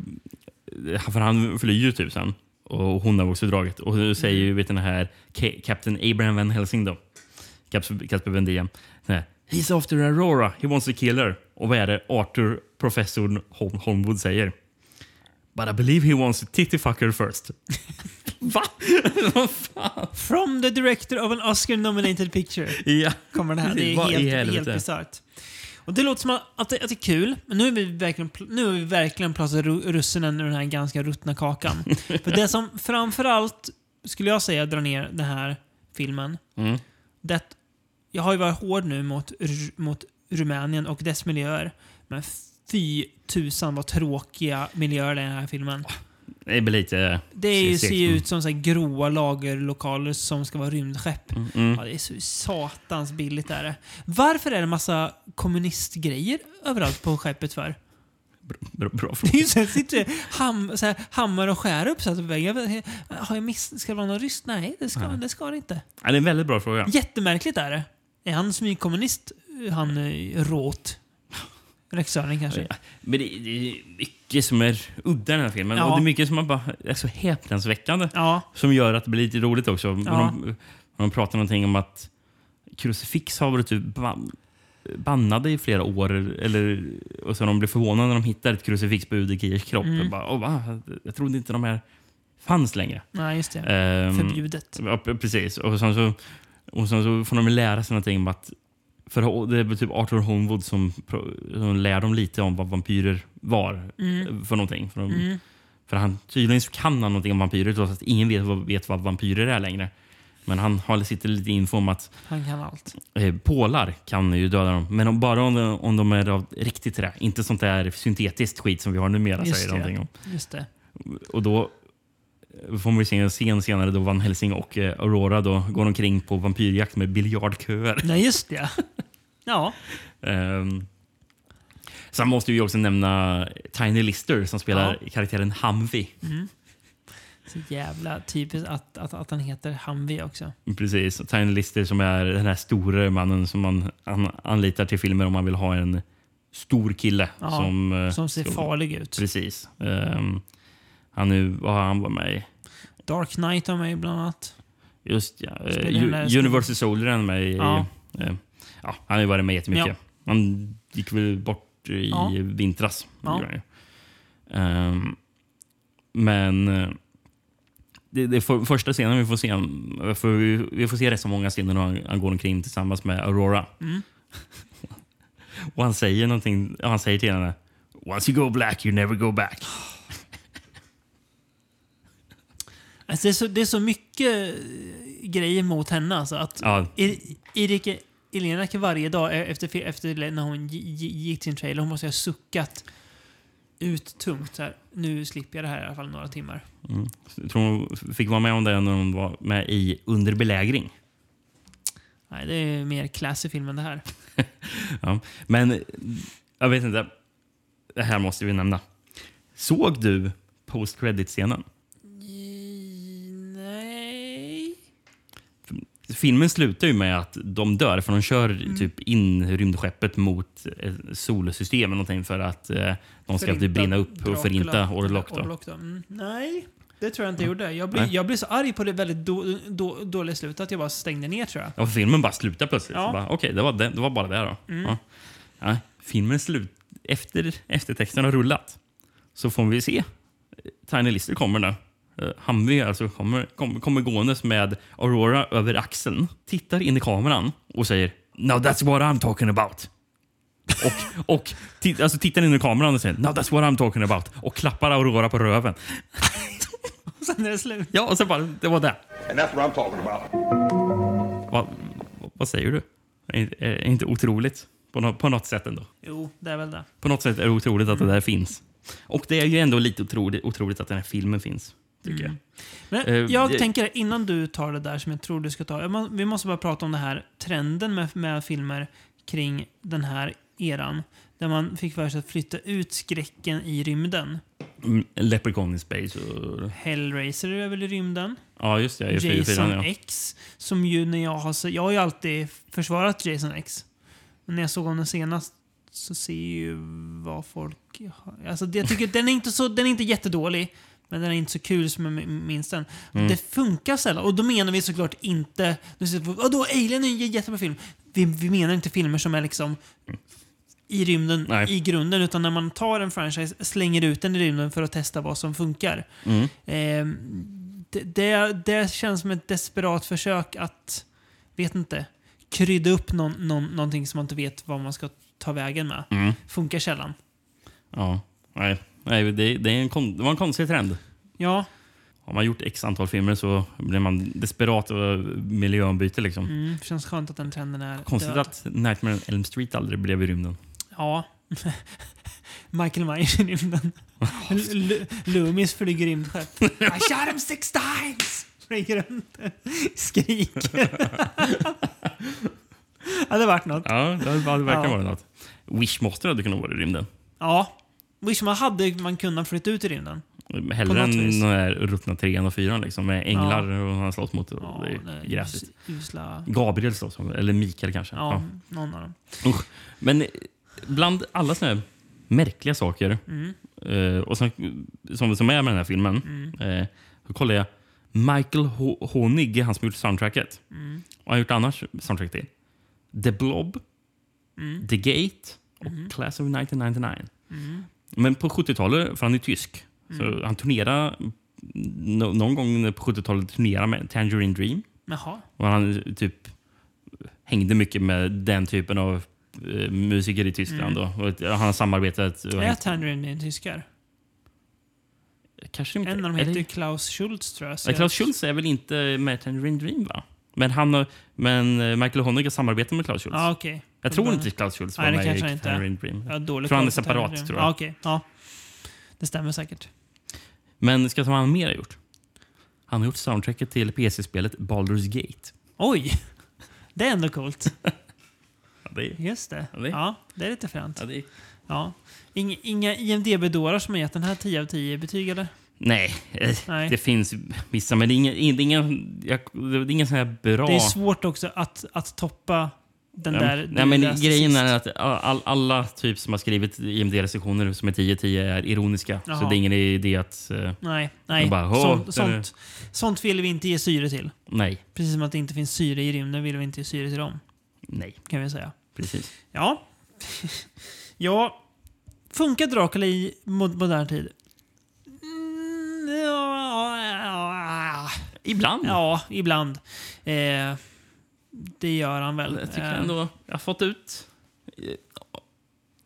För han flyr ju typ sen. Och hon har också dragit. Och då säger ju vet du, den här Ka- Captain Abraham Van Helsing då. Caps- Casper Van Dien. den här, He's after Aurora. He wants to kill her. Och vad är det Arthur, professorn Hol- Holmwood säger? But I believe he wants to titty fuck her first. Va? Vad fan?
From the director of an Oscar-nominated picture.
Ja.
Kommer det här. Det
Vad i
är helt, helt
helvete?
bisarrt. Och det låter som att det, att det är kul, men nu har vi verkligen, pl- nu har vi verkligen plockat ru- russinen ur den här ganska ruttna kakan. För det som framförallt, skulle jag säga, drar ner den här filmen,
Mm.
det, jag har ju varit hård nu mot, Ru- mot Rumänien och dess miljöer, men fy tusan vad tråkiga miljöer det är i den här filmen.
Det är väl lite...
Det är ju,
segt.
ser ju ut som så här gråa lagerlokaler som ska vara rymdskepp.
Mm, mm.
Ja, det är så satans billigt är det. Varför är det massa kommunistgrejer överallt på skeppet för?
Bra, bra
Det är
fråga.
ju så här, sitter det ham, så här, hammare och skär uppsatt på väggen. Jag vet- Har jag miss, ska det vara någon ryss? Nej, det ska,
Nej.
det, ska det inte.
Ja, det är en väldigt bra fråga.
Jättemärkligt är det. Är han smygkommunist, han eh, Råth? Regissören kanske?
Men det, det är mycket som är udda i den här filmen.
Ja.
Och det är mycket som man bara, är så häpnadsväckande.
Ja.
Som gör att det blir lite roligt också. Och
Ja.
De, och de pratar någonting om att krucifix har varit typ ban- bannade i flera år. Eller, och så de blir förvånade när de hittar ett krucifix på Udekiers kropp.
Mm.
Och bara, Åh, va? Jag trodde inte de här fanns längre.
Nej, just det.
Ehm,
Förbjudet.
Ja, p- precis. Och sen, så, och sen så får de lära sig någonting om att... För det är väl typ Arthur Homewood som, pro- som lär dem lite om vad vampyrer var
Mm.
för någonting. För, de,
Mm.
för han, tydligen så kan han någonting om vampyrer trots att ingen vet vad, vet vad vampyrer är längre. Men han har sitter lite info om att
Han kan allt.
eh, pålar kan ju döda dem. Men om, bara om de, om de är av riktigt trä. Inte sånt där syntetiskt skit som vi har numera.
Just
säger
det.
någonting om.
Just det.
Och då eh, får man ju se en scen senare då Van Helsing och eh, Aurora då går omkring på vampyrjakt med biljardköer.
Nej, just det. Ja.
Ehm, sen måste vi ju också nämna Tiny Lister som spelar karaktären Hamvi.
Så jävla typiskt att, att, att han heter Hamvi också.
Mm. Precis. Och Tiny Lister som är den här store mannen som man an- anlitar till filmer om man vill ha en stor kille.
Ja,
som, eh,
som ser farlig ut.
Precis. Ehm, han, nu, vad har han varit med i?
Dark Knight har mig bland annat.
Just ja. eh,
Spelar den där
U- Universal Soldier är han med i.
Ja.
eh, Ja, han har ju varit med jättemycket. Han gick väl bort i
Ja.
vintras.
Ja.
gjorde han ju. Ehm, men eh, det, det är för, första scenen vi får se, vi får, vi får se rätt så många scener när han, han går omkring tillsammans med Aurora.
Mm.
Och han säger någonting, ja, han säger till henne Once you go black you never go back.
Alltså det, är så, det är så mycket eh, grejer mot henne. Alltså, att
Ja.
Ir- Erika Elenak varje dag e- efter, efter när hon gi- gi- gick sin trailer, hon måste ha suckat ut tungt. Så här. Nu slipper jag det här i alla fall några timmar.
Mm. Jag tror hon fick vara med om det när hon var med i Under belägring.
Nej, det är mer classy film än det här.
Ja, men jag vet inte. Det här måste vi nämna. Såg du post credit-scenen?
Nej.
Filmen slutar ju med att de dör, för de kör typ in rymdskeppet mot eh, solsystemet någonting för att eh, de ska typ brinna upp och förinta Orlok. Då.
Orlok då. Mm, nej, det tror jag inte jag gjorde. Jag blev,
Nej.
jag blev så arg på det väldigt då, då, dåliga slutet att jag bara stängde ner tror jag.
Ja, för filmen bara slutar plötsligt.
Ja.
Ja. Okej, det, var det, det var bara det då.
Mm.
Ja. Ja, filmen slut efter eftertexten har rullat så får vi se. Tiny Lister kommer nu. Eh, Hamvi alltså kommer, kommer, kommer gåendes med Aurora över axeln, tittar in i kameran och säger “Now that's what I'm talking about”. Och, och ti- alltså tittar in i kameran och säger “Now that's what I'm talking about” och klappar Aurora på röven.
Och sen är det slut.
Ja, och sen bara, det var det.
And that's what I'm talking about.
Va, va, vad säger du? Är, är, är inte otroligt på, nå- på något sätt ändå?
Jo, det är väl det.
På något sätt är det otroligt att det där finns. Och det är ju ändå lite otroligt, otroligt att den här filmen finns. Tycker
Mm.
jag.
Men
Eh,
jag
det-
tänker innan du tar det där som jag tror du ska ta. jag må- Vi måste bara prata om den här trenden med, med filmer kring den här eran. Där man fick för sig att flytta ut skräcken i rymden.
Mm, Leprechaun in Space och...
Hellraiser är väl i rymden.
Ja, just det. Jag är
Jason
fyra, ja.
X. Som ju när jag har se- Jag har ju alltid försvarat Jason X. Men när jag såg honom senast så ser jag ju vad folk... har- Alltså det, jag tycker den är inte så... Den är inte jättedålig. Men den är inte så kul som jag min- minns den.
Mm.
Det funkar sällan. Och då menar vi såklart inte... Du säger, Vadå, Alien är en jättebra film. vi, vi menar inte filmer som är liksom i rymden
Nej.
i grunden, utan när man tar en franchise, slänger ut den i rymden för att testa vad som funkar.
Mm.
Eh, det, det, det känns som ett desperat försök att, vet inte, krydda upp någon, någon, någonting som man inte vet vad man ska ta vägen med.
Mm.
Funkar källan?
Ja, nej. nej det, det, är en kon, det var en konstig trend.
Ja.
Har man gjort x antal filmer så blir man desperat och miljöombyte. Liksom.
Mm, känns skönt att den trenden är
Konstigt
död.
att Nightmare on Elm Street aldrig blev i rymden.
Ja. Michael Myers i rymden. L- L- Loomis flyger rymdskepp. I shot him six times! Flyger runt. Skriker. ja, det vart något.
Ja, det, det verkar
Ja.
vara något. Wishmaster hade kunnat vara i rymden.
Ja. Wishman hade man kunnat flytta ut i rymden. På
Hellre
något
än
vis.
den här ruttna trean och fyran liksom, med änglar och han slåss mot. Och det
det
är
är
gräsigt.
us- usla-
Gabriel slåss mot, eller Mikael kanske.
Ja,
Ja.
någon av dem.
Usch. Men bland alla såna här märkliga saker
Mm.
eh, och som, som, som är med den här filmen, eh, så kollar jag Michael Ho- Honig, han som gjort soundtracket.
Mm.
Och han har gjort annars soundtrack till. The Blob,
Mm.
The Gate och Class of 1999. Men på 70-talet, för han är tysk, så han turnerade no, någon gång på 70-talet turnerade med Tangerine Dream.
Jaha.
Och han typ hängde mycket med den typen av eh, musiker i Tyskland.
Mm.
Då. Och ett- han har samarbetat... och
Är
hängt-
Tangerine tyskar?
Kanske inte.
En av dem
är
heter
det-
ju Klaus Schultz tror jag. så
Nej,
jag-
Klaus Schultz är väl inte med Tangerine Dream? va? Men, han, har- men eh, Michael Honig har samarbetat med Klaus Schultz.
Ja, okej.
Jag tror inte Klaus Schultz var
Nej, det
med
kanske
i
han inte
Tangerine
är.
Dream.
Jag har dålig
tror han
koll
är
på Tangerine Dream.
separat. Tror jag.
Ja, okej. Ja. Det stämmer säkert.
Men ska jag ta vad han mer har gjort? Han har gjort soundtracket till PC-spelet Baldur's Gate.
Oj! Det är ändå coolt.
Ja, det är,
Just det.
Ja, det är-
Ja, det är lite fränt.
ja, det är,
Ja. Inga, inga IMDB-dårar som har gett den här 10 av 10 i betyg eller?
nej, eh,
Nej.
det finns vissa, men det är ingen, det är ingen, jag, det är ingen sån här bra...
Det är svårt också att, att toppa den
Nej,
där
men-
du
Nej, men
läste
grejen
sist.
är att all, alla typ som har skrivit IMD-recensioner som är 10-10 är ironiska. Så
Jaha.
det är ingen idé att... eh,
Nej, nej.
bara, "Åh,
sånt,
där är-
sånt, sånt vill vi inte ge syre till.
Nej,
Precis som att det inte finns syre i rymden vill vi inte ge syre till dem.
nej,
Kan vi säga.
precis.
Ja. ja. Funkar Dracula i mod- modern tid? Mm, ja, ja,
Ibland.
ja, ibland. Eh, det gör han väl.
Jag tycker
Eh,
ändå jag har fått ut... eh,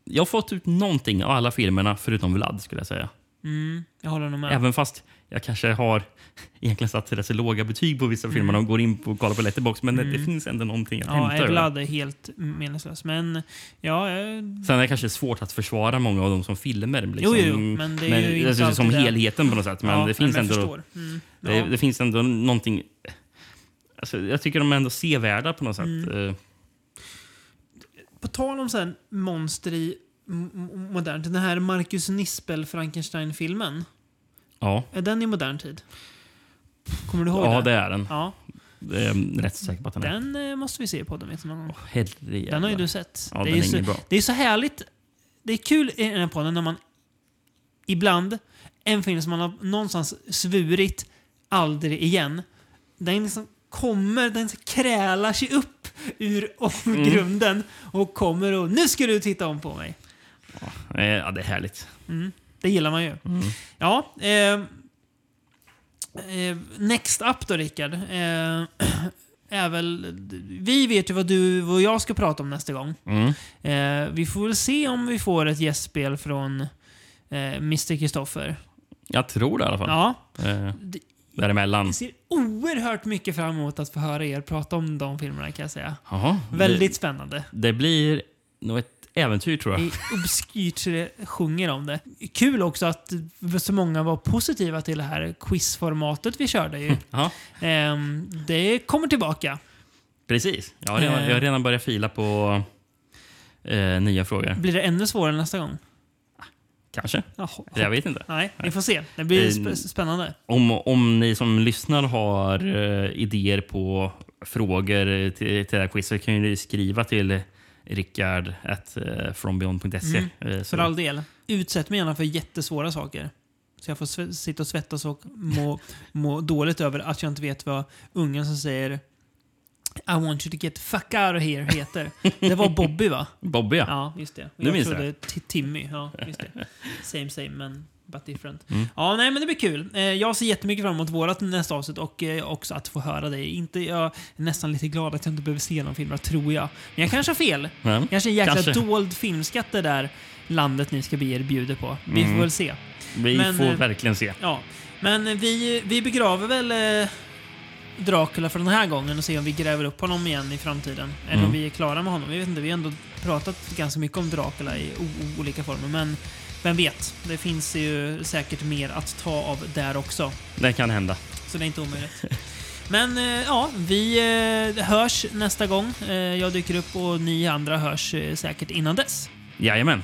Jag har fått ut någonting av alla filmerna förutom Vlad skulle jag säga.
Mm, jag håller nog med.
Även fast jag kanske har egentligen satt rätt så låga betyg på vissa filmer och går in på och kollar på Letterboxd. Men det
Mm.
finns ändå någonting att
Ja,
hämta. ur det.
Evlad är helt meningslös. Men ja, eh,
Sen är det kanske svårt att försvara många av dem som filmer. Liksom,
Jo, jo, men det är ju inte
alltså, Som
alltid det.
helheten på något sätt. Men
Ja,
det
nej,
finns
men jag
ändå...
förstår. Mm,
det,
ja.
det finns ändå någonting... Alltså, jag tycker de är ändå sevärda på något sätt.
Mm.
Eh,
på tal om så här monster i m- m- modern tid. Den här Marcus Nispel-Frankenstein-filmen.
Ja,
Är den i modern tid? Kommer du ihåg
ja
det?
det är den.
Ja,
Det är jag rätt säker på att den är.
den eh, måste vi se på podden. Vet du, någon gång.
Herrejävlar.
den har ju du sett.
Ja,
det,
den är
ju så,
ingen bra.
det är så härligt. Det är kul i den här podden när man ibland, en film som man har någonstans svurit aldrig igen, den liksom kommer, den krälar sig upp ur
Mm.
grunden och kommer och nu ska du titta om på mig.
Eh, Ja, det är härligt.
Mm. Det gillar man ju. Ja. ehm, Eh, next up då, Rickard. Eh, är väl, vi vet ju vad du och jag ska prata om nästa gång.
Mm.
Eh, vi får väl se om vi får ett gästspel från eh, Mr. Kristoffer.
Jag tror det i alla fall.
Ja.
Eh,
Det-
däremellan.
Jag ser oerhört mycket fram emot att få höra er prata om de filmerna kan jag säga.
Jaha.
Väldigt spännande.
Det, det blir nog ett äventyr tror
Det
jag.
är obskyrt så det sjunger om det. Kul också att så många var positiva till det här quizformatet vi körde ju.
Ja,
Ehm, det kommer tillbaka.
precis. Jag har redan,
Eh.
jag har redan börjat fila på eh, nya frågor.
Blir det ännu svårare nästa gång?
Kanske.
Jaha.
Jag vet inte.
Nej, vi får se. Det blir
Eh,
sp- spännande.
Om, om ni som lyssnar har eh, idéer på frågor till, till det här quizet kan ju ni skriva till rickard at eh, frombeyond.se.
Mm,
Eh, så-
För all del. Utsätt mig gärna för jättesvåra saker. Så jag får sve- sitta och svettas och må, må dåligt över att jag inte vet vad ungen som säger I want you to get the fuck out of here heter. Det var Bobby va?
Bobby ja.
Ja, just det.
Nu minns
jag.
jag.
trodde Ti- Timmy. Ja, just det. Same same men but different.
Mm.
Ja, nej men det blir kul. Eh, Jag ser jättemycket fram emot vårat nästa avsnitt och eh, också att få höra dig. Inte, jag är nästan lite glad att jag inte behöver se någon film, tror jag. Men jag kanske har fel.
Mm.
Kanske en jäkla
Kanske.
dold filmskatt det där landet ni ska bege er bjuder på. Vi får
Mm.
väl se.
Vi
Men,
får
eh,
verkligen se.
Ja, men vi, vi begraver väl eh, Dracula för den här gången och ser om vi gräver upp honom igen i framtiden. Eller om
Mm.
vi är klara med honom. Jag vet inte, vi har ändå pratat ganska mycket om Dracula i o- olika former. Men vem vet? Det finns ju säkert mer att ta av där också.
Det kan hända.
Så det är inte omöjligt. Men eh, ja, vi eh, hörs nästa gång. Eh, jag dyker upp och ni andra hörs eh, säkert innan dess.
Jajamän.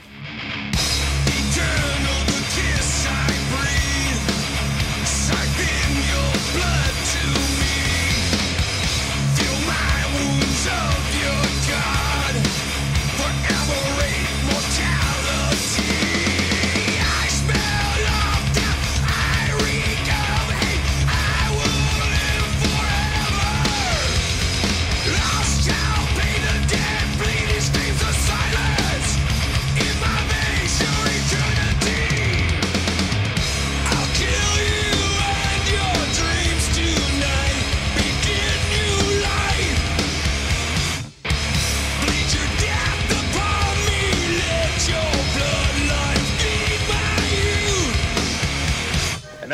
And